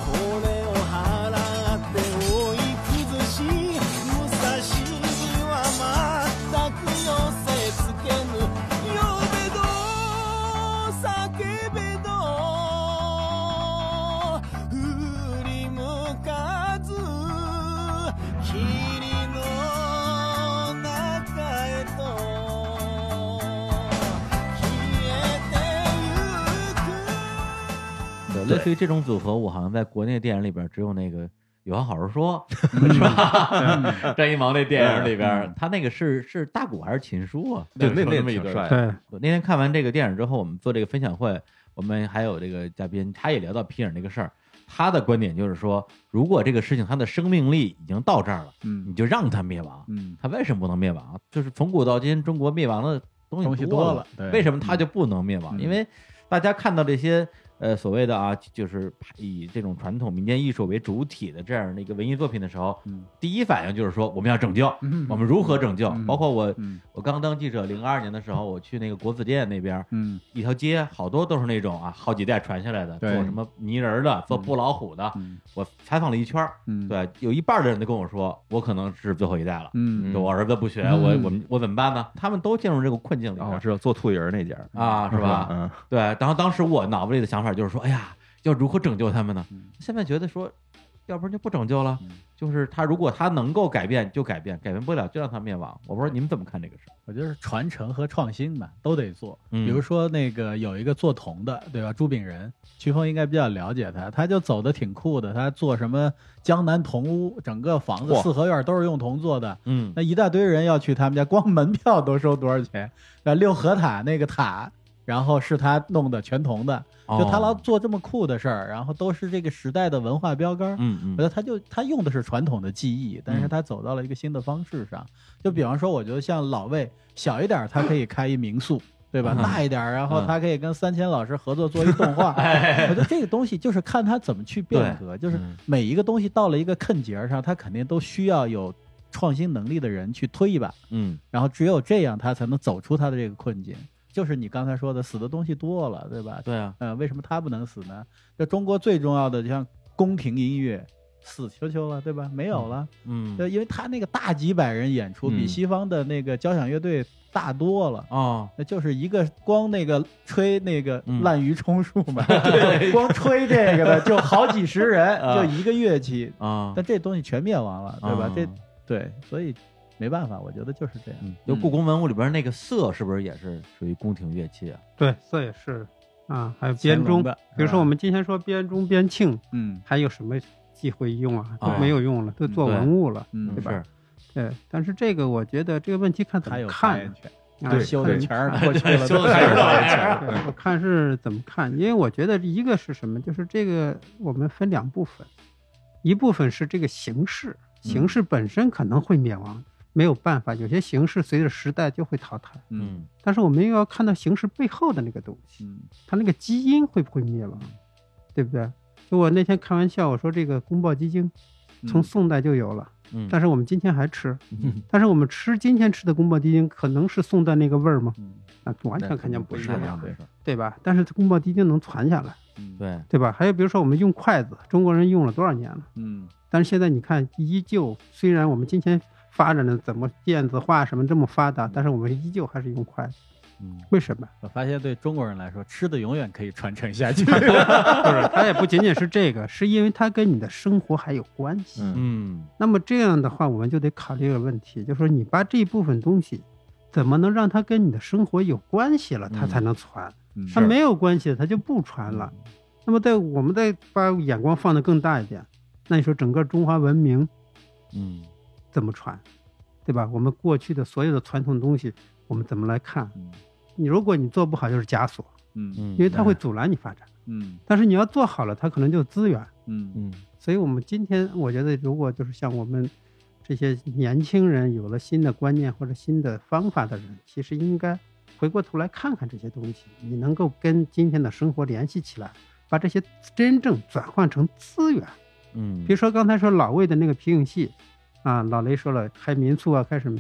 S9: これを払って追い崩し武蔵には全く寄せつけぬ呼べど叫べど振り向かず霧の中へと消えてゆく
S4: 对
S1: 对，类似于这种组合，我好像在国内电影里边只有那个《有话好好说》是 吧？张艺谋那电影里边，他那个是是大鼓还是琴书啊？
S4: 对，那
S1: 那
S4: 那
S1: 么一
S4: 挺
S1: 对儿
S4: 帅的，
S5: 对，
S1: 我那天看完这个电影之后，我们做这个分享会，我们还有这个嘉宾，他也聊到皮影这个事儿。他的观点就是说，如果这个事情它的生命力已经到这儿了，
S2: 嗯
S1: 你就让它灭亡。
S2: 嗯，
S1: 它为什么不能灭亡？就是从古到今，中国灭亡的东西
S2: 东西
S1: 多
S2: 多了对
S1: 为什么它就不能灭亡？
S2: 嗯
S1: 因为大家看到这些呃所谓的啊，就是以这种传统民间艺术为主体的这样的一个文艺作品的时候，
S2: 嗯
S1: 第一反应就是说我们要拯救，
S2: 嗯
S1: 我们如何拯救？
S2: 嗯
S1: 包括我，
S2: 嗯
S1: 我刚当记者零二年的时候，我去那个国子监那边。
S2: 嗯
S1: 一条街好多都是那种啊，好几代传下来的，做
S2: 对
S1: 什么泥人儿的，做布老虎的。
S2: 嗯
S1: 我采访了一圈儿，
S2: 嗯，
S1: 对，有一半的人都跟我说，我可能是最后一代了。
S2: 嗯，
S1: 我儿子不学，
S2: 嗯
S1: 我我们我怎么办呢？他们都进入这个困境里
S4: 哦，
S1: 边
S4: 我知道做兔人儿那家儿
S1: 啊，是吧？
S4: 嗯，
S1: 对。然后当时我脑子里的想法就是说，哎呀，要如何拯救他们呢
S2: 嗯？
S1: 现在觉得说，要不然就不拯救了
S2: 嗯，
S1: 就是他如果他能够改变就改变，改变不了就让他灭亡。我不知道你们怎么看这个事儿？
S2: 我觉得是传承和创新吧，都得做。
S1: 嗯
S2: 比如说那个有一个做铜的，对吧？朱炳仁，曲峰应该比较了解他，他就走的挺酷的。他做什么江南铜屋，整个房子
S4: 嚯
S2: 四合院都是用铜做的。
S1: 嗯
S2: 那一大堆人要去他们家，光门票都收多少钱？呃，六合塔那个塔，然后是他弄的，全铜的。就他老
S1: 哦
S2: 做这么酷的事儿，然后都是这个时代的文化标杆儿。
S1: 嗯
S2: 我觉
S1: 嗯
S2: 得他就他用的是传统的技艺，但是他走到了一个新的方式上。就比方说，我觉得像老魏小一点儿，他可以开一民宿，对吧？
S1: 嗯
S2: 大一点儿，然后
S1: 嗯
S2: 他可以跟三千老师合作做一动 画。我觉得这个东西就是看他怎么去变革，就是
S1: 嗯
S2: 每一个东西到了一个坎节儿上，他肯定都需要有创新能力的人去推一把，
S1: 嗯
S2: 然后只有这样，他才能走出他的这个困境。就是你刚才说的，死的东西多了，对吧？
S1: 对啊，
S2: 呃，为什么他不能死呢？就中国最重要的，就像宫廷音乐，死球球了，对吧？没有了，呃
S1: 嗯
S2: 对，因为他那个大几百人演出，
S1: 嗯
S2: 比西方的那个交响乐队大多了。
S1: 哦，
S2: 那就是一个光那个吹那个
S1: 嗯
S2: 滥竽充数嘛， 对光吹这个的就好几十人，
S1: 啊
S2: 就一个乐器，
S1: 啊，
S2: 但这东西全灭亡了，对吧
S1: 啊？
S2: 这对，所以没办法，我觉得就是这样。
S1: 嗯就故宫文物里边那个瑟是不是也是属于宫廷乐器啊？
S5: 对，这也是啊，还有
S2: 乾
S5: 编
S2: 隆
S5: 钟，
S2: 的
S5: 比如说我们今天说编钟、编磬，
S2: 嗯
S5: 还有什么忌讳用啊？都
S1: 啊
S5: 没有用了，都做
S1: 对
S5: 文物了。
S2: 嗯
S1: 是，吧？
S5: 对，但是这个我觉得这个问题看怎
S2: 还
S5: 么
S2: 有
S5: 看
S2: 发言
S5: 啊，
S2: 权，
S5: 啊
S2: 对，修的 钱儿过去了，
S1: 修的
S2: 对
S1: 钱
S2: 吧
S1: 儿过去了
S5: 对我看是怎么看，因为我觉得一个是什么，就是这个我们分两部分，一部分是这个形式，形式本身可能会灭亡，没有办法，有些形式随着时代就会淘汰。
S1: 嗯
S5: 但是我们又要看到形式背后的那个东西，
S2: 嗯
S5: 它那个基因会不会灭亡，对不对？就我那天开玩笑，我说这个宫爆鸡精从宋代就有了，
S1: 嗯，
S5: 但
S1: 是
S5: 是我们今天还吃，
S1: 嗯
S5: 但是我们吃今天吃的宫保鸡丁，可能是宋代那个味儿吗？
S2: 嗯
S5: 啊，完全肯定不
S1: 是
S5: 是
S1: 这
S5: 那
S1: 样
S5: 样，
S1: 回事儿。
S5: 对吧？但是宫保鸡丁能传下来，
S2: 嗯
S1: 对，
S5: 对吧？还有比如说我们用筷子，中国人用了多少年了？
S2: 嗯
S5: 但是现在你看，依旧虽然我们今天发展的怎么电子化什么这么发达，但是我们依旧还是用筷子，
S2: 嗯，
S5: 为什么？
S2: 我发现对中国人来说，吃的永远可以传承下去。
S5: 就是它也不仅仅是这个，是因为它跟你的生活还有关系。
S4: 嗯
S1: 嗯
S5: 那么这样的话，我们就得考虑一个问题，就是说你把这部分东西，怎么能让它跟你的生活有关系了，它才能传。
S2: 嗯
S5: 它没有关系，它就不传了。那么在我们再把眼光放得更大一点，那你说整个中华文明
S1: 嗯
S5: 怎么传，对吧？我们过去的所有的传统东西，我们怎么来看？
S2: 嗯
S5: 你如果你做不好，就是枷锁，
S2: 嗯
S1: 嗯，
S5: 因为它会阻拦你发展。
S2: 嗯
S5: 但是你要做好了，它可能就是资源。
S2: 嗯
S1: 嗯
S5: 所以我们今天，我觉得如果就是像我们这些年轻人有了新的观念或者新的方法的人，其实应该回过头来看看这些东西，你能够跟今天的生活联系起来，把这些真正转换成资源。
S1: 嗯，
S5: 比如说刚才说老魏的那个皮影戏，啊，老雷说了开民宿啊，开什么？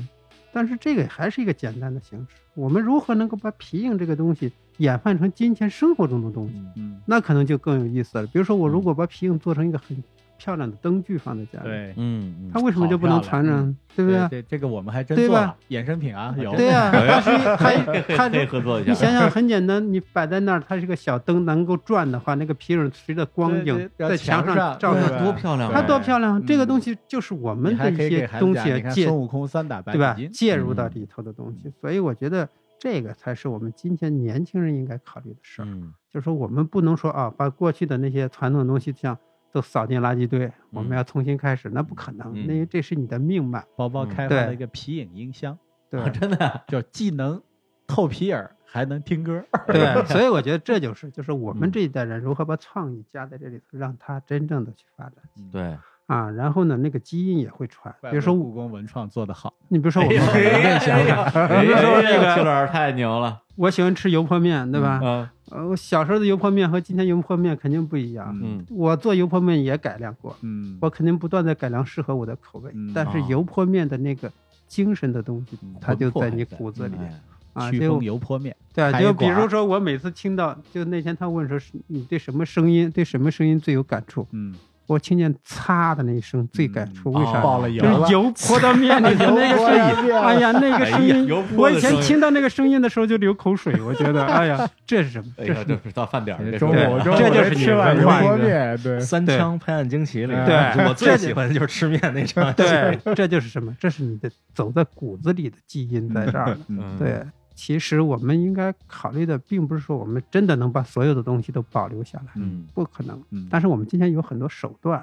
S5: 但是这个还是一个简单的形式。我们如何能够把皮影这个东西演换成今天生活中的东西？
S2: 嗯，
S5: 那可能就更有意思了。比如说，我如果把皮影做成一个很漂亮的灯具放在家里，
S2: 对
S1: 嗯，嗯
S5: 它为什么就不能传
S2: 好漂嗯
S5: 承？对不对？
S2: 这这个我们还真
S5: 对
S2: 做
S5: 吧
S2: 了衍生品啊，有
S5: 对 呀、它是一它它
S1: 可以合作一
S5: 你
S1: 下，
S5: 想想很简单，你摆在那儿，它是个小灯，能够转的话，那个皮影随着光
S2: 对
S5: 影
S2: 对
S5: 在
S2: 墙
S5: 墙上照
S2: 对
S5: 上
S2: 吧
S1: 多漂亮啊
S5: 它多漂亮！
S2: 嗯
S5: 这个东西就是我
S2: 你
S5: 们的
S2: 还
S5: 一
S2: 可以给
S5: 些
S2: 韩
S5: 东
S2: 家
S5: 西
S2: 你看
S5: 介
S2: 孙悟空三打白嗯
S5: 对吧
S2: 骨？精，
S5: 介入到里头的东西，所以我觉得这个才是我们今天年轻人应该考虑的事儿。
S1: 嗯
S5: 就是说我们不能说啊，把过去的那些传统的东西像都扫进垃圾堆，我们
S1: 嗯
S5: 要重新开始，那不可能，
S1: 嗯
S5: 那因为这是你的命脉。
S2: 包包
S1: 嗯
S2: 开发
S5: 对
S2: 了一个皮影音箱，
S5: 对
S2: 真的就既能透皮影儿，还能听歌。
S5: 对，所以我觉得这就是，就是我们
S2: 嗯
S5: 这一代人如何把创意加在这里头，让它真正的去发展
S1: 对，
S5: 啊。然后呢，那个基因也会传，比
S2: 怪
S5: 如
S2: 不
S5: 说
S2: 得
S5: 我，
S2: 故宫文创做得好，
S5: 你比如说我们我也喜欢，比如说哎这
S1: 邱
S5: 个，
S1: 老师哎太 牛了，
S5: 我喜欢吃油泼面，对吧？
S1: 嗯
S5: 呃，我小时候的油泼面和今天油泼面肯定不一样。
S1: 嗯
S5: 我做油泼面也改良过，
S2: 嗯
S5: 我肯定不断的改良适合我的口味
S2: 嗯，
S5: 但是
S1: 啊嗯
S5: 油泼面的那个精神的东西，它
S2: 魂
S5: 就
S2: 魄
S5: 在
S2: 还
S5: 你
S2: 在
S5: 骨子里
S1: 哎
S5: 啊。
S2: 曲
S5: 就
S2: 风油泼面，
S5: 对，啊
S2: 开
S5: 就比
S2: 馆
S5: 如说我每次听到，就那天他问说是你对什么声音，对什么声音最有感触？
S2: 嗯，
S5: 我听见“擦”的那一声最感触，为啥？
S1: 嗯哦爆
S2: 了
S5: 就是 油泼到面里的 那个声音，哎呀，那个声
S1: 哎呀
S5: 音
S1: 油，泼
S5: 我
S1: 的
S5: 以前
S1: 声音
S5: 听到那个声音的时候就流口水，我觉得，哎呀，这是什么？
S1: 哎
S5: 这
S1: 呀，
S5: 是
S1: 这是到饭点儿，
S10: 中
S1: 是
S5: 对
S10: 午中午
S5: 这就是你
S10: 吃碗
S5: 文
S10: 油
S5: 化
S10: 泼
S5: 一个
S10: 面，对，
S4: 三
S5: 对
S4: 枪拍案惊奇里，
S5: 对
S4: 我最喜欢的就是吃面那场。
S5: 对，这就是什么？这是你的走在骨子里的基因在这儿呢。
S1: 嗯，
S5: 对，其实我们应该考虑的，并不是说我们真的能把所有的东西都保留下来，
S1: 嗯
S5: 不可能。
S2: 嗯
S5: 但是我们今天有很多手段，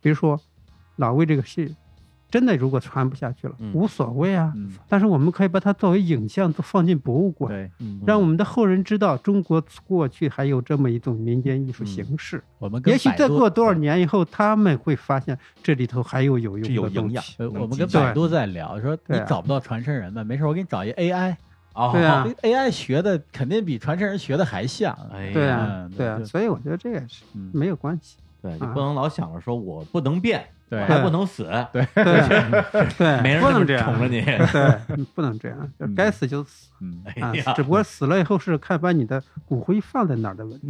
S5: 比如说老魏这个戏，真的如果传不下去了，
S1: 嗯
S5: 无所谓啊。
S2: 嗯
S5: 但是我们可以把它作为影像都放进博物馆，
S2: 对，
S1: 嗯
S5: 让我们的后人知道中国过去还有这么一种民间艺术形式。
S2: 嗯我们跟
S5: 也许
S2: 百
S5: 再
S2: 度嗯
S5: 过多少年以后，他们会发现这里头还有有用的
S4: 有营
S5: 东
S4: 养
S5: 西。
S2: 呃，
S4: 能
S2: 我们
S4: 记
S2: 跟
S5: 下
S2: 百
S5: 来
S2: 度在聊，说你
S5: 对啊
S2: 找不到传承人嘛，没事，我给你找一 AI，
S1: 哦
S5: 对啊
S2: 这 AI 学的肯定比传承人学的还像，
S1: 哎呀
S5: 对啊
S2: 嗯，
S5: 对啊，
S2: 对
S5: 所以我觉得这个是
S2: 嗯
S5: 没有关系。
S1: 对，你不能老想着说我不能变，
S2: 啊对
S5: 啊
S1: 我还不能死，对，
S5: 对 对，
S1: 没人
S5: 不
S1: 这么
S5: 能这
S1: 宠着
S5: 样。啊
S1: 你，
S5: 对，你不能这样，就是该死就死
S2: 嗯，
S1: 哎
S5: 啊
S1: 呀！，
S5: 只不过死了以后是看把你的骨灰放在哪儿的问题。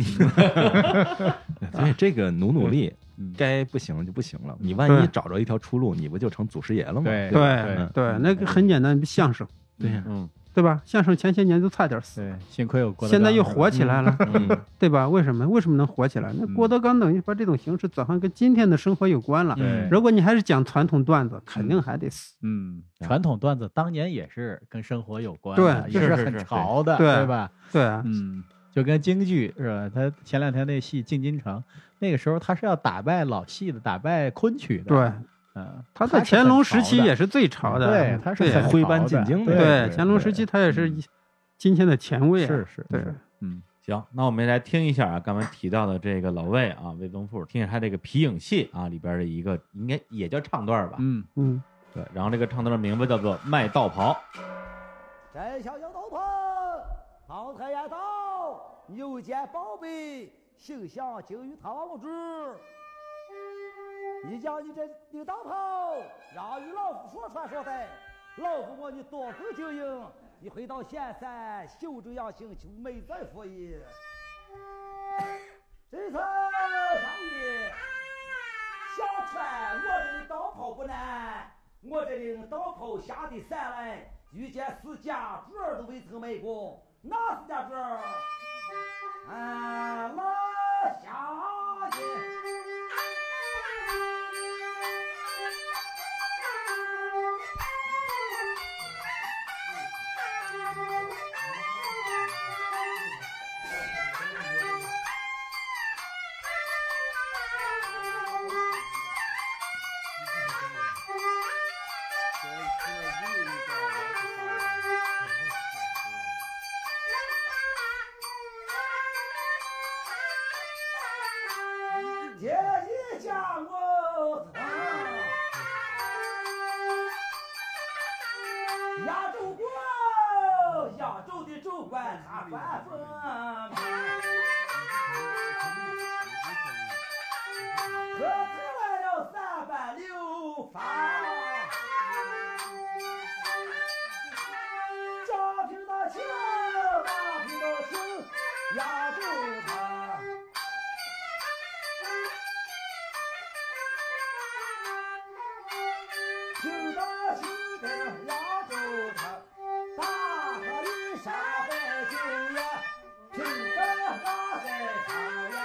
S4: 所以这个努努力
S2: 嗯，
S4: 该不行就不行了。你万
S5: 对
S4: 一找着一条出路，你不就成祖师爷了吗？
S2: 对
S4: 吧
S5: 对嗯对，那个很简单，相声
S4: 对呀，
S1: 嗯
S5: 对吧？相声前些年都差点死，
S2: 对，幸亏有郭德纲，
S5: 现在又火起来了，
S1: 嗯
S5: 对吧？为什么？为什么能火起来？那郭德纲等于把这种形式转换跟今天的生活有关了。
S2: 嗯对
S5: 如果你还是讲传统段子，肯定还得死。
S2: 嗯，传统段子当年也是跟生活有关
S5: 对
S2: 的，也
S1: 是是
S2: 很
S1: 是
S2: 潮的，
S5: 对
S2: 对吧？
S5: 对啊，
S2: 嗯，就跟京剧是吧？他前两天那戏《进京城》，那个时候他是要打败老戏的，打败昆曲的，
S5: 对，
S2: 嗯，
S5: 他在乾隆时期也是最潮的，嗯
S2: 对，他是
S5: 对
S2: 很
S4: 徽
S2: 潮
S4: 班
S2: 的
S4: 进京的
S5: 对，乾隆时期他也是
S2: 嗯
S5: 今天的前卫啊，
S2: 是是
S5: 对，
S2: 是嗯，
S1: 行，那我们来听一下啊，刚才提到的这个老魏啊，魏宗富，听一下他这个皮影戏啊里边的一个，应该也叫唱段吧？
S2: 嗯，
S5: 嗯，
S1: 对，然后这个唱段的名字叫做《卖道袍》。
S3: 摘下羊刀盆，唐太爷刀，又见宝贝，形象精于唐王之。你将你这领当袍，让与老夫说传说在，老夫我你多次经营，你回到县山，修正养性，求美在佛也。这才上你。想穿我这道袍不难，我这领道袍下的山来，遇见四家主儿都未曾卖过，哪四家主儿？啊俺拉下去。天一家我压州官，压州的州官他反风。可来了三百六法，家贫的清，大贫的清，压住他。听到听的压住他，大河里山外景呀，听得那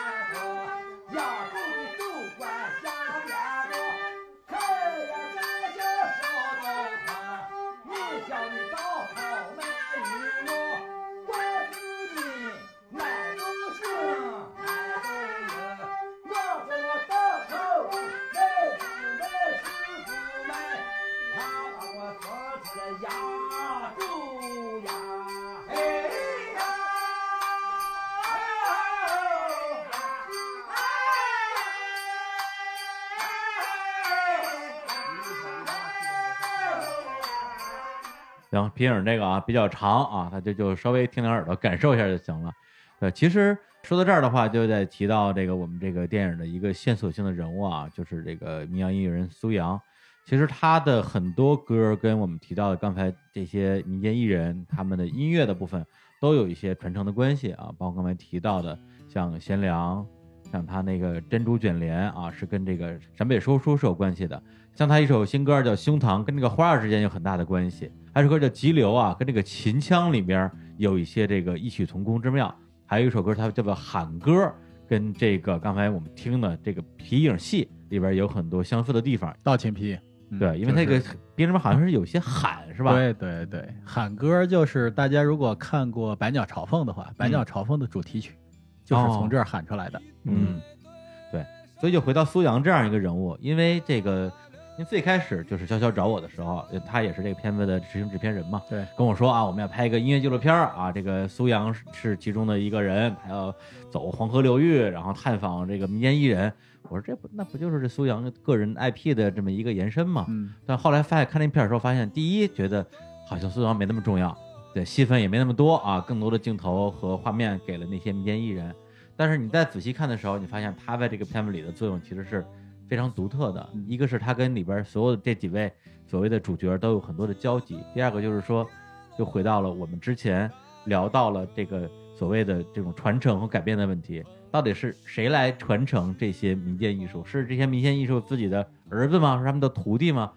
S1: 然后皮影这个啊比较长啊，大家就稍微听两耳朵感受一下就行了。对，其实说到这儿的话，就得提到这个我们这个电影的一个线索性的人物啊，就是这个民谣音乐人苏阳。其实他的很多歌跟我们提到的刚才这些民间艺人他们的音乐的部分都有一些传承的关系啊，包括刚才提到的像贤良，像他那个珍珠卷帘啊，是跟这个陕北说书是有关系的。像他一首新歌叫《胸膛》，跟这个花儿之间有很大的关系；还有一首歌叫《急流》啊，跟这个秦腔里边有一些这个异曲同工之妙。还有一首歌，它叫做《喊歌》，跟这个刚才我们听的这个皮影戏里边有很多相似的地方。
S2: 倒琴皮，嗯
S1: 对，因
S2: 就
S1: 为那个
S2: 是
S1: 编里面好像是有些喊，是吧？
S2: 对对对，喊歌就是大家如果看过《百鸟朝凤》的话，《百鸟朝凤》的主题曲就是从这儿喊出来的。
S1: 哦嗯，对，所以就回到苏阳这样一个人物，因为这个，因为最开始就是潇潇找我的时候，呃他也是这个片子的执行制片人嘛，
S2: 对，
S1: 跟我说啊，我们要拍一个音乐纪录片儿啊，这个苏阳是是其中的一个人，他要走黄河流域，然后探访这个民间艺人。我说这不那不就是这苏阳个人 IP 的这么一个延伸嘛？
S2: 嗯，
S1: 但后来发现看那片儿的时候，发现第一觉得好像苏阳没那么重要，对戏份也没那么多啊，更多的镜头和画面给了那些民间艺人。但是你再仔细看的时候，你发现他在这个片子里的作用其实是非常独特的。一个是他跟里边所有的这几位所谓的主角都有很多的交集，第二个就是说，又回到了我们之前聊到了这个所谓的这种传承和改变的问题，到底是谁来传承这些民间艺术？是这些民间艺术自己的儿子吗？是他们的徒弟吗？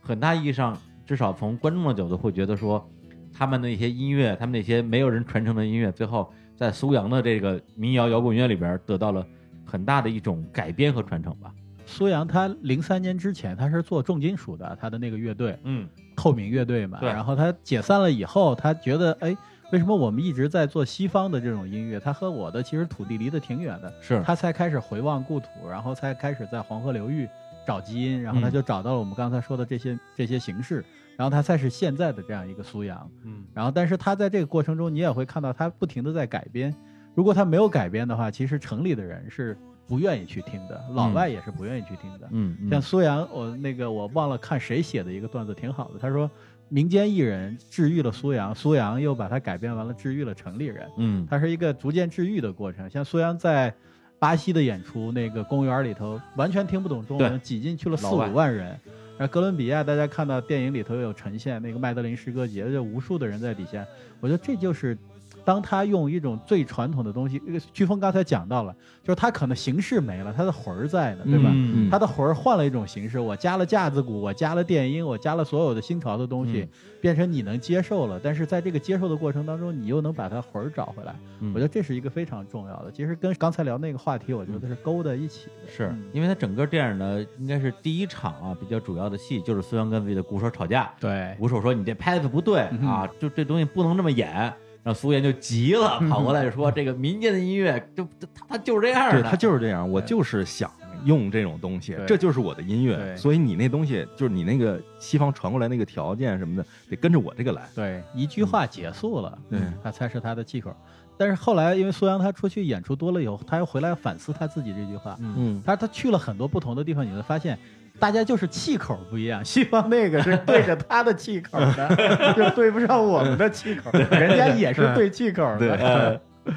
S1: 很大意义上，至少从观众的角度会觉得说，他们那些音乐，他们那些没有人传承的音乐，最后在苏阳的这个民谣摇滚乐里边得到了很大的一种改编和传承吧。
S2: 苏阳他零三年之前他是做重金属的，他的那个乐队
S1: 嗯，
S2: 透明乐队嘛。
S1: 对
S2: 然后他解散了以后，他觉得哎，为什么我们一直在做西方的这种音乐？他和我的其实土地离得挺远的，
S1: 是
S2: 他才开始回望故土，然后才开始在黄河流域找基因，然后他
S1: 嗯
S2: 就找到了我们刚才说的这些这些形式，然后他才是现在的这样一个苏阳。
S1: 嗯，
S2: 然后但是他在这个过程中，你也会看到他不停的在改编。如果他没有改编的话，其实城里的人是不愿意去听的，老
S1: 嗯
S2: 外也是不愿意去听的。
S1: 嗯，嗯
S2: 像苏阳，我那个我忘了看谁写的一个段子，挺好的。他说，民间艺人治愈了苏阳，苏阳又把他改编完了，治愈了城里人。
S1: 嗯
S2: 它是一个逐渐治愈的过程。像苏阳在巴西的演出，那个公园里头完全听不懂中
S1: 对
S2: 文，挤进去了四
S1: 老外
S2: 五万人。而哥伦比亚，大家看到电影里头有呈现那个麦德林诗歌节，就无数的人在底下。我觉得这就是，当他用一种最传统的东西，呃飓风刚才讲到了，就是他可能形式没了，他的魂儿在呢，对吧？
S1: 嗯
S2: 他的魂儿换了一种形式，我加了架子鼓，我加了电音，我加了所有的新潮的东西，
S1: 嗯
S2: 变成你能接受了。但是在这个接受的过程当中，你又能把它魂儿找回来，
S1: 嗯
S2: 我觉得这是一个非常重要的。其实跟刚才聊那个话题，我觉得是勾在一起的。
S1: 嗯是
S2: 嗯
S1: 因为他整个电影的应该是第一场啊，比较主要的戏就是苏阳跟自己的鼓手吵架，
S2: 对，
S1: 鼓手说你这拍子不对
S2: 嗯
S1: 啊，就这东西不能这么演，然后苏妍就急了，跑过来就
S2: 嗯
S1: 说这个民间的音乐就就他他就是这样
S4: 对
S1: 的，
S4: 他就是这样，我就是想用这种东西，
S2: 对
S4: 这就是我的音乐，
S2: 对
S4: 所以你那东西就是你那个西方传过来那个条件什么的，得跟着我这个来。
S2: 对，一句话结束了，
S5: 嗯
S4: 对
S2: 他才是他的气口。但是后来，因为苏阳他出去演出多了以后，他又回来反思他自己这句话。
S4: 嗯，
S2: 他他去了很多不同的地方，你会发现，大家就是气口不一样。西方那个是对着他的气口 的，就对不上我们的气口，人家也是对哎气口 的。
S4: 对，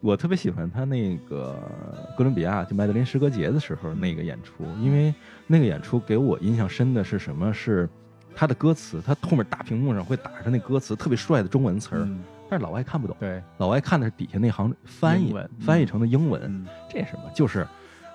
S4: 我特别喜欢他那个哥伦比亚就麦德林诗歌节的时候那个演出，
S2: 嗯
S4: 因为那个演出给我印象深的是什么？是他的歌词，他后面大屏幕上会打上那歌词，特别帅的中文词儿，
S2: 嗯
S4: 但是老外看不懂，
S2: 对，
S4: 老外看的是底下那行翻译
S2: 英文，
S4: 翻译成的英文。
S2: 嗯，
S4: 这是什么？就是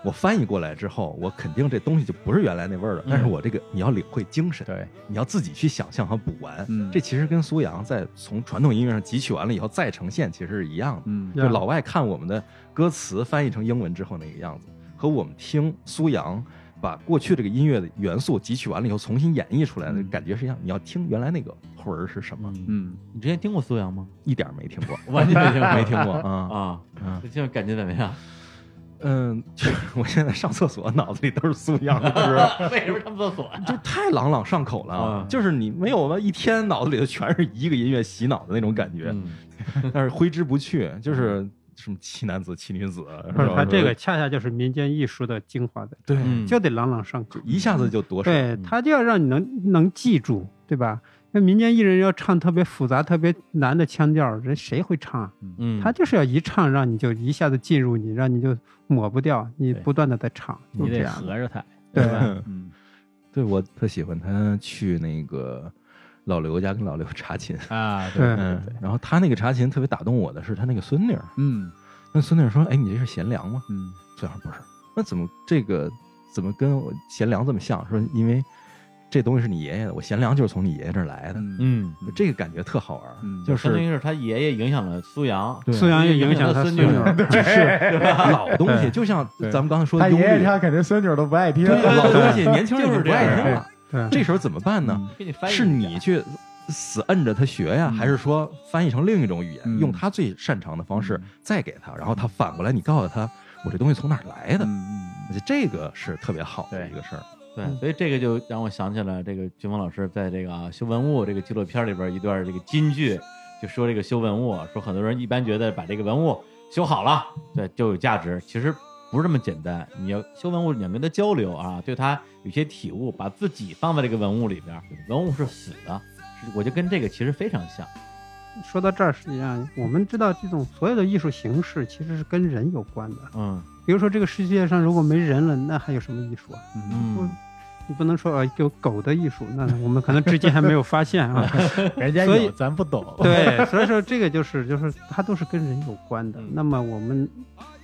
S4: 我翻译过来之后，我肯定这东西就不是原来那味儿了。
S2: 嗯
S4: 但是我这个你要领会精神，
S2: 对，
S4: 你要自己去想象和补完。
S2: 嗯
S4: 这其实跟苏阳在从传统音乐上汲取完了以后再呈现，其实是一样的。
S2: 嗯
S4: 就老外看我们的歌词翻译成英文之后那个样子，和我们听苏阳把过去这个音乐的元素汲取完了以后重新演绎出来的
S2: 嗯
S4: 感觉是一样。你要听原来那个魂儿是什么，
S2: 嗯，
S1: 你之前听过苏阳吗？
S4: 一点儿没听 过
S1: 完全没听过
S4: 没听过啊。
S1: 啊，
S4: 嗯
S1: 这感觉怎么样？
S4: 嗯，就是我现在上厕所脑子里都是苏阳的歌。
S1: 为什么上厕所呀？
S4: 就太朗朗上口了，
S2: 啊
S1: 嗯
S4: 就是你没有了一天脑子里头全是一个音乐洗脑的那种感觉，
S1: 嗯
S4: 但是挥之不去，就是什么奇男子气女子，啊是吧
S5: 他这个恰恰就是民间艺术的精华在，
S4: 对，
S1: 嗯
S5: 就得朗朗上口
S4: 就。一下子就夺舍，
S5: 对，他就要让你能能记住，对吧？那民间艺人要唱特别复杂、特别难的腔调，人谁会唱啊？
S1: 嗯，
S5: 他就是要一唱，让你就一下子进入你，让你就抹不掉，你
S2: 对
S5: 不断的在唱，就
S2: 你
S5: 这
S2: 得
S5: 样的。
S2: 合着他，
S5: 对
S2: 吧？
S4: 嗯，对我特喜欢他去那个老刘家跟老刘查琴，
S2: 啊，
S5: 对
S4: 嗯，然后他那个查琴特别打动我的是他那个孙女儿，
S2: 嗯
S4: 那孙女儿说：“哎，你这是贤良吗
S2: 嗯，？”
S4: 孙女儿说不是，那怎么这个怎么跟我贤良这么像？说因为这东西是你爷爷的，我贤良就是从你爷爷这儿来的，
S2: 嗯
S1: 嗯，
S4: 这个感觉特好玩儿，
S2: 嗯
S4: 就
S1: 相当于
S4: 是
S1: 是他爷爷影响了苏阳，
S4: 对
S5: 孙杨也影响他
S1: 孙
S5: 孙
S1: 女
S5: 女
S1: 儿
S5: 儿，
S4: 老东西，就像
S3: 对
S4: 咱们刚才说
S3: 他
S4: 的
S3: 爷
S4: 忧
S3: 爷
S4: 虑，
S3: 他肯定孙女儿都不爱听。
S4: 对老东西，年轻人
S1: 就是
S4: 就不
S1: 这
S4: 爱
S1: 样
S4: 听了，
S5: 对，
S4: 这时候怎么办呢？
S1: 给你翻译一下
S4: 是你去死摁着他学呀，还是说翻译成另一种语言，
S2: 嗯
S4: 用他最擅长的方式再给他，然后他反过来，你告诉他我这东西从哪儿来的？
S2: 嗯
S4: 我觉得这个是特别好的
S1: 对
S4: 一个事儿。
S1: 对，所以这个就让我想起了这个军峰老师在这个啊修文物这个纪录片里边一段这个金句，就说这个修文物，啊说很多人一般觉得把这个文物修好了，对就有价值，其实不是这么简单。你要修文物，你要跟他交流啊，对他有些体悟，把自己放在这个文物里边，文物是死的，是我就跟这个其实非常像。
S5: 说到这儿，实际上我们知道，这种所有的艺术形式其实是跟人有关的。
S1: 嗯
S5: 比如说，这个世界上如果没人了，那还有什么艺术啊？
S1: 嗯
S5: 你不能说呃有狗的艺术，那我们可能至今还没有发现 啊。
S3: 人家
S5: 所以
S3: 有，咱不懂。
S5: 对，所以说这个就是就是它都是跟人有关的
S1: 嗯。
S5: 那么我们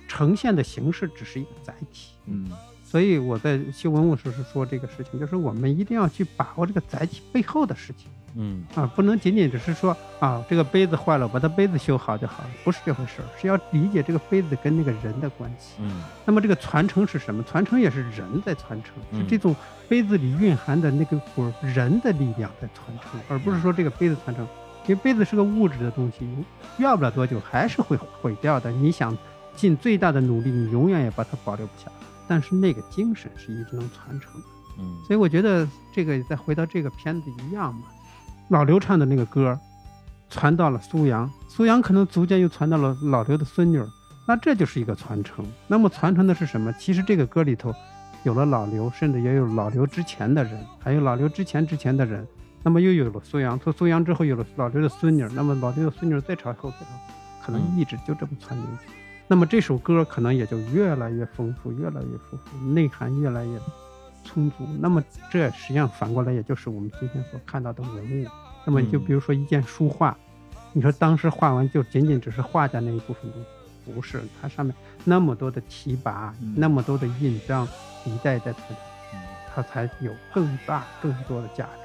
S5: 呈现的形式只是一个载体。
S4: 嗯，
S5: 所以我在修文物时是说这个事情，就是我们一定要去把握这个载体背后的事情。
S1: 嗯
S5: 啊，不能仅仅只是说啊，这个杯子坏了，我把它杯子修好就好了，不是这回事儿，是要理解这个杯子跟那个人的关系。
S1: 嗯
S5: 那么这个传承是什么？传承也是人在传承，是
S1: 嗯
S5: 这种杯子里蕴含的那个股人的力量在传承，而不是说这个杯子传承。因为杯子是个物质的东西，要不了多久还是会毁掉的。你想尽最大的努力，你永远也把它保留不下来。但是那个精神是一直能传承的。
S1: 嗯
S5: 所以我觉得这个再回到这个片子一样嘛，老刘唱的那个歌，传到了苏阳，苏阳可能逐渐又传到了老刘的孙女儿，那这就是一个传承。那么传承的是什么？其实这个歌里头有了老刘，甚至也有老刘之前的人，还有老刘之前之前的人。那么又有了苏阳，从苏阳之后有了老刘的孙女儿，那么老刘的孙女儿再朝后，再朝后，可能
S1: 嗯
S5: 一直就这么传进去。那么这首歌可能也就越来越丰富，越来越丰富，内涵越来越充足。那么这实际上反过来，也就是我们今天所看到的文物。那么就
S1: 嗯
S5: 比如说一件书画，你说当时画完就仅仅只是画家那一部分东西，不是它上面那么多的提拔，那么多的印章，一代一代传承，它才有更大更多的价值。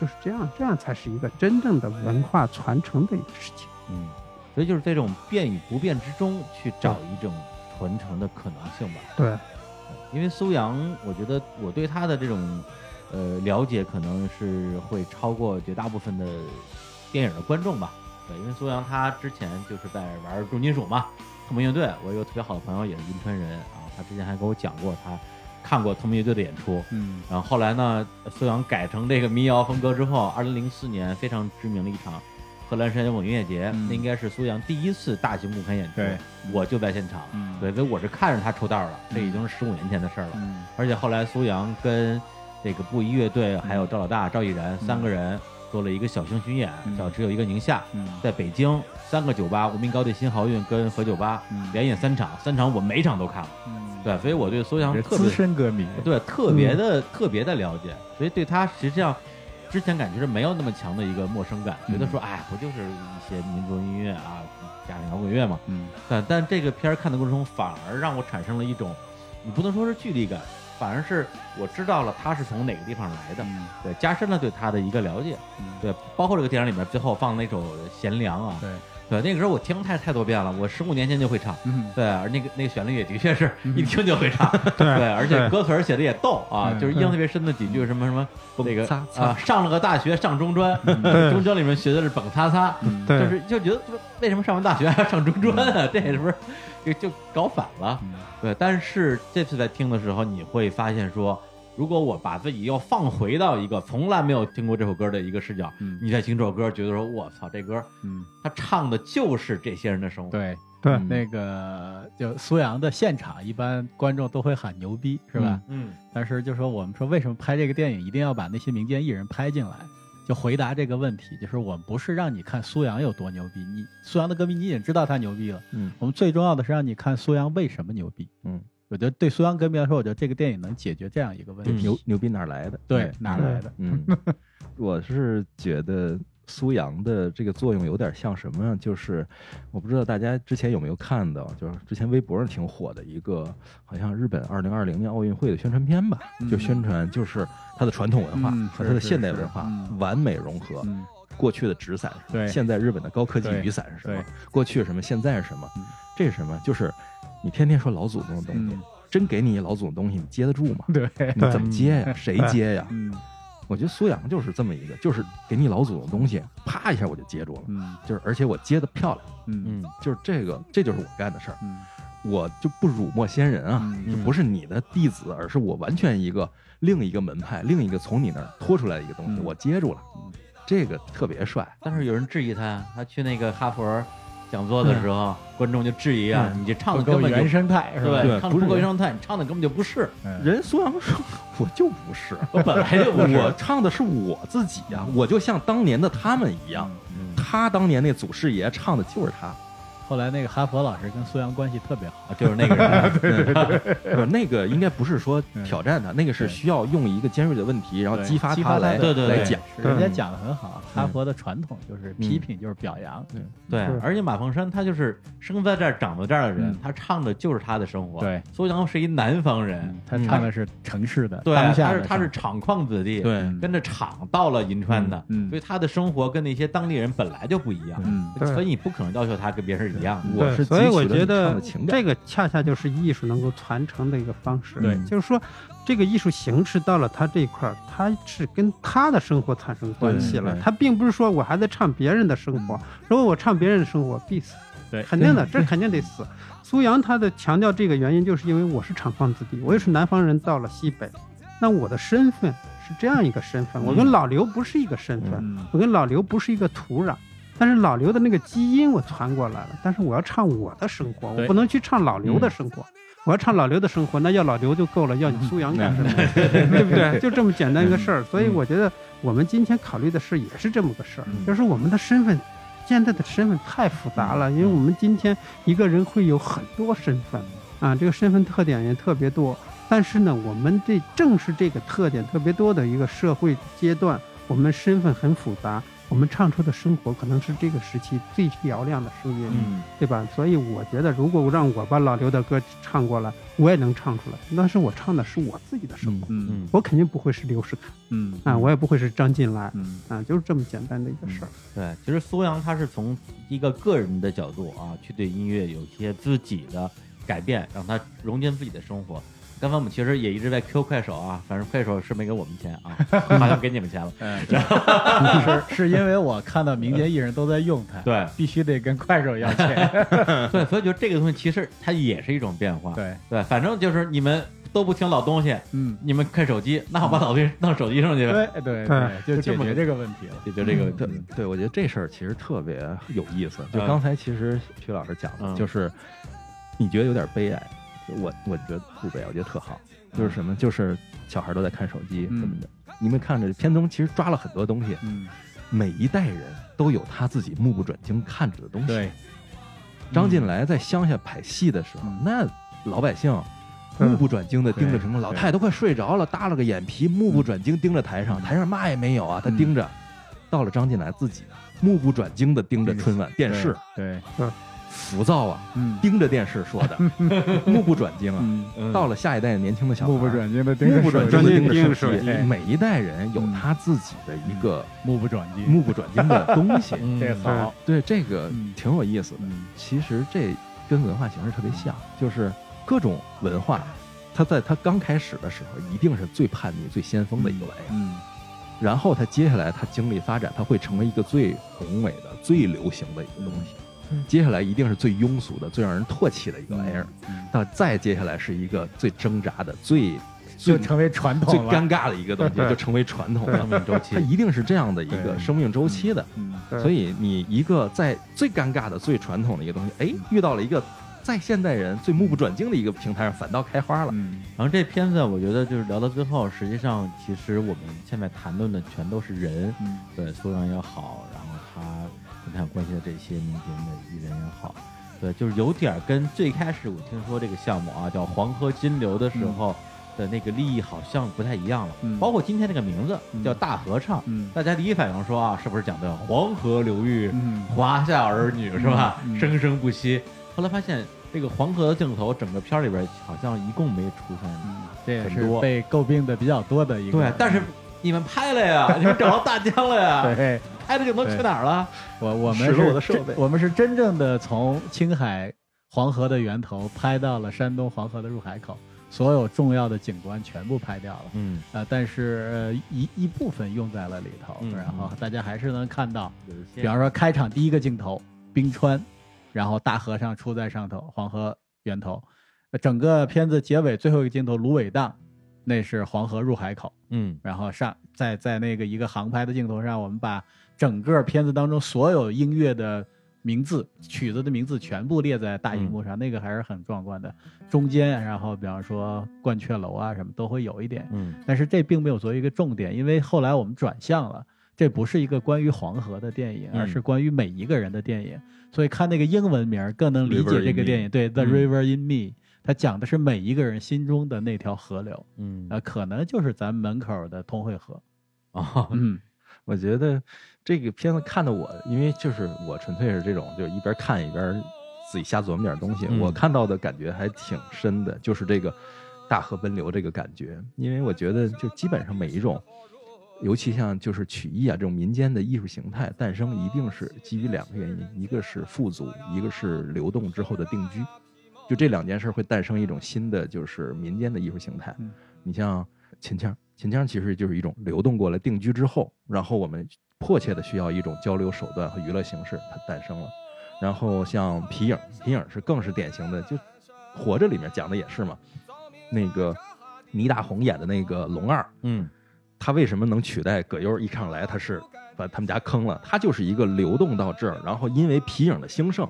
S5: 就是这样，这样才是一个真正的文化传承的一个事情。
S1: 嗯，所以就是在这种变与不变之中去找一种传承的可能性吧。
S5: 对，
S1: 因为苏阳，我觉得我对他的这种呃了解，可能是会超过绝大部分的电影的观众吧。对，因为苏阳他之前就是在玩重金属嘛，透明乐队。我有个特别好的朋友也是银川人啊，他之前还跟我讲过他看过透明乐队的演出。
S2: 嗯
S1: 然后后来呢，苏阳改成这个民谣风格之后，二零零四年非常知名的一场荷兰山摇滚音乐节，
S2: 嗯
S1: 那应该是苏阳第一次大型公开演出
S2: 对，
S1: 我就在现场。
S2: 嗯
S1: 对，所以我是看着他出道了，这已经是十五年前的事儿了。
S2: 嗯
S1: 而且后来苏阳跟这个布衣乐队还有赵老大、赵以然三个人做了一个小型巡演，
S2: 嗯
S1: 叫《只有一个宁夏》，
S2: 嗯
S1: 在北京三个酒吧，无名高地、新豪运跟何酒吧
S2: 嗯
S1: 连演三场，三场我每场都看了。
S2: 嗯，
S1: 对，所以我对苏阳
S3: 这
S1: 特
S3: 资
S1: 别
S3: 深歌迷，
S1: 对特别的、特别的了解，所以对他实际上之前感觉是没有那么强的一个陌生感，觉得说哎，不就是一些民族音乐啊，加上摇滚乐嘛，
S2: 嗯，
S1: 但但这个片儿看的过程中，反而让我产生了一种，你不能说是距离感，反而是我知道了他是从哪个地方来的，对，加深了对他的一个了解，对，包括这个电影里面最后放那首《贤良》啊，对，那个时候我听太太多遍了，我十五年前就会唱，
S2: 嗯
S1: 对，而那个那个旋律也的确是一听就会唱，嗯 对，而且歌词儿写的也逗啊，就是印象特别深的几句什么什么那个
S5: 擦擦
S1: 啊，上了个大学上中专， 中专里面学的是蹦擦擦，
S5: 对
S1: 就是就觉得就是为什么上完大学还要上中专啊？这是不是就就搞反了？
S2: 嗯
S1: 对，但是这次在听的时候，你会发现说，如果我把自己要放回到一个从来没有听过这首歌的一个视角，
S2: 嗯
S1: 你在听这首歌，觉得说我操，这歌
S2: 嗯，
S1: 他唱的就是这些人的生活。
S2: 对
S5: 对
S4: 嗯
S2: 那个就苏阳的现场，一般观众都会喊牛逼，是吧？
S1: 嗯
S2: 但是就说我们说为什么拍这个电影一定要把那些民间艺人拍进来？就回答这个问题，就是我们不是让你看苏阳有多牛逼，你苏阳的歌迷你已经知道他牛逼了，
S4: 嗯，
S2: 我们最重要的是让你看苏阳为什么牛逼，
S4: 嗯，
S2: 我觉得对苏阳歌迷来说，我觉得这个电影能解决这样一个问题，
S4: 牛牛逼哪儿来的？
S2: 对哪儿来的？
S4: 嗯，我是觉得苏阳的这个作用有点像什么呢？就是我不知道大家之前有没有看到，就是之前微博上挺火的一个，好像日本二零二零年奥运会的宣传片吧，就宣传就是它的传统文化
S2: 嗯
S4: 和
S2: 是
S4: 它的
S2: 是
S4: 现代
S2: 是
S4: 文化
S2: 嗯
S4: 完美融合。
S2: 嗯
S4: 过去的纸伞是什么
S2: 对
S4: 现在日本的高科技
S2: 对
S4: 雨伞是什么
S2: 对？
S4: 过去是什么？现在是什么
S2: 嗯？
S4: 这是什么？就是你天天说老祖宗的东西，
S2: 嗯
S4: 真给你一老祖宗的东西，你接得住吗？
S2: 对，
S4: 你怎么接呀？谁接 呀？
S2: 嗯
S4: 我觉得苏阳就是这么一个，就是给你老祖宗东西，啪一下我就接住了，
S2: 嗯
S4: 就是而且我接的漂亮，
S2: 嗯
S4: 就是这个，这就是我干的事儿，
S2: 嗯
S4: 我就不辱没先人啊，
S2: 嗯
S4: 就不是你的弟子，而是我完全一个另一个门派，另一个从你那儿拖出来的一个东西，
S2: 嗯
S4: 我接住了
S2: 嗯，
S4: 这个特别帅，
S1: 但是有人质疑他，他去那个哈佛讲座的时候，观众就质疑啊，你这唱的
S3: 不够
S1: 根本
S3: 原
S1: 就
S3: 生态是吧？
S4: 对
S1: 唱
S4: 不
S1: 的
S4: 是
S1: 不够原生态，你唱的根本就不是，
S2: 嗯
S4: 人苏阳说我就不是，
S1: 我本来就不是。
S4: 我唱的是我自己呀、我就像当年的他们一样，
S2: 嗯
S4: 他当年那祖师爷唱的就是他。
S2: 后来那个哈佛老师跟苏阳关系特别好，
S1: 就是那个人，
S4: 不，那个应该不是 说
S1: 嗯
S4: 挑战他，那个是
S2: 对
S4: 需要用一个尖锐的问题，然后
S2: 对
S4: 激发
S2: 哦激发
S4: 来
S2: 他的
S4: 来
S1: 对
S4: 讲。
S2: 是人家讲的很好，哈佛的传统就是批评就是表扬，
S1: 对，而且马凤山他就是生在这儿、长到这儿的人
S2: 嗯，
S1: 他唱的就是他的生活。
S2: 对，
S1: 苏阳是一南方人
S2: 嗯，他唱的是城市的
S1: 对，
S2: 当下
S1: 他
S2: 的
S1: 是他是
S2: 生活
S1: 厂矿子弟，
S4: 对
S2: 嗯
S1: 跟着厂到了银川的，
S2: 嗯嗯
S1: 所以他的生活跟那些当地人本来就不一样，
S2: 嗯
S5: 对
S1: 所以你不可能要求他跟别人一样。
S4: 我
S5: 对
S4: 是
S5: 所以
S4: 汲取
S5: 我
S4: 了
S5: 觉
S4: 你唱
S5: 得
S4: 的情感
S5: 这个恰恰就是艺术能够传承的一个方式。
S2: 对
S5: 就是说，这个艺术形式到了他这一块儿，他是跟他的生活产生关系了
S4: 对。对
S5: 他并不是说我还在唱别人的生活，如果我唱别人的生活，必死。
S2: 嗯对
S5: 肯 定的，这肯定得死。苏阳他的强调这个原因，就是因为我是厂矿子弟，我也是南方人，到了西北，那我的身份是这样一个身份，我跟老刘不是一个身份。
S2: 嗯
S5: 我跟老刘不是一个土壤，但是老刘的那个基因我传过来了，但是我要唱我的生活，
S2: 对嗯
S5: 我不能去唱老刘的生活。我要唱老刘的生活，那要老刘就够了，要你苏阳干什么？对不对？就这么简单一个事儿。所以我觉得我们今天考虑的事也是这么个事儿，就是我们的身份，现在的身份太复杂了，因为我们今天一个人会有很多身份啊，这个身份特点也特别多。但是呢，我们这正是这个特点特别多的一个社会阶段，我们身份很复杂，我们唱出的生活可能是这个时期最嘹亮的声音，
S1: 嗯，
S5: 对吧？所以我觉得，如果让我把老刘的歌唱过来，我也能唱出来，但是我唱的是我自己的生活，
S2: 嗯
S5: 我肯定不会是刘世凯
S2: 嗯
S5: 啊，我也不会是张晋来
S2: 嗯
S5: 啊，就是这么简单的一个事儿。
S1: 对，其实苏阳他是从一个个人的角度啊，去对音乐有一些自己的改变，让他融进自己的生活。刚才我们其实也一直在 Q 快手啊，反正快手是没给我们钱啊， 好像给你们钱了。
S2: 嗯，哎是是因为我看到民间艺人都在用它，
S1: 对
S2: 必须得跟快手要钱，
S1: 对，所以觉得这个东西其实它也是一种变化。
S2: 对，
S1: 对，反正就是你们都不听老东西，
S2: 嗯，
S1: 你们看手机，那我把老东西弄手机上去呗，
S2: 对
S5: 对
S2: 对对，就解
S1: 这么
S2: 决
S1: 个
S2: 这个问题了，
S1: 解决这个问题。
S4: 对对，我觉得这事儿其实特别有意思。就
S1: 嗯
S4: 刚才其实徐老师讲的，
S1: 嗯
S4: 就是你觉得有点悲哀，就我我觉得不悲哀，我觉得特好。就是什么？
S1: 嗯
S4: 就是小孩都在看手机什么的。你们看着片中其实抓了很多东西，
S2: 嗯，
S4: 每一代人都有他自己目不转睛看着的东西。
S2: 对，
S4: 张
S1: 嗯
S4: 进来在乡下拍戏的时候，
S2: 嗯
S4: 那老百姓目不转睛的盯着屏幕，老太太都快睡着了，耷拉个眼
S2: 嗯
S4: 皮，目不转睛盯着台上，台上嘛也没有啊，他盯着。到了张进来自己，目不转睛的盯着春晚电视，
S2: 嗯对，
S4: 浮躁啊，
S2: 嗯
S4: 盯着电视说 的，目不转睛啊。
S2: 嗯，
S4: 到了下一代年轻的小孩，
S2: 目不转睛的盯着
S4: 目不转
S2: 手
S4: 睛
S2: 机嗯
S5: 盯
S4: 的盯着
S5: 着
S4: 手
S5: 手
S4: 机
S5: 机，
S4: 每一代人有他自己的一个
S2: 目不转睛，
S4: 目不转睛的东西。
S1: 嗯
S2: 这好，
S4: 对，这个挺有意思的。
S2: 嗯
S4: 其实这跟文化形式特别像，就是各种文化，它在它刚开始的时候一定是最叛逆、最先锋的一个玩意儿，
S2: 嗯
S4: 然后它接下来它经历发展，它会成为一个最宏伟的、最流行的一个东西。接下来一定是最庸俗的、最让人唾弃的一个玩意儿，
S2: 嗯
S4: 到再接下来是一个最挣扎的、最最
S3: 就成为传
S4: 最
S3: 统了。
S4: 尴尬的一个东西，就成为传统了。
S1: 生命周期
S4: 它，一定是这样的一个
S2: 对
S4: 生命周期的。
S2: 嗯
S5: 对
S1: 嗯
S4: 所以你一个在最尴尬的、最传统的一个东西，哎，遇到了一个在现代人最目不转睛的一个平台上反倒开花了。
S3: 嗯，
S1: 然后这片子我觉得就是聊到最后，实际上其实我们现在谈论的全都是人，
S3: 嗯
S1: 对苏阳也好，然后他跟他有关系的这些民间的艺人也好，对，就是有点儿跟最开始我听说这个项目啊叫黄河金流的时候的那个利益好像不太一样了，
S3: 嗯
S1: 包括今天这个名字叫大合唱，
S3: 嗯
S1: 大家第一反应说啊，是不是讲的黄河流域？
S3: 嗯
S1: 华夏儿女是吧？
S3: 嗯嗯
S1: 生生不息。后来发现这个黄河的镜头，整个片儿里边好像一共没出现。
S3: 嗯，
S2: 这也
S1: 很
S2: 是
S1: 多
S2: 被诟病的比较多的一个。
S1: 对，但是你们拍了呀，你们找到大疆了 呀，
S2: 对
S1: 拍的镜头去哪儿了？
S2: 我我们
S4: 使
S2: 是
S4: 了我的设
S2: 真
S4: 备
S2: 我们是真正的从青海黄河的源头拍到了山东黄河的入海口，所有重要的景观全部拍掉了。
S1: 嗯，
S2: 呃，但是、呃一一部分用在了里头，
S1: 嗯
S2: 然后大家还是能看到，
S1: 有一
S2: 比方说开场第一个镜头，冰川，然后大和尚出在上头，黄河源头，呃整个片子结尾最后一个镜头芦苇荡，那是黄河入海口，
S1: 嗯
S2: 然后上在在那个一个航拍的镜头上，我们把整个片子当中所有音乐的名字、曲子的名字全部列在大荧幕上，那个还是很壮观的。中间，然后比方说鹳雀楼啊什么都会有一点，
S1: 嗯
S2: 但是这并没有作为一个重点，因为后来我们转向了，这不是一个关于黄河的电影，
S1: 嗯
S2: 而是关于每一个人的电影。所以看那个英文名儿更能理
S4: River
S2: 解
S4: in
S2: 这个
S4: me
S2: 电影。对，《The
S1: 嗯
S2: River in Me》，它讲的是每一个人心中的那条河流，
S1: 嗯
S2: 呃，可能就是咱门口的通惠河。
S1: 啊，
S2: 嗯
S4: 我觉得这个片子看的我，因为就是我纯粹是这种，就是一边看一边自己瞎琢磨点东西。
S1: 嗯
S4: 我看到的感觉还挺深的，就是这个大河奔流这个感觉。因为我觉得，就基本上每一种，尤其像就是曲艺啊这种民间的艺术形态诞生，一定是基于两个原因，一个是富足，一个是流动之后的定居。就这两件事会诞生一种新的，就是民间的艺术形态。
S3: 嗯
S4: 你像秦腔，秦腔其实就是一种流动过来定居之后，然后我们迫切的需要一种交流手段和娱乐形式，它诞生了。然后像皮影，皮影是更是典型的，就《活着》里面讲的也是嘛，那个倪大红演的那个龙二，
S1: 嗯
S4: 他为什么能取代葛优？一上来他是把他们家坑了，他就是一个流动到这儿，然后因为皮影的兴盛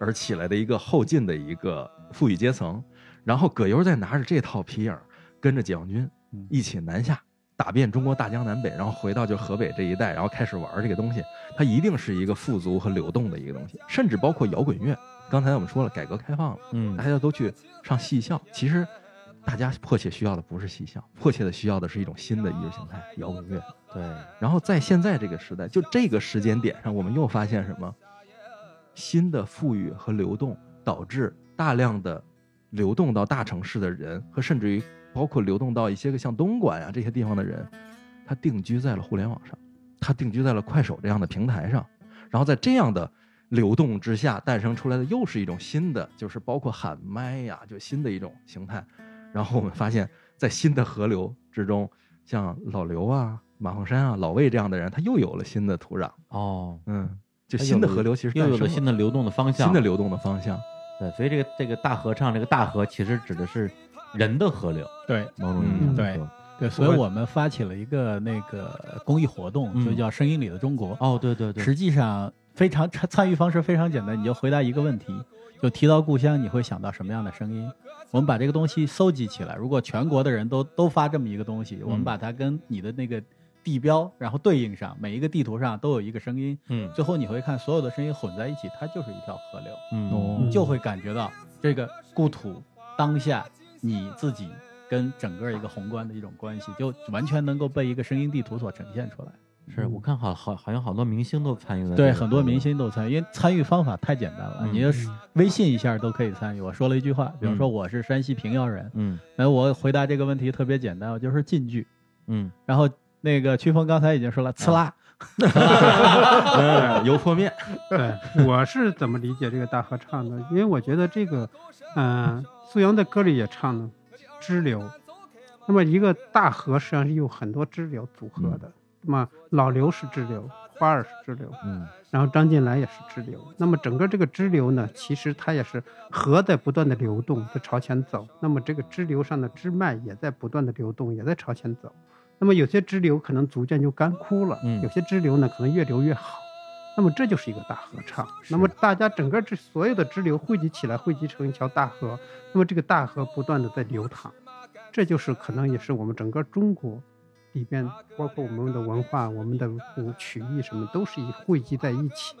S4: 而起来的一个后进的一个富裕阶层。然后葛优再拿着这套皮影，跟着解放军
S1: 嗯
S4: 一起南下，打遍中国大江南北，然后回到就河北这一带，然后开始玩这个东西。它一定是一个富足和流动的一个东西，甚至包括摇滚乐。刚才我们说了，改革开放了。大
S1: 嗯
S4: 家都去上戏校。其实，大家迫切需要的不是戏校，迫切的需要的是一种新的艺术形态——摇滚乐。
S1: 对，
S4: 然后在现在这个时代，就这个时间点上，我们又发现什么？新的富裕和流动导致大量的流动到大城市的人，和甚至于包括流动到一些个像东莞啊这些地方的人，他定居在了互联网上，他定居在了快手这样的平台上，然后在这样的。流动之下诞生出来的又是一种新的，就是包括喊麦呀、就新的一种形态。然后我们发现，在新的河流之中，像老刘啊、马凤山啊、老魏这样的人，他又有了新的土壤。
S1: 哦，
S4: 嗯，就新的河流其实
S1: 又有了
S4: 新
S1: 新的流动的方向，
S4: 新的流动的方向。
S1: 对，所以这个这个大合唱，这个大河其实指的是人的河流，
S2: 对
S1: 某种意义上
S2: 嗯
S1: 来说。
S2: 对，所以我们发起了一个那个公益活动，
S1: 嗯
S2: 就叫“声音里的中国”
S1: 哦，对对对，
S2: 实际上非常参参与方式非常简单，你就回答一个问题，就提到故乡，你会想到什么样的声音？我们把这个东西搜集起来，如果全国的人都都发这么一个东
S1: 嗯
S2: 西，我们把它跟你的那个地标，然后对应上，每一个地图上都有一个声音，
S1: 嗯
S2: 最后你会看所有的声音混在一起，它就是一条河流，
S4: 哦
S1: 嗯
S2: 你就会感觉到这个故土当下你自己。跟整个一个宏观的一种关系，就完全能够被一个声音地图所呈现出来。
S1: 是我看好好好像好多明星都参与了这个
S2: 对，
S1: 活动，
S2: 很多明星都参与，因为参与方法太简单了，
S1: 嗯
S2: 你就是微信一下都可以参与。我说了一句话，比如说
S1: 嗯
S2: 我是山西平遥人，
S1: 嗯，
S2: 那我回答这个问题特别简单，我就是晋剧。
S1: 嗯
S2: 然后那个曲峰刚才已经说了，呲啦，
S4: 嗯，油泼面。
S5: 对，呃我是怎么理解这个大合唱的？因为我觉得这个，嗯、苏阳的歌里也唱了支流。那么一个大河实际上是有很多支流组合的。那么老刘是支流，花儿是支流，
S1: 嗯
S5: 然后张进来也是支流。那么整个这个支流呢，其实它也是河在不断的流动，在朝前走。那么这个支流上的支脉也在不断的流动，也在朝前走。那么有些支流可能逐渐就干枯了，
S1: 嗯
S5: 有些支流呢可能越流越好。那么这就是一个大合唱。那么大家整个这所有的支流汇集起来，汇集成一条大河。那么这个大河不断的在流淌，这就是可能也是我们整个中国里边，包括我们的文化、我们的舞曲艺什么，都是一汇集在一起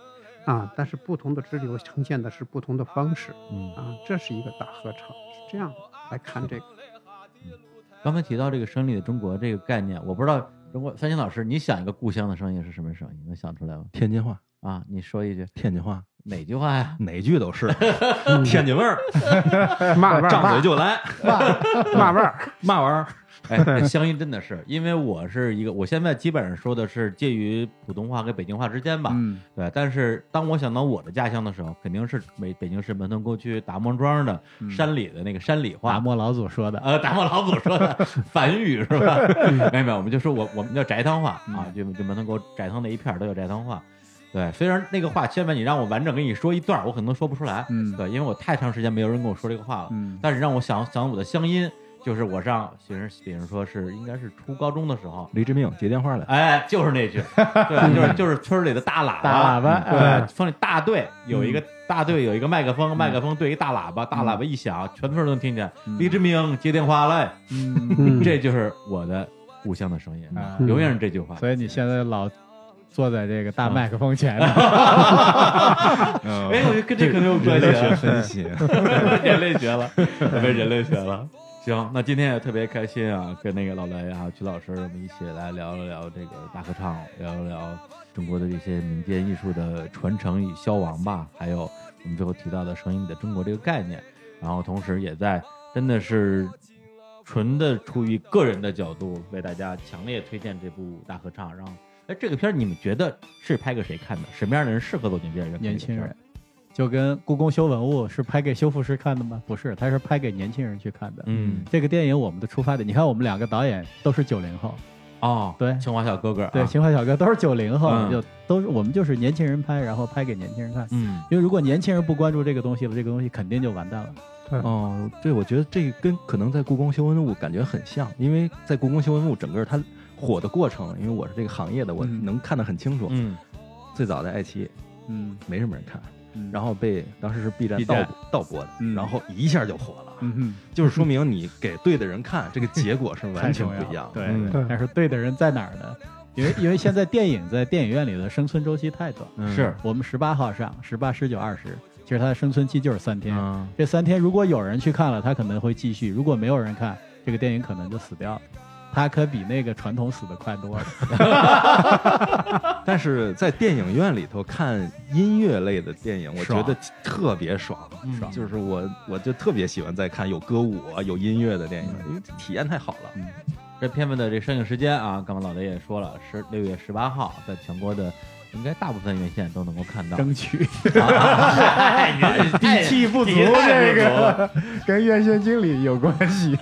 S5: 啊。但是不同的支流呈现的是不同的方式
S1: 嗯，
S5: 啊，这是一个大合唱，是这样来看这个。
S1: 刚才提到这个声里的中国这个概念，我不知道中国三星老师，你想一个故乡的声音是什么声音？能想出来吗？
S4: 天津话，
S1: 啊，你说一句
S4: 天津话
S1: 哪句话呀？
S4: 哪句都 是嗯 天津 味儿，
S5: 嘛 味
S4: 张嘴
S5: 儿，
S4: 就来，
S5: 嘛味儿，
S4: 嘛玩意儿？
S1: 哎，乡音真的是，因为我是一个，我现在基本上说的是介于普通话跟北京话之间吧。
S2: 嗯，
S1: 对，但是当我想到我的家乡的时候，肯定是北北京市门头沟区达摩庄的山里的那个山里话。
S2: 嗯达摩老祖说的，
S1: 呃，达摩老祖 说的梵语是吧？ 没有没有，我们就说我我们叫宅汤话
S2: 嗯
S1: 啊，就就门头沟宅汤那一片儿都有宅汤话。对，虽然那个话，千万你让我完整跟你说一段儿，我可能说不出来。
S2: 嗯
S1: 对，因为我太长时间没有人跟我说这个话了。
S2: 嗯
S1: 但是让我想想我的乡音，就是我上学生，比如说是应该是初高中的时候，
S4: 黎志明接电话来，
S1: 哎，就是那句，对，就是就是村儿里的大喇叭，
S2: 大喇叭哎
S1: 对，村里大队有一个大队有一个麦克风，麦克风对一个大喇叭，大喇叭一响，全村儿都能听见。李志明接电话来，
S2: 嗯，
S5: 嗯，
S1: 这就是我的故乡的声音，
S2: 啊
S1: 永远是这句话。
S2: 所以你现在老坐在这个大麦克风 前头，
S1: 哎，我觉得跟这可能有关
S4: 人
S1: 系
S4: 类嗯学
S1: 啊，
S4: 分析，
S1: 人类学了， 被人类学了。行，那今天也特别开心啊，跟那个老雷啊、曲老师，我们一起来聊一聊这个大合唱，聊一聊中国的这些民间艺术的传承与消亡吧，还有我们最后提到的“声音里的中国”这个概念，然后同时也在真的是纯的出于个人的角度，为大家强烈推荐这部大合唱。然后，哎，这个片儿你们觉得是拍给谁看的？什么样的人适合走进电影院？
S2: 年轻人，就跟故宫修文物是拍给修复师看的吗？不是，他是拍给年轻人去看的。
S1: 嗯，
S2: 这个电影我们的出发点，你看我们两个导演都是九零后，
S1: 哦，
S2: 对
S1: 清华小哥哥、啊，
S2: 对，情怀小哥都是九零后，
S1: 嗯
S2: 就都是我们就是年轻人拍，然后拍给年轻人看。
S1: 嗯，
S2: 因为如果年轻人不关注这个东西了，这个东西肯定就完蛋了。
S4: 哦，对，我觉得这跟可能在故宫修文物感觉很像，因为在故宫修文物整个它火的过程，因为我是这个行业的，我
S2: 嗯
S4: 能看得很清楚。
S1: 嗯，
S4: 最早在爱奇艺
S2: 嗯，
S4: 没什么人看，
S2: 嗯
S4: 然后被当时是 B 站
S1: B
S4: 盗
S1: 站
S4: 盗播的，
S2: 嗯
S4: 然后一下就火了。
S2: 嗯
S4: 就是说明你给对的人看，这个结果是
S2: 哼，
S4: 完全
S2: 太重
S4: 不一样
S2: 要了
S4: 的。
S2: 对，对
S5: 嗯
S2: 但是对的人在哪儿呢？因为因为现在电影在电影院里的生存周期太短，
S1: 是，
S2: 我们十八号上，十八、十九、二十，其实它的生存期就是三天。
S1: 嗯，
S2: 这三天如果有人去看了，他可能会继续；如果没有人看，这个电影可能就死掉了。它可比那个传统死的快多了。
S4: 但是在电影院里头看音乐类的电影，我觉
S2: 爽
S4: 得特别爽，
S1: 爽
S4: 就是我我就特别喜欢在看有歌舞啊、有音乐的电影，因为体验太好了。
S1: 这片子的这上映时间啊，刚才老雷也说了，是六月十八号，在全国的应该大部分院线都能够看到。
S2: 争 取
S1: 哎，您这 底气不足，这个
S3: 跟院线经理有关系，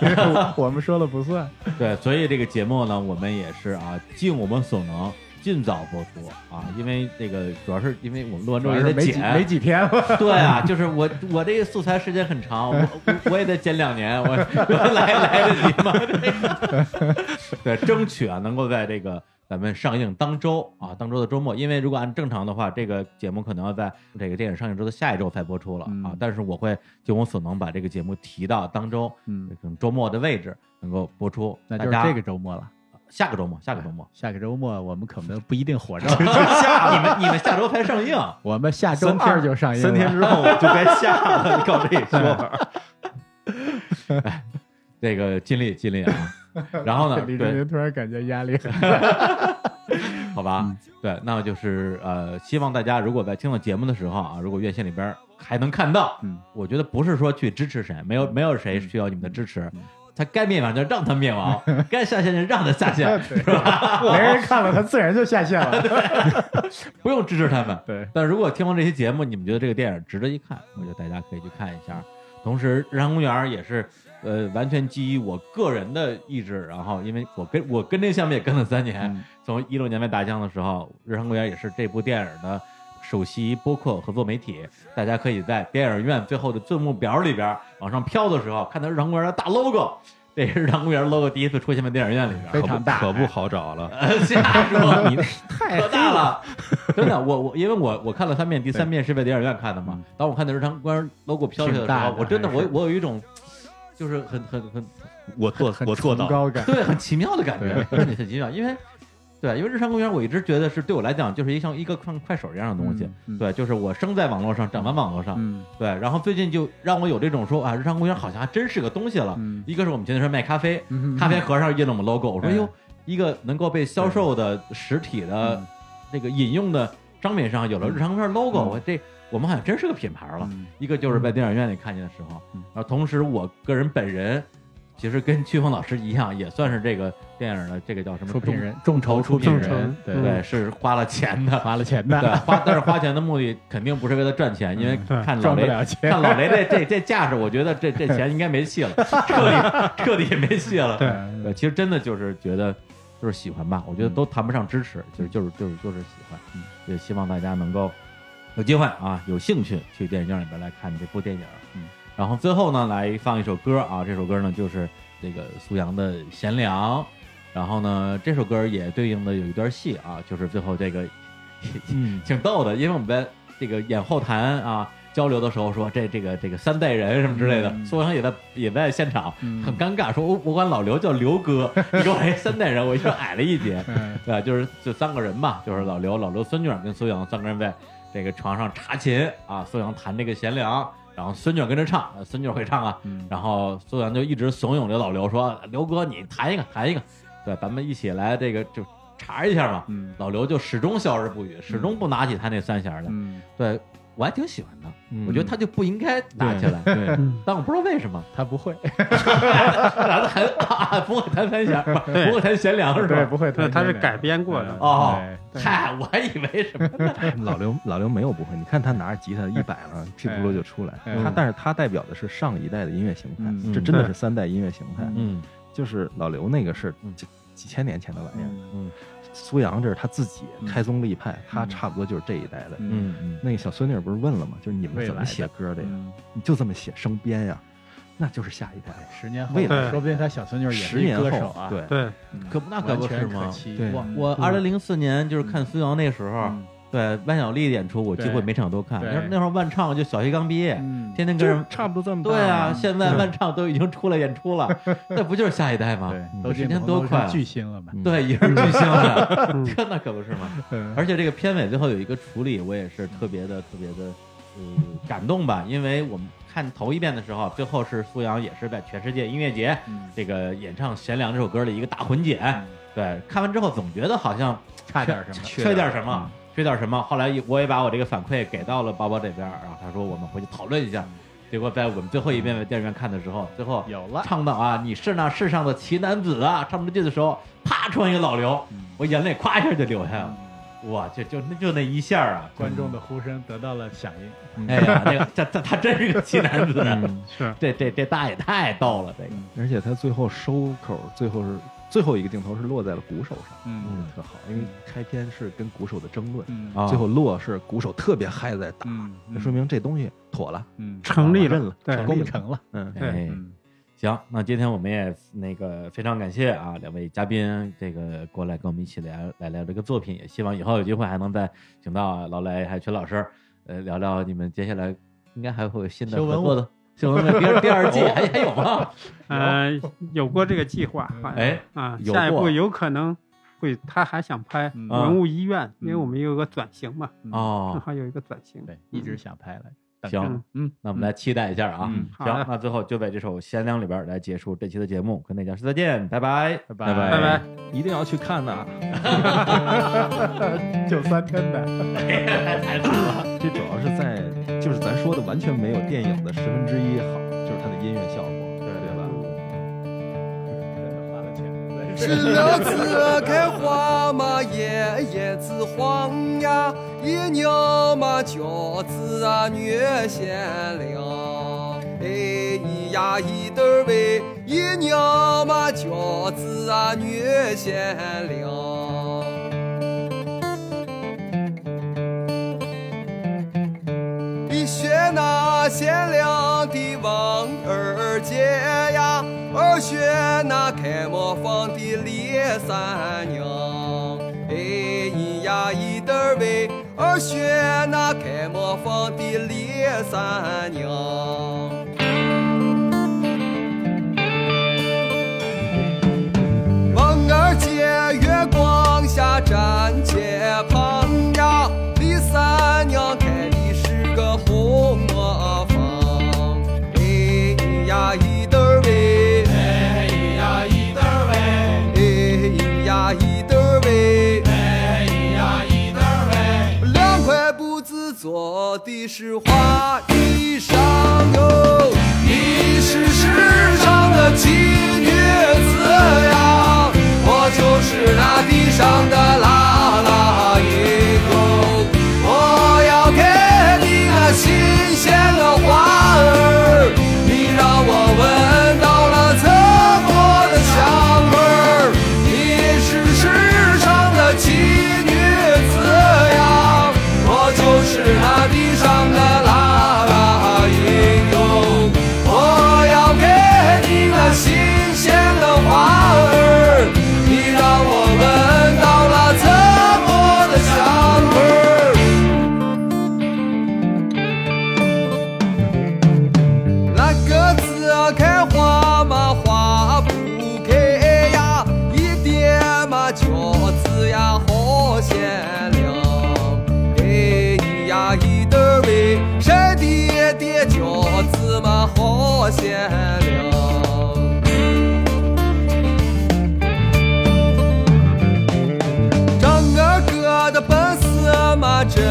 S3: 我们说了不算。
S1: 对，所以这个节目呢，我们也是啊，尽我们所能，尽早播出啊，因为这个主要是因为我们录完之
S3: 主
S1: 后
S3: 要
S1: 也
S3: 是
S1: 得
S3: 没几
S1: 剪，
S3: 没几天了，
S1: 对啊，就是我我这个素材时间 很长，我我我也得剪两年，我 我来来得及吗？这个 对，争取啊能够在这个咱们上映当周啊当周的周末，因为如果按正常的话，这个节目可能要在这个电影上映之后的下一周才播出了啊
S2: 嗯，
S1: 但是我会尽我所能把这个节目提到当周，
S2: 嗯
S1: 可能周末的位置能够播出，
S2: 那就
S1: 大
S2: 是
S1: 家
S2: 这个周末了。，
S1: 下个周末，下个周末
S2: 下个周末我们可能不一定活着，
S1: 下你们你们下周才上映。
S2: 我们下周
S4: 三天
S2: 二就上映了。
S4: 三 天之后我就该下了，告这一说法。
S1: 这哎个尽力尽力啊，然后呢，
S3: 李
S1: 对
S3: 志明突然感觉压力很大。
S1: 好吧？对，那就是呃，希望大家如果在听到节目的时候啊，如果院线里边还能看到，
S2: 嗯，
S1: 我觉得不是说去支持谁，没有没有谁需要你们的支持。他该灭亡就让他灭亡，该下线就让他下线， 是吧？
S3: 没人看了，他自然就下线了。
S1: 不用支持他们。
S3: 对，
S1: 但如果听完这些节目，你们觉得这个电影值得一看，我觉得大家可以去看一下。同时，《日常公园》也是，呃，完全基于我个人的意志，然后因为我跟我跟这项目也跟了三年，从一六年来打酱的时候，《日常公园》也是这部电影的首席播客合作媒体，大家可以在电影院最后的字幕表里边往上飘的时候，看到《日常公园》的大 logo。这也是《日常公园》logo 第一次出现在电影院里边，
S3: 非常大
S4: 可不好找了。
S1: 瞎说，你
S5: 太
S1: 可大了，真的，我我因为我我看了三遍，第三遍是在电影院看的嘛。当我看到日常公园 logo 飘起来的时
S3: 嗯挺大
S1: 候
S3: 的，
S1: 我真的
S3: 还
S1: 我
S3: 是
S1: 我有一种就是很很很
S4: 我做
S3: 很
S4: 我做
S3: 崇
S4: 到了，
S3: 高感。
S1: 对很奇妙的感觉，真的很奇妙，因为。对，因为日常公园，我一直觉得是对我来讲，就是一像一个像快手一样的 东西。
S3: 嗯嗯
S1: 对，就是我生在网络上，长在网络上。
S3: 嗯
S1: 对，然后最近就让我有这种说啊，日常公园好像还真是个东西了。
S3: 嗯
S1: 一个是我们前段时间卖咖啡，
S3: 嗯
S1: 咖啡盒上印了我们 logo，我说
S3: 嗯
S1: 哟，一个能够被销售的实体的
S3: 嗯
S1: 这个饮用的商品上有了日常公园 logo，
S3: 嗯
S1: 我这我们好像真是个品牌了。
S3: 嗯
S1: 一个就是在电影院里看见的时候
S3: 嗯，
S1: 然后同时我个人本人其实跟曲峰老师一样，也算是这个电影的这个叫什么
S3: 出品
S1: 众
S3: 人，众筹出品
S5: 众
S3: 人
S5: 筹，
S3: 对
S5: 嗯
S1: 对，是花了钱的，
S3: 花了钱
S1: 对
S3: 的，
S1: 花，但是花钱的目的肯定不是为了赚钱，因为
S5: 对
S1: 看老
S3: 嗯赚不
S1: 雷
S3: 了钱
S1: 看。老雷这这这架势，我觉得这这钱应该没戏了， 彻底彻底没戏了。
S5: 对
S1: 对，其实真的就是觉得就是喜欢吧，我觉得都谈不上支持，就是就是就是就是喜欢，也希望大家能够有机会啊，有兴趣去电影院里边来看这部电影。
S3: 嗯，
S1: 然后最后呢，来放一首歌啊，这首歌呢就是这个苏阳的《贤良》，然后呢这首歌也对应的有一段戏啊，就是最后这个
S3: 嗯，
S1: 挺逗的，因为我们在这个演后谈啊交流的时候说这这个这个三代人什么之类的，
S3: 嗯
S1: 苏阳也在也在现场，
S3: 嗯
S1: 很尴尬，说我我管老刘叫刘 哥，你给我来三代人，我一下矮了一截，
S3: 嗯
S1: 对吧？就是就三个人嘛，就是老刘、老刘孙女儿跟苏阳三个人在这个床上查琴啊，苏阳弹这个贤良，然后孙女儿跟着唱，呃孙女儿会唱啊，
S3: 嗯
S1: 然后苏阳就一直怂恿这老刘说：“刘哥，你弹一个，弹一个，对，咱们一起来这个就查一下嘛。”
S3: 嗯
S1: 老刘就始终笑而不语，始终不拿起他那三弦儿来。
S3: 嗯，
S1: 对我还挺喜欢的，
S3: 嗯
S1: 我觉得他就不应该拿起来，
S3: 对
S5: 嗯
S1: 但我不知道为什么
S3: 他不会，
S1: 男的还啊不会弹三弦儿，不会弹贤良是
S3: 对，
S1: 吧？
S3: 不会嗯
S5: 对，
S3: 弹弦
S5: 它
S3: 的，
S5: 是改编过的。
S4: 嗯
S1: 哦
S3: 对
S1: 嗨，我还以为什么呢？
S4: 老刘老刘没有不会，你看他拿着吉他一摆了，屁咕噜就出来。
S3: 嗯
S4: 他但是他代表的是上一代的音乐形态，
S3: 嗯
S4: 这真的是三代音乐形态。
S1: 嗯
S4: 就是老刘那个是
S1: 嗯
S4: 几几千年前的玩意儿，
S1: 嗯
S4: 苏阳这是他自己开宗立派，他
S3: 嗯
S4: 差不多就是这一代的。
S3: 嗯
S1: 嗯嗯，
S4: 那个小孙女不是问了吗？就是你们
S3: 未
S4: 怎
S3: 来
S4: 么
S3: 的
S4: 写歌的呀？
S3: 嗯，
S4: 你就这么写生编呀？那就是下一代呀。
S3: 十年后
S4: 未
S5: 来，
S3: 说不定他小哎孙女也
S4: 十
S3: 是一
S4: 年
S3: 歌手
S4: 后，
S3: 啊，
S4: 对，
S5: 对，
S3: 嗯，
S1: 可不那可
S3: 完
S1: 不是
S3: 全可
S1: 吗？
S3: 期
S4: 对
S1: 我我二零零四年就是看苏阳那时候，
S3: 嗯
S1: 对万晓利演出，我几乎
S3: 对
S1: 每场都看。
S3: 对
S1: 那那时候万唱就小学刚毕业，
S3: 嗯
S1: 哎天天跟
S4: 就是
S1: 人
S4: 差不多这么大
S1: 对啊，
S4: 嘛
S1: 现在万唱都已经出来演出了， 那不就是下一代吗？
S3: 对，
S1: 嗯
S3: 都
S1: 时
S3: 进
S1: 间
S3: 不
S1: 多
S3: 同
S1: 快
S3: 是
S1: 啊！
S3: 巨星了嘛，
S1: 对，也是巨星了，
S5: 嗯
S1: 这那可不是吗？
S3: 嗯
S1: 而且这个片尾最后有一个处理，我也是特别的、特别的，呃，感动吧。因为我们看头一遍的时候，最后是苏阳也是在全世界音乐节
S3: 嗯
S1: 这个演唱《贤良》这首歌的一个大混剪。对，看完之后总觉得好像
S3: 差点什么，嗯
S1: 缺点什么，缺点什么。后来我也把我这个反馈给到了宝宝这边，然后他说我们回去讨论一下。结果在我们最后一遍在电影院看的时候，最后
S3: 嗯有了，
S1: 唱到啊，你是那世上的奇男子啊，唱不出去的时候，啪穿一个老刘，
S3: 嗯
S1: 我眼泪咵一下就流下来了。哇，就就那就那一下啊，
S3: 观众的呼声得到了响应，
S1: 哎呀，那个 这这他真是个奇男子，啊
S3: 嗯
S5: 是
S1: 这这这大爷太逗了，这个
S4: 而且他最后收口，最后是最后一个镜头是落在了鼓手上，
S3: 嗯
S4: 特好，因为开篇是跟鼓手的争论，
S3: 嗯
S1: 啊
S4: 最后落是鼓手特别嗨在打，哦
S3: 嗯，
S4: 那说明这东西妥了，
S3: 嗯
S5: 成立
S4: 认了
S5: 了，对，
S3: 功成了，
S4: 嗯，
S5: 对
S1: 哎
S3: 嗯
S1: 行，那今天我们也那个非常感谢啊两位嘉宾，这个过来跟我们一起聊来聊这个作品，也希望以后有机会还能再请到劳雷还有曲老师，呃，聊聊你们接下来应该还会有新的
S3: 修文
S1: 合作的新闻的第二第二季还还有吗？
S5: 呃，有过这个计划，反正
S1: 哎，
S5: 啊，
S1: 有
S5: 下一步
S1: 过
S5: 有可能会，他还想拍
S3: 嗯
S5: 文物医院，因为
S3: 嗯
S5: 我们有个转型嘛，正
S1: 哦，
S5: 好有一个转型，
S3: 对，一直想拍来，等着
S1: 行，
S3: 嗯，
S1: 那我们来期待一下啊。
S3: 嗯
S5: 好
S1: 行
S5: 的，
S1: 那最后就在这首《贤良》里边来结束这期的节目，跟大家说再见，拜拜，
S3: 拜拜
S5: 拜拜。
S4: 一定要去看呐，
S3: 九三天的。
S4: 这主要是在就是咱说的完全没有电影的十分之一好，就是它的音乐效果，对对吧？
S6: 知了子啊开花嘛，叶叶子黄呀，一娘嘛饺子啊，女贤良。哎，一呀一对儿喂，一娘嘛饺子啊，女贤良。一学那贤良的王二姐呀，二雪那开磨坊的李三娘，哎，咿呀咿得儿喂，二雪那开磨坊的李三娘。望儿姐月光下站街旁呀，李三娘开的是个红磨坊，哎咿呀咿得儿喂，哎咿呀咿得儿喂，哎咿呀咿得儿喂，哎咿呀咿得儿喂，两块布子做的是花衣裳哟，你是世上的奇女子呀，我就是那地上的啦啦一个，我要给你那新鲜的花儿，你让我闻到了曾国的香味儿，你是世上的奇女子呀，我就是那地上的啦啦一个，我要给你那新鲜的花儿，你让我闻到了曾国的香味儿。那个子开花嘛花不开呀，一点嘛饺子呀好鲜亮。哎咿呀咿得儿喂，晒的点饺子嘛好鲜亮。张二哥的本事嘛，真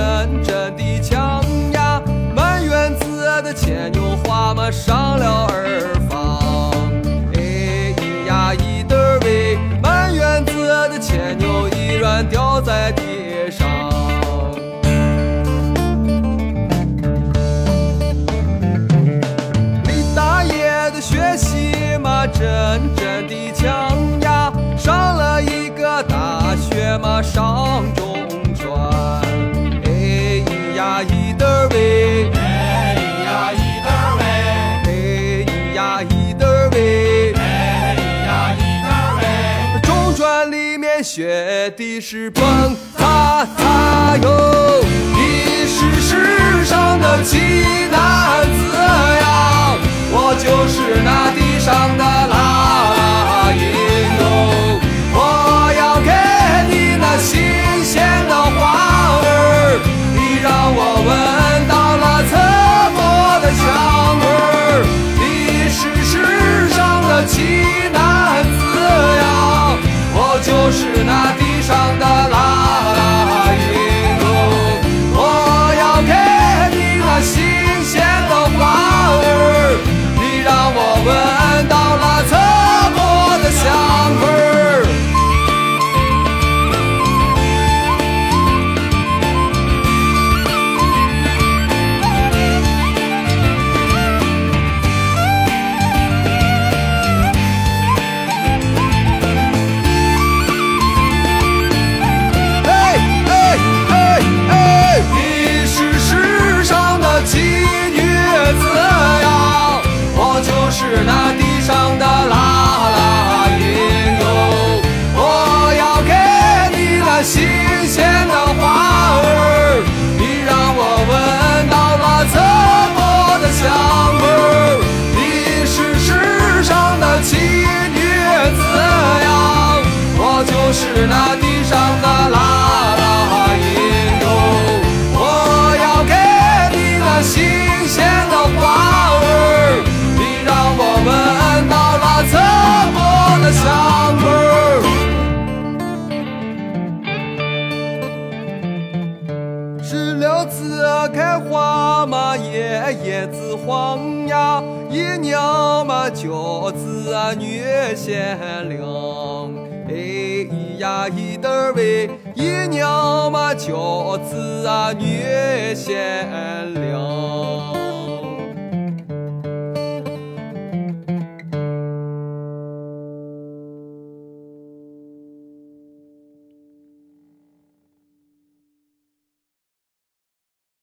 S6: 真的强呀！满园子的牵牛花嘛，上了二房。哎咿呀咿得儿喂，满园子的牵牛依然掉在地上。李大爷的学习嘛，真真的强呀，上了一个大学嘛，上中专。哎咿呀咿得儿喂，哎咿呀咿得儿喂，哎咿呀咿得儿喂，哎咿呀咿得儿喂。中专里面学的是蹦擦擦哟，你是世上的奇男子呀，我就是那地上的啦一个，我要给你那新鲜的花儿，你让我闻到了曾国的香味儿，你是世上的奇男子呀，我就是那地上的啦啦一个。我要给你那新鲜的花儿，你让我闻到了曾国的香味儿。哎哎哎哎！你是世上的奇女子呀，我就是那地上的啦啦一个。我要给你那新鲜的花儿，你让我闻到了曾国的香味儿。你是世上的奇女子呀，我就是那地上的啦啦一个。我要给你那新鲜的花儿，你让我闻到了曾国的香味儿。石榴子啊开花嘛，叶叶子黄呀，一娘嘛饺子啊越鲜亮。哎咿呀咿得儿喂，一娘嘛饺子啊越鲜亮。